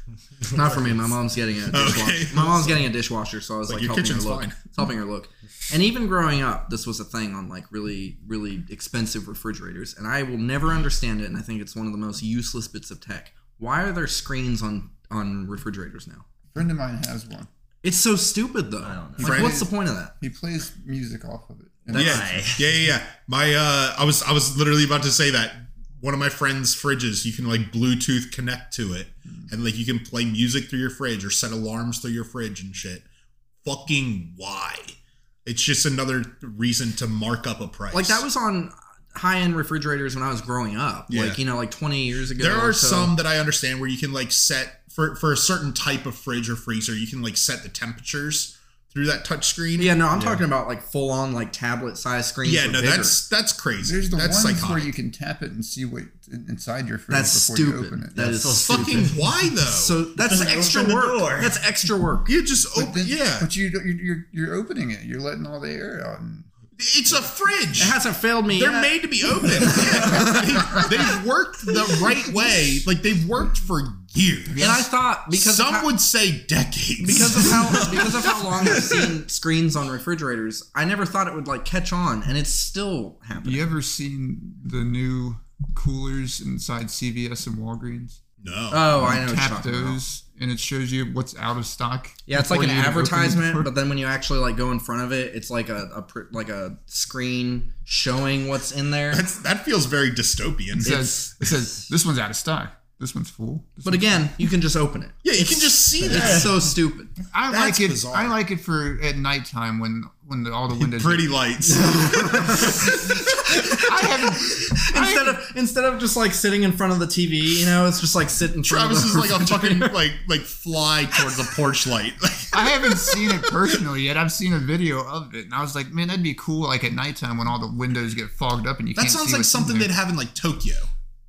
S3: Um, Not for me. My mom's getting a dishwasher.
S1: Okay.
S3: My mom's getting a dishwasher, so I was
S1: Like,
S3: like,
S1: your
S3: helping her
S1: kitchen's
S3: look.
S1: fine.
S3: It's helping her look. And even growing up, this was a thing on like really, really expensive refrigerators. And I will never understand it. And I think it's one of the most useless bits of tech. Why are there screens on on refrigerators now?
S4: there. A friend of mine has one.
S3: It's so stupid though.
S2: I don't
S3: Like,
S1: Friend-
S3: what's the point of that?
S4: He plays music off of it. And
S1: yeah,
S4: that's-
S1: yeah, yeah, yeah. My, uh, I was, I was literally about to say that one of my friend's fridges. You can like Bluetooth connect to it, and like you can play music through your fridge or set alarms through your fridge and shit. Fucking why? It's just another reason to mark up a price.
S3: Like that was on high end refrigerators when I was growing up.
S1: Yeah.
S3: Like you know, like twenty years ago.
S1: There
S3: or
S1: are
S3: so.
S1: some that I understand where you can like set for for a certain type of fridge or freezer, you can like set the temperatures through that touch screen.
S3: Yeah, no, I'm talking about like full on like tablet size screens.
S1: Yeah,
S3: for
S1: no,
S3: bigger.
S1: that's that's crazy.
S4: There's the
S1: that's
S4: ones
S1: psychotic.
S4: where you can tap it and see what in- inside your fridge
S3: that's
S4: before
S3: stupid.
S4: you open it.
S3: That
S2: That's
S3: is
S2: so
S3: stupid.
S1: Fucking why though?
S3: So that's
S2: Doesn't
S3: extra
S2: open the
S3: work.
S2: door.
S3: That's extra work.
S1: you just open.
S4: but then,
S1: yeah,
S4: But you don't- you're, you're you're opening it. You're letting all the air out. And,
S1: it's a fridge.
S3: It hasn't failed me
S1: They're
S3: yet.
S1: made to be open. Yeah. they, have worked the right way. Like they've worked for years.
S3: and I thought because
S1: some
S3: of how,
S1: would say decades.
S3: because of how because of how long I've seen screens on refrigerators, I never thought it would like catch on, and it's still happening.
S4: you ever seen the new coolers inside CVS and Walgreens?
S1: no.
S3: Oh, I know. what you're
S4: Tap
S3: talking about.
S4: those, and it shows you what's out of stock.
S3: Yeah, it's like
S4: before
S3: an
S4: you even open the door.
S3: advertisement, but then when you actually like go in front of it, it's like a, a pr- like a screen showing what's in there.
S1: that's, that feels very dystopian.
S4: it says, it says this one's out of stock. This one's full. This
S3: But again, you can just open it.
S1: yeah, you can just see that.
S3: It's so stupid.
S4: I
S1: That's
S4: like it.
S1: bizarre.
S4: I like it for at nighttime when when the, all the windows.
S1: Pretty lights.
S4: I haven't.
S3: Instead of instead of just like sitting in front of the TV, you know, it's just like sitting.
S1: Travis is like a fucking like like fly towards a porch light.
S4: I haven't seen it personally yet. I've seen a video of it, and I was like, man, that'd be cool. Like at nighttime when all the windows get fogged up and you
S1: that
S4: can't. see
S1: sounds like
S4: what's in
S1: something
S4: there.
S1: they'd have in like Tokyo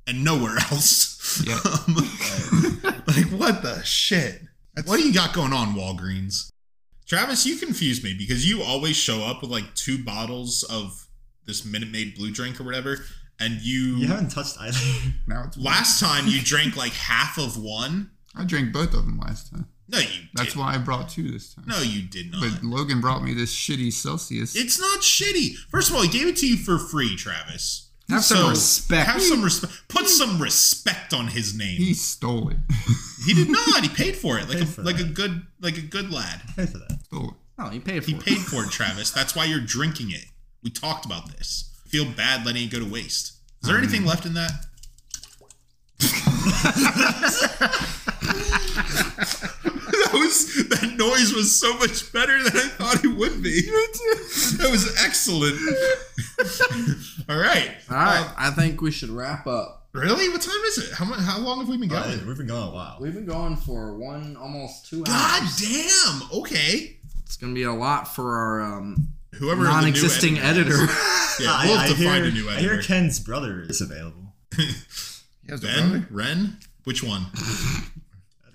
S1: and nowhere else.
S4: Yeah.
S1: Um, like what the shit? what do you got going on, Walgreens? Travis, you confuse me because you always show up with like two bottles of this Minute Maid blue drink or whatever, and you.
S2: You haven't touched either.
S4: Now it's.
S1: Last time you drank like half of one.
S4: I drank both of them last time.
S1: No, you.
S4: That's
S1: didn't.
S4: why I brought two this time.
S1: No, you did not.
S4: But Logan brought me this shitty Celsius.
S1: It's not shitty. First of all, he gave it to you for free, Travis.
S3: Have some respect.
S1: Have some respect. Put some respect on his
S4: he
S1: name.
S4: stole it.
S1: He did not. He paid for it like
S2: Paid
S1: a
S2: for
S1: like a
S2: that.
S1: good like a good lad.
S2: Pay for that.
S4: stole it.
S3: Oh, you paid for
S1: He
S3: it.
S1: paid for it, Travis. That's why you're drinking it. We talked about this. Feel bad letting it go to waste. Is there anything left in that? that was that noise was so much better than I thought it would be. That was excellent. All right. Uh,
S3: All right, I think we should wrap up.
S1: Really? What time is it? How mu- how long have we been
S2: Yeah,
S1: going?
S2: we've been going a while.
S3: We've been going for one almost two hours.
S1: God damn. Okay.
S3: It's gonna be a lot for our um,
S1: Whoever the new
S3: non-existing
S1: editor.
S3: editor.
S1: is. Yeah, we'll have to
S2: hear,
S1: find a new
S2: I hear
S1: editor.
S2: Ken's brother is available.
S4: He has a
S1: Ben?
S4: brother?
S1: Ren? Which one?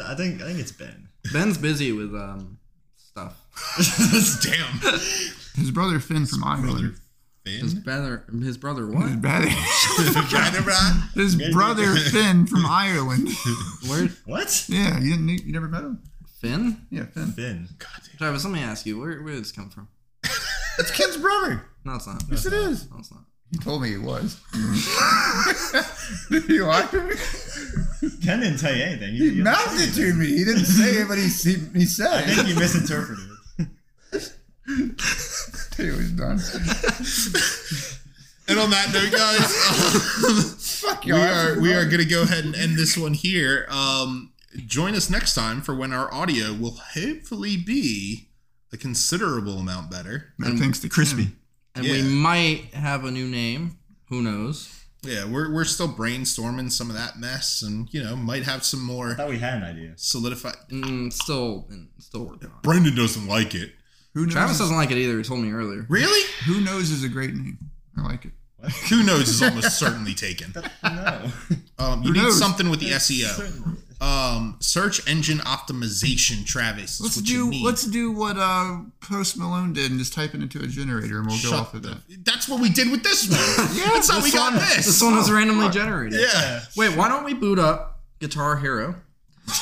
S2: I think I think it's Ben.
S3: Ben's busy with um stuff.
S1: Damn.
S4: His brother Finn from Ireland.
S3: His
S1: Finn?
S3: brother, his brother, what?
S4: His brother,
S1: Brother Ron?
S4: his brother Finn from Ireland.
S3: Where
S2: What?
S4: Yeah, you didn't you never met him?
S3: Finn?
S4: Yeah, Finn.
S2: Finn.
S1: God damn.
S3: Travis, let me ask you, where where did this come from?
S4: That's Ken's brother.
S3: No, it's not.
S4: Yes, it is.
S3: No, it's not.
S4: He told me he was. you lied to me.
S2: Ken didn't tell you anything. You,
S4: He
S2: you-
S4: mouthed it to me. He didn't say it, but he he, he
S2: I
S4: said
S2: think
S4: it.
S2: you misinterpreted it.
S4: He was done.
S1: And on that note, guys,
S4: Fuck
S1: we
S4: y'all.
S1: are we are gonna go ahead and end this one here. Um, join us next time for when our audio will hopefully be a considerable amount better.
S4: No thanks to
S2: Crispy.
S4: Ken.
S3: And
S1: Yeah.
S3: we might have a new name. Who knows?
S1: Yeah, we're we're still brainstorming some of that mess, and you know might have some
S2: I
S1: more
S2: thought we had an idea.
S1: solidified.
S3: Mm, still, mm, still working on.
S1: Brendan doesn't like it.
S4: Who
S3: it.
S4: knows?
S3: Travis doesn't like it either. He told me earlier.
S1: Really?
S4: Who knows is a great name. I like it.
S1: Who knows is almost certainly taken.
S2: No.
S1: Um, you
S4: Who
S1: need
S4: knows?
S1: something with the E SEO. Um, search engine optimization, Travis. is
S4: Let's
S1: what you
S4: do
S1: need.
S4: let's do what uh, Post Malone did and just type it into a generator and we'll go
S1: Shut
S4: off of
S1: the-
S4: that.
S1: That's what we did with this one. yeah, that's how we got this.
S3: This one was randomly generated.
S1: yeah.
S3: Wait, why don't we boot up Guitar Hero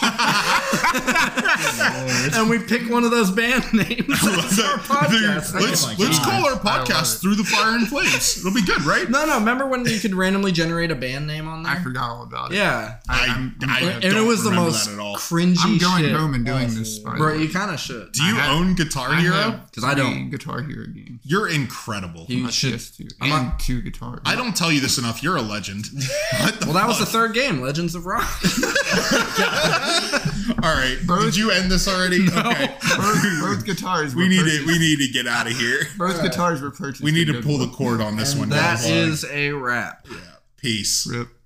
S1: Oh,
S3: and we pick one of those band names? That's our podcast.
S1: Dude, let's
S2: Oh my
S1: let's
S2: God.
S1: call our
S4: love
S1: podcast
S4: it.
S1: through the fire and flames. It'll be good, right?
S3: No, no. Remember when you could randomly generate a band name on
S4: I
S3: there?
S4: forgot all about it.
S3: Yeah,
S1: I,
S4: I'm-
S1: I
S3: and
S1: don't
S3: it was the
S1: remember
S3: most
S1: that at all.
S3: cringy.
S4: I'm going
S3: shit.
S4: home and doing this. By the
S3: Bro,
S4: way.
S3: you kind of should.
S1: Do you
S4: I have-
S1: own Guitar
S4: I
S1: Hero?
S4: have
S3: 'Cause I
S4: three
S3: don't.
S4: Guitar Hero games.
S1: You're incredible.
S3: You
S4: Not
S3: should.
S4: just two.
S3: I'm
S4: And
S3: not-
S4: two guitars.
S1: I don't tell you this enough. You're a legend. What the
S3: Well, that was the
S1: fuck?
S3: third game, Legends of Rock.
S1: All right.
S4: Both-
S1: Did you end this already? Okay.
S4: both, both guitars.
S1: We
S4: were
S1: need to
S4: purchased.
S1: we need to get out of here.
S4: Both guitars were purchased.
S1: We need
S4: at
S1: to pull the
S4: Goodwill.
S1: cord on this one.
S3: that
S1: guys.
S3: is a wrap.
S1: peace.
S4: Rip.